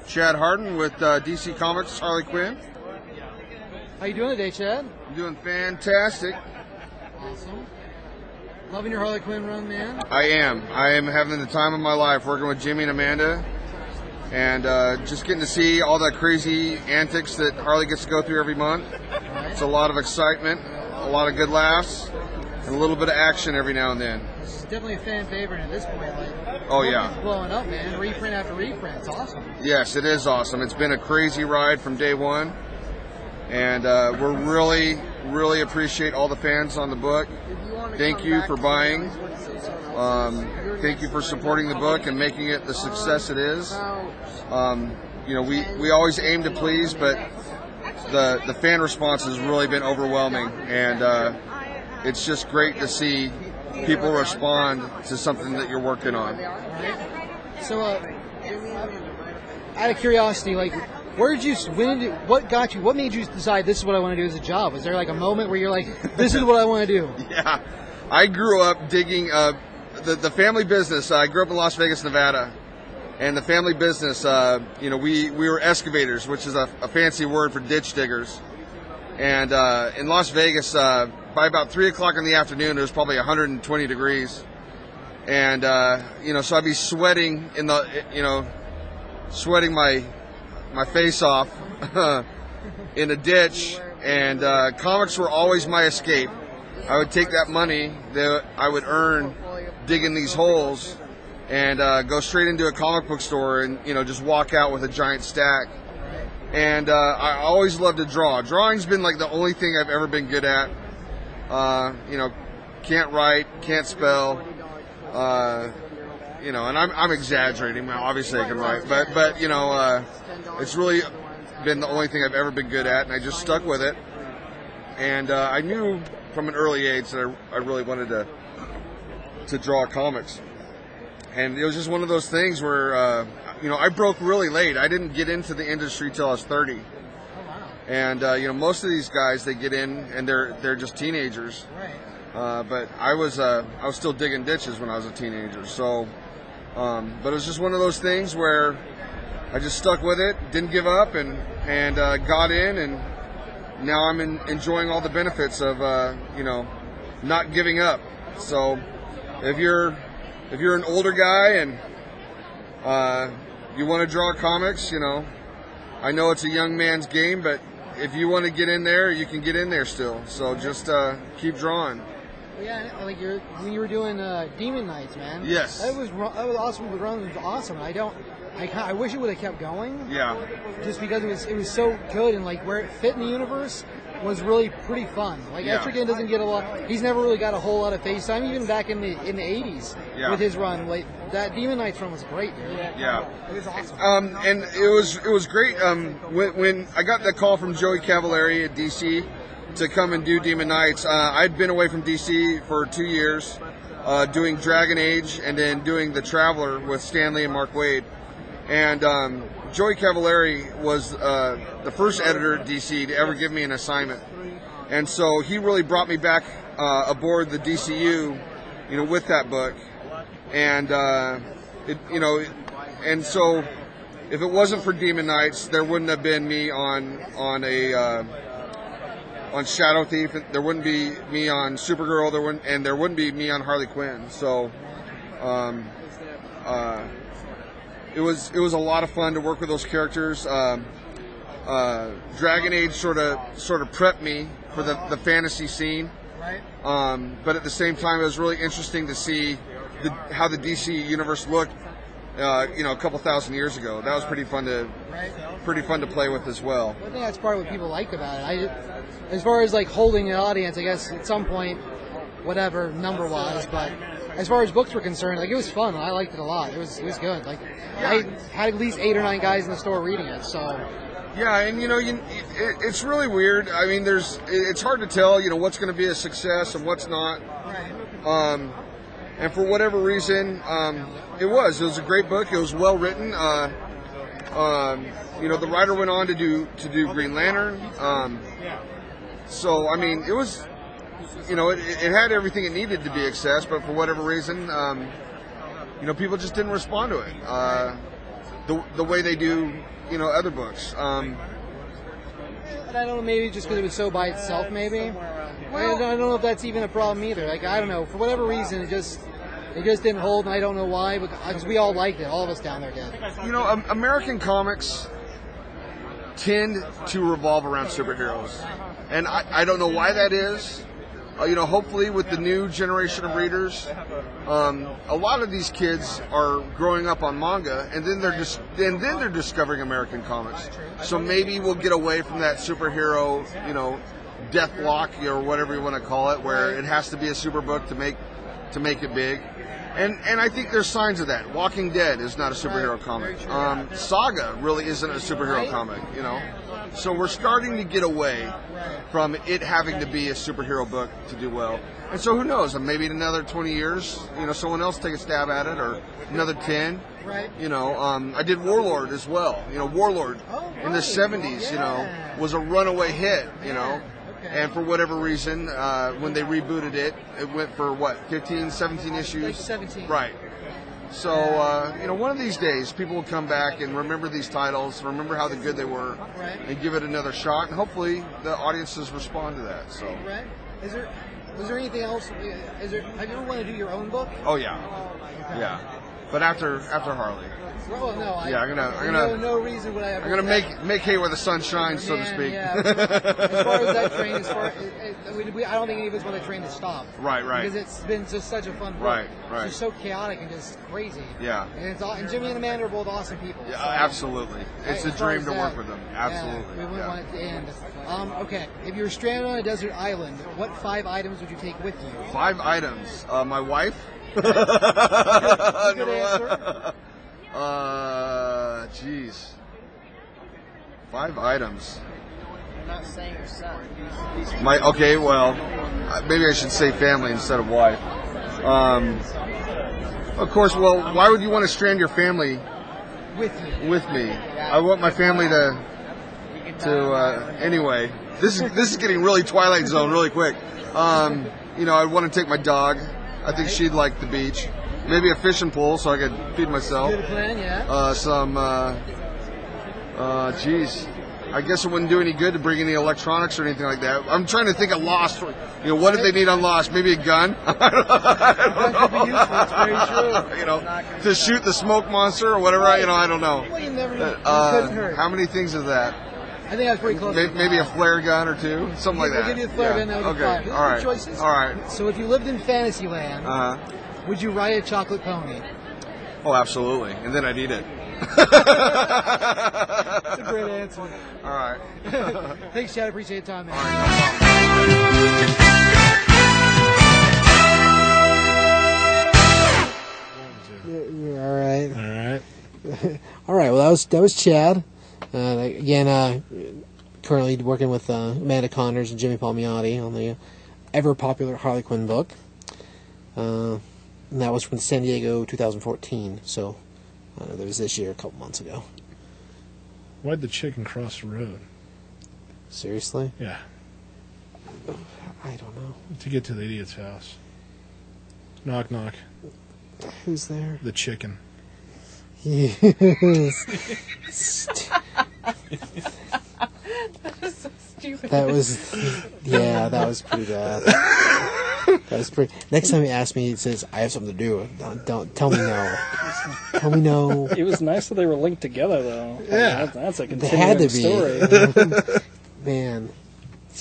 Chad Harden with uh, DC Comics, Harley Quinn. how you doing today, Chad? I'm doing fantastic. Awesome. Loving your Harley Quinn run, man. I am. I am having the time of my life working with Jimmy and Amanda and uh, just getting to see all the crazy antics that Harley gets to go through every month. It's a lot of excitement, a lot of good laughs, and a little bit of action every now and then. It's definitely a fan favorite at this point. Like, Oh, yeah. blowing up, man. Reprint after reprint. It's awesome. Yes, it is awesome. It's been a crazy ride from day one, and uh, we're really, really appreciate all the fans on the book. Thank you for buying. Um, thank you for supporting the book and making it the success it is. Um, you know, we, we always aim to please, but the the fan response has really been overwhelming, and uh, it's just great to see people respond to something that you're working on. So, uh, out of curiosity, like, where did you, when did you, what got you, what made you decide this is what I want to do as a job? Was there like a moment where you're like, this is what I want to do? Yeah, I grew up digging uh, the the family business. uh, I grew up in Las Vegas, Nevada, and the family business. Uh, you know, we we were excavators, which is a, a fancy word for ditch diggers. And uh, in Las Vegas, uh, by about three o'clock in the afternoon, it was probably 120 degrees, and uh, you know, so I'd be sweating in the you know, sweating my my face off [LAUGHS] in a ditch. And uh, comics were always my escape. I would take that money that I would earn digging these holes and uh, go straight into a comic book store and you know just walk out with a giant stack. And uh, I always loved to draw. Drawing's been like the only thing I've ever been good at. Uh, you know, can't write, can't spell. Uh, you know, and I'm, I'm exaggerating. Well, obviously I can write, but but you know, uh, it's really been the only thing I've ever been good at, and I just stuck with it. And uh, I knew from an early age that I, I really wanted to to draw comics. And it was just one of those things where, uh, you know, I broke really late. I didn't get into the industry till I was 30. And, uh, you know, most of these guys, they get in and they're, they're just teenagers. Uh, but I was, uh, I was still digging ditches when I was a teenager. So, um, but it was just one of those things where I just stuck with it, didn't give up and, and, uh, got in and now I'm in, enjoying all the benefits of, uh, you know, not giving up. So, if you're if you're an older guy and uh, you want to draw comics, you know, I know it's a young man's game, but if you want to get in there, you can get in there still. So just uh, keep drawing. Well, yeah, I know, like you're, when you were doing uh, Demon Knights, man. Yes. That was ru- that was awesome. The run was awesome. I don't, I, ca- I wish it would have kept going. Yeah, Just because it was it was so good and like where it fit in the universe was really pretty fun. Like Yeah. Etrigan doesn't get a lot. He's never really got a whole lot of FaceTime, even back in the in the 80s Yeah. with his run. Like that Demon Knights run was great, dude. yeah. It was awesome. Um, and it was it was great. Um, when, when I got the call from Joey Cavallari at DC to come and do Demon Knights, uh, I'd been away from DC for two years, uh, doing Dragon Age and then doing The Traveler with Stanley and Mark Wade. And um, Joey Cavallari was uh, the first editor at DC to ever give me an assignment, and so he really brought me back uh, aboard the DCU, you know, with that book, and uh, it, you know, and so if it wasn't for Demon Knights, there wouldn't have been me on on a uh, on Shadow Thief. There wouldn't be me on Supergirl. There wouldn't, and there wouldn't be me on Harley Quinn. So, um, uh, it was it was a lot of fun to work with those characters. Um, uh, Dragon Age sort of sort of prepped me for the, the fantasy scene. Um, but at the same time, it was really interesting to see the, how the DC universe looked, uh, you know, a couple thousand years ago. That was pretty fun to pretty fun to play with as well. I think that's part of what people like about it. I, as far as like holding an audience, I guess at some point, whatever number wise, but as far as books were concerned, like it was fun. I liked it a lot. It was it was good. Like I had at least eight or nine guys in the store reading it. So Yeah, and you know, you, it, it's really weird. I mean, there's it, it's hard to tell, you know, what's going to be a success and what's not. Um, and for whatever reason, um, it was. It was a great book. It was well written. Uh, um, you know, the writer went on to do to do Green Lantern. Um, so I mean, it was. You know, it, it had everything it needed to be a success, but for whatever reason, um, you know, people just didn't respond to it. Uh, the, the way they do, you know, other books. Um, and I don't know, maybe just because it was so by itself, maybe. I don't, I don't know if that's even a problem either. Like I don't know. For whatever reason, it just it just didn't hold, and I don't know why. uh, Because we all liked it. All of us down there did. you know, um, American comics tend to revolve around superheroes, and I, I don't know why that is. Uh, you know, hopefully with the new generation of readers, um, a lot of these kids are growing up on manga, and then they're just and then they're discovering American comics. So maybe we'll get away from that superhero, you know, death block or whatever you want to call it, where it has to be a super book to make to make it big. And and I think there's signs of that. Walking Dead is not a superhero comic. Um, Saga really isn't a superhero comic, you know. So we're starting to get away from it having to be a superhero book to do well. And so who knows? Maybe in another 20 years, you know, someone else take a stab at it, or another 10. Right. You know, um, I did Warlord as well. You know, Warlord Oh, in the right. 70s, you Yeah. know, was a runaway hit. You know. Okay. And for whatever reason, uh, when they rebooted it, it went for what, 15, 17 issues? Like 17. Right. So, uh, you know, one of these days, people will come back and remember these titles, remember how the good they were, Right. and give it another shot. And hopefully, the audiences respond to that. So, Right. Is there? Was there anything else? Is there? Have you ever wanted to do your [LAUGHS] own book? oh yeah, yeah. But after after Harley, Well, no. I, Yeah, I'm gonna- I'm no, gonna- no reason would I ever. I'm gonna do make that. make hay where the sun shines, so to Man, speak. yeah. as far as that train, as [LAUGHS] far it, it, we, we, I don't think any of us want that train to stop. Right, right. Because it's been just such a fun book. Right, right. She's so chaotic and just crazy. Yeah. And it's all, and Jimmy and Amanda are both awesome people. Yeah, so- absolutely. It's Hey, a as far dream as to that, work with them. yeah, Absolutely. we wouldn't yeah. want it to end. Um, okay, if you were stranded on a desert island, what five items would you take with you? Five items. Uh, my wife. [LAUGHS] Good Number answer. one. [LAUGHS] Uh, jeez. Five items. Not saying your son. My okay, well, uh, maybe I should say family instead of wife. Um, of course. Well, why would you want to strand your family With you. with me? I want my family to to uh, anyway. This is this is getting really Twilight Zone really quick. Um, you know, I want to take my dog. I think she'd like the beach. Maybe a fishing pole so I could feed myself. Good plan, yeah. Uh, some. Uh, uh, geez. I guess it wouldn't do any good to bring any electronics or anything like that. I'm trying to think of Lost. You know, what did they need on Lost? Maybe a gun? [LAUGHS] That could be useful. It's very true. you know, to shoot the smoke monster or whatever. I- You know, I don't know. Well, you never know. it couldn't Uh, hurt. how many things is that? I think that's pretty close. Maybe, maybe a flare gun or two, something like We'll that. give you the flare gun, that would be okay. fine. Those All are right. good choices. All right. So if you lived in Fantasyland, Uh huh. would you ride a chocolate pony? Oh, absolutely. And then I'd eat it. That's a great answer. [LAUGHS] All right. [LAUGHS] Thanks, Chad. Appreciate the time, man. All right. All right. All right. Well, that was that was Chad. Uh, again, uh, currently working with uh, Amanda Connors and Jimmy Palmiotti on the ever popular Harley Quinn book. Uh, and that was from San Diego 2014. So uh, that was this year, a couple months ago. Why'd the chicken cross the road? Seriously, Yeah, I don't know to get to the idiot's house. Knock knock. who's there. The chicken. Yes. so stupid. That was, yeah, that was pretty bad. That was pretty. Next time he asks me, he says, "I have something to do." Don't, don't tell me no. Tell me no. It was nice that they were linked together, though. Yeah, that's a They continuing had to be. story. [LAUGHS] Man,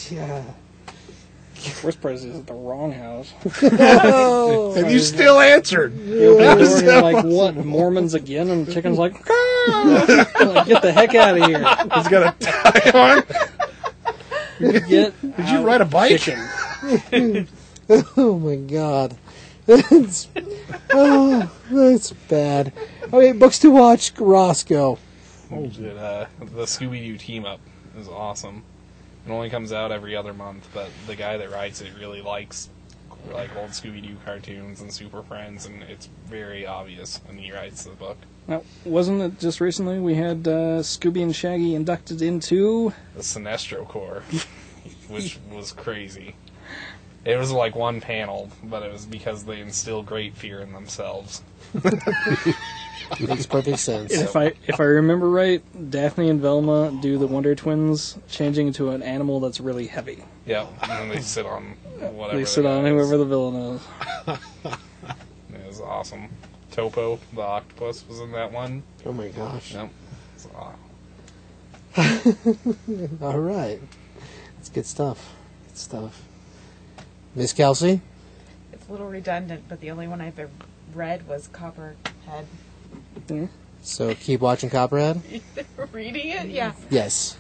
yeah. Worst part is he's at the wrong house. And you still answered. You open the door and [LAUGHS] you're like, "What Mormons again?" And the chicken's like, "Caw!" "Get the heck out of here! He's got a tie on. Get Did you ride a bike? chicken." Oh my god. [LAUGHS] That's, oh, that's bad. Okay, books to watch. Roscoe. Did, uh, the Scooby Doo team up is awesome. It only comes out every other month, but the guy that writes it really likes like old Scooby Doo cartoons and Super Friends, and it's very obvious when he writes the book. Now, wasn't it just recently we had uh, Scooby and Shaggy inducted into? the Sinestro [LAUGHS] Corps, which was crazy. It was like one panel, but it was because they instill great fear in themselves. Makes perfect sense. If I if I remember right, Daphne and Velma do the Wonder Twins changing into an animal that's really heavy. Yep, and then they sit on whatever. They sit on whoever the villain is. It was awesome. Topo, the octopus, was in that one. Oh my gosh. Yep. It's aw- All right. That's good stuff. Good stuff. Miss Kelsey? It's a little redundant, but the only one I've ever read was Copperhead. So keep watching Copperhead? Reading it? Yeah. Yes.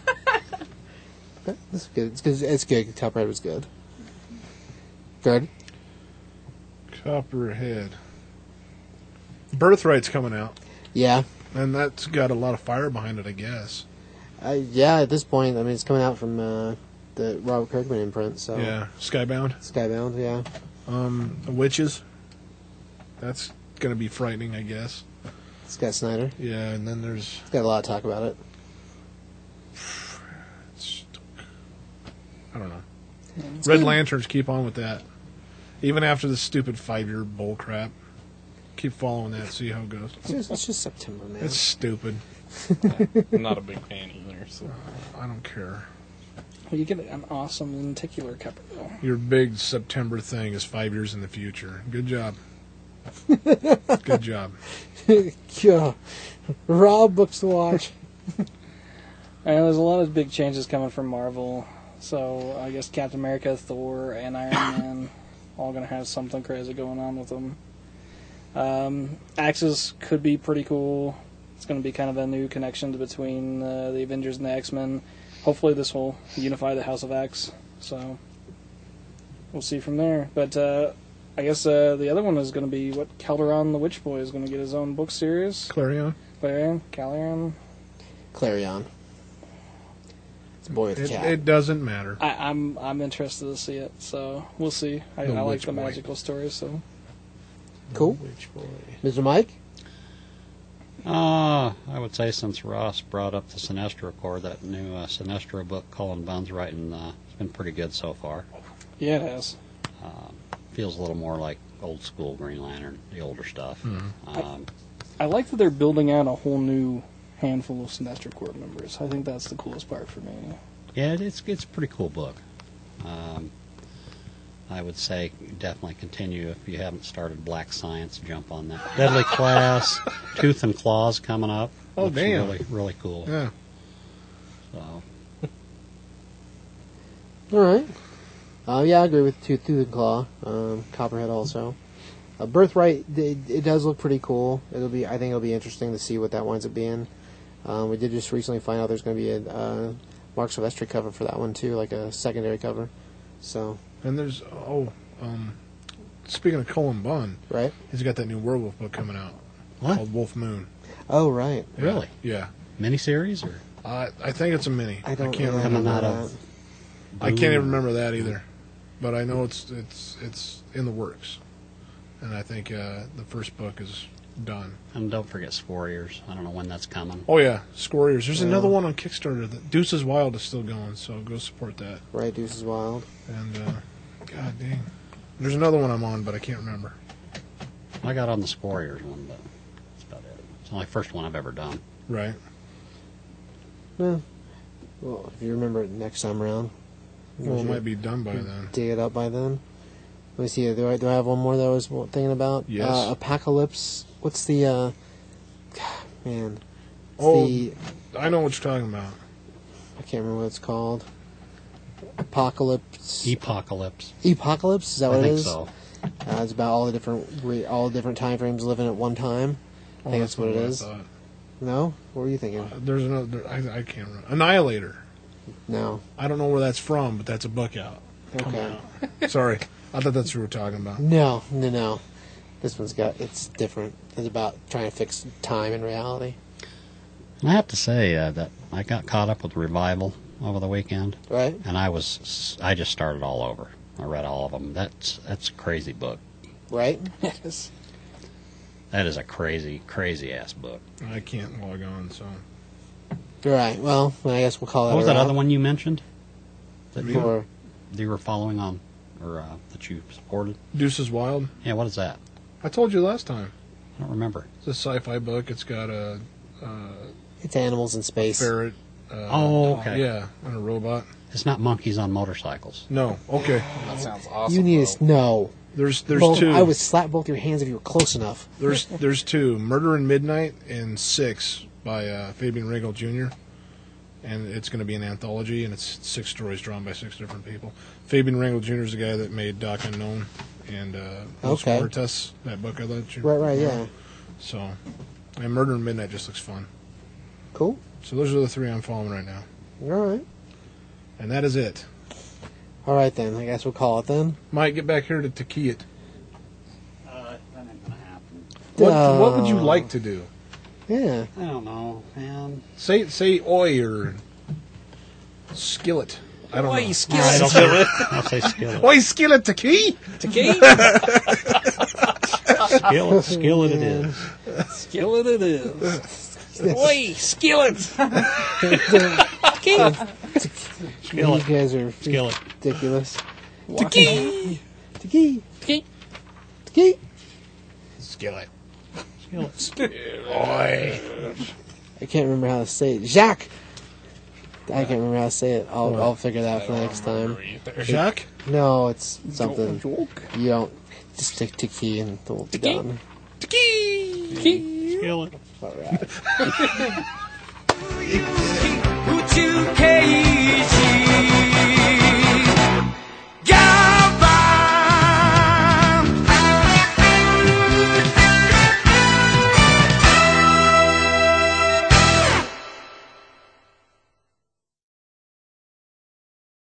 That's good. It's good. It's good. Copperhead was good. Good. Copperhead. Birthright's coming out, Yeah. and that's got a lot of fire behind it, I guess. Uh, yeah, at this point, I mean, it's coming out from uh, the Robert Kirkman imprint, so. Yeah, Skybound, Skybound, yeah. um, The Witches. That's gonna be frightening, I guess. Scott Snyder. Yeah, and then there's It's got a lot of talk about it. I don't know. Red Lanterns keep on with that, even after this stupid five-year bull crap. Keep following that, see how it goes. It's just, it's just September, man. [LAUGHS] It's stupid. I'm not a big fan either, so I don't care. Well, you get an awesome lenticular cover. though. Your big September thing is five years in the future. Good job. Good job. yeah. Raw books to watch. And there's a lot of big changes coming from Marvel. So I guess Captain America, Thor, and Iron Man all going to have something crazy going on with them. Um, Axis could be pretty cool. It's going to be kind of a new connection between uh, the Avengers and the X Men. Hopefully, this will unify the House of X. So we'll see from there. But uh, I guess uh, the other one is going to be what Calderon the Witch Boy is going to get his own book series. Clarion. Clarion, Calderon. Clarion. It's a boy with a It, cat. it doesn't matter. I, I'm I'm interested to see it, so we'll see. I, The I like Witch the Boy. magical stories, so cool. Mr. Mike? Uh, I would say since Ross brought up the Sinestro Corps, that new uh, Sinestro book Colin Bunn's writing, uh, it's been pretty good so far. yeah, it has. Feels a little more like old school Green Lantern, the older stuff. Mm-hmm. Um, I like that they're building out a whole new handful of Sinestro Corps members. I think that's the coolest part for me. yeah, it- it's it's a pretty cool book. Um, I would say definitely continue if you haven't started Black Science, jump on that. [LAUGHS] Deadly Class, Tooth and Claws coming up. Oh, Looks damn. Really, really cool. Yeah. So, Alright. Uh, yeah, I agree with Tooth, Tooth and Claw. Um, Copperhead also. Uh, Birthright, it, it does look pretty cool. It'll be, I think it'll be interesting to see what that winds up being. Um, we did just recently find out there's going to be a uh, Mark Silvestri cover for that one too, like a secondary cover. So, And there's oh, um, speaking of Colin Bunn, right? he's got that new werewolf book coming out What? called Wolf Moon. Oh, right. Yeah. Really? Yeah. Miniseries or? I I think it's a mini. I don't can't really remember. I'm know not that. a- I can't even remember that either. But I know it's it's it's in the works, and I think uh, the first book is done. And don't forget Sporiers. I don't know when that's coming. Oh yeah, Squarriers. There's Yeah. another one on Kickstarter. That Deuces Wild is still going, so go support that. Right, Deuce is Wild. And uh, God dang, there's another one I'm on, but I can't remember. I got on the Sporiers one, but that's about it. It's the only first one I've ever done. Right? No. Well, if you remember it next time around, Well, it Sure. might be done by then. dig it up by then. Let me see. Do I, do I have one more that I was thinking about? Yes. Uh, Apocalypse. What's the. Uh, [SIGHS] God, man. It's Oh. the. I know what you're talking about. I can't remember what it's called. Apocalypse. Apocalypse. Apocalypse? Is that what E- I it think is? so. Uh, it's about all the different re- all the different time frames living at one time. I think that's what it I is. thought. No? What were you thinking? There's another. I, I can't remember. Annihilator. No. I don't know where that's from, but that's a [LAUGHS] book out. Okay. Sorry, I thought that's what we were talking about. No, no, no. This one's got. It's different. It's about trying to fix time and reality. And I have to say uh, that I got caught up with Revival over the weekend, Right? and I was I just started all over. I read all of them. That's that's a crazy book. Right? Yes. That is a crazy crazy ass book. I can't log on, so Right. Well, I guess we'll call it. What was that other one? one you mentioned that you, For you were following on or uh, that you supported? Deuces Wild. Yeah, what is that? I told you last time. I don't remember. It's a sci-fi book. It's got a, it's animals in a space. ferret. Uh, Oh, okay. Yeah, and a robot. It's not monkeys on motorcycles. No, okay. that sounds awesome. you need though. to know. There's there's Both- two. I would slap both your hands if you were close enough. There's there's two. Murder in Midnight and Six by uh, Fabian Riegel Jr. And it's going to be an anthology, and it's six stories drawn by six different people. Fabian Riegel Jr. is the guy that made Doc Unknown and uh, Los Okay. Muertos, that book I let you. Right. Right. Yeah. So, and Murder in Midnight just looks fun. Cool. So those are the three I'm following right now, All right. and that is it. All right then. I guess we'll call it then. Mike, get back here to Tequila. Uh, that ain't gonna happen. What, what would you like to do? Yeah. I don't know, man. Say say oi or skillet. I don't Oi, know. skillet. I don't know. I'll say skillet. Oi skillet to key. Skillet, skillet it is. Skillet it is. Oi, skillets! Skillet. You guys are Skillet. ridiculous. Tiki! Tiki! Tiki! Tiki! Skillet. I can't remember how to say it. Jacques! I can't remember how to say it. I'll, I'll figure that out for next time. Jacques? No, it's something. You don't. Just stick Tiki and it'll be Tiki? done. Tiki! Tiki! Skillet. All right.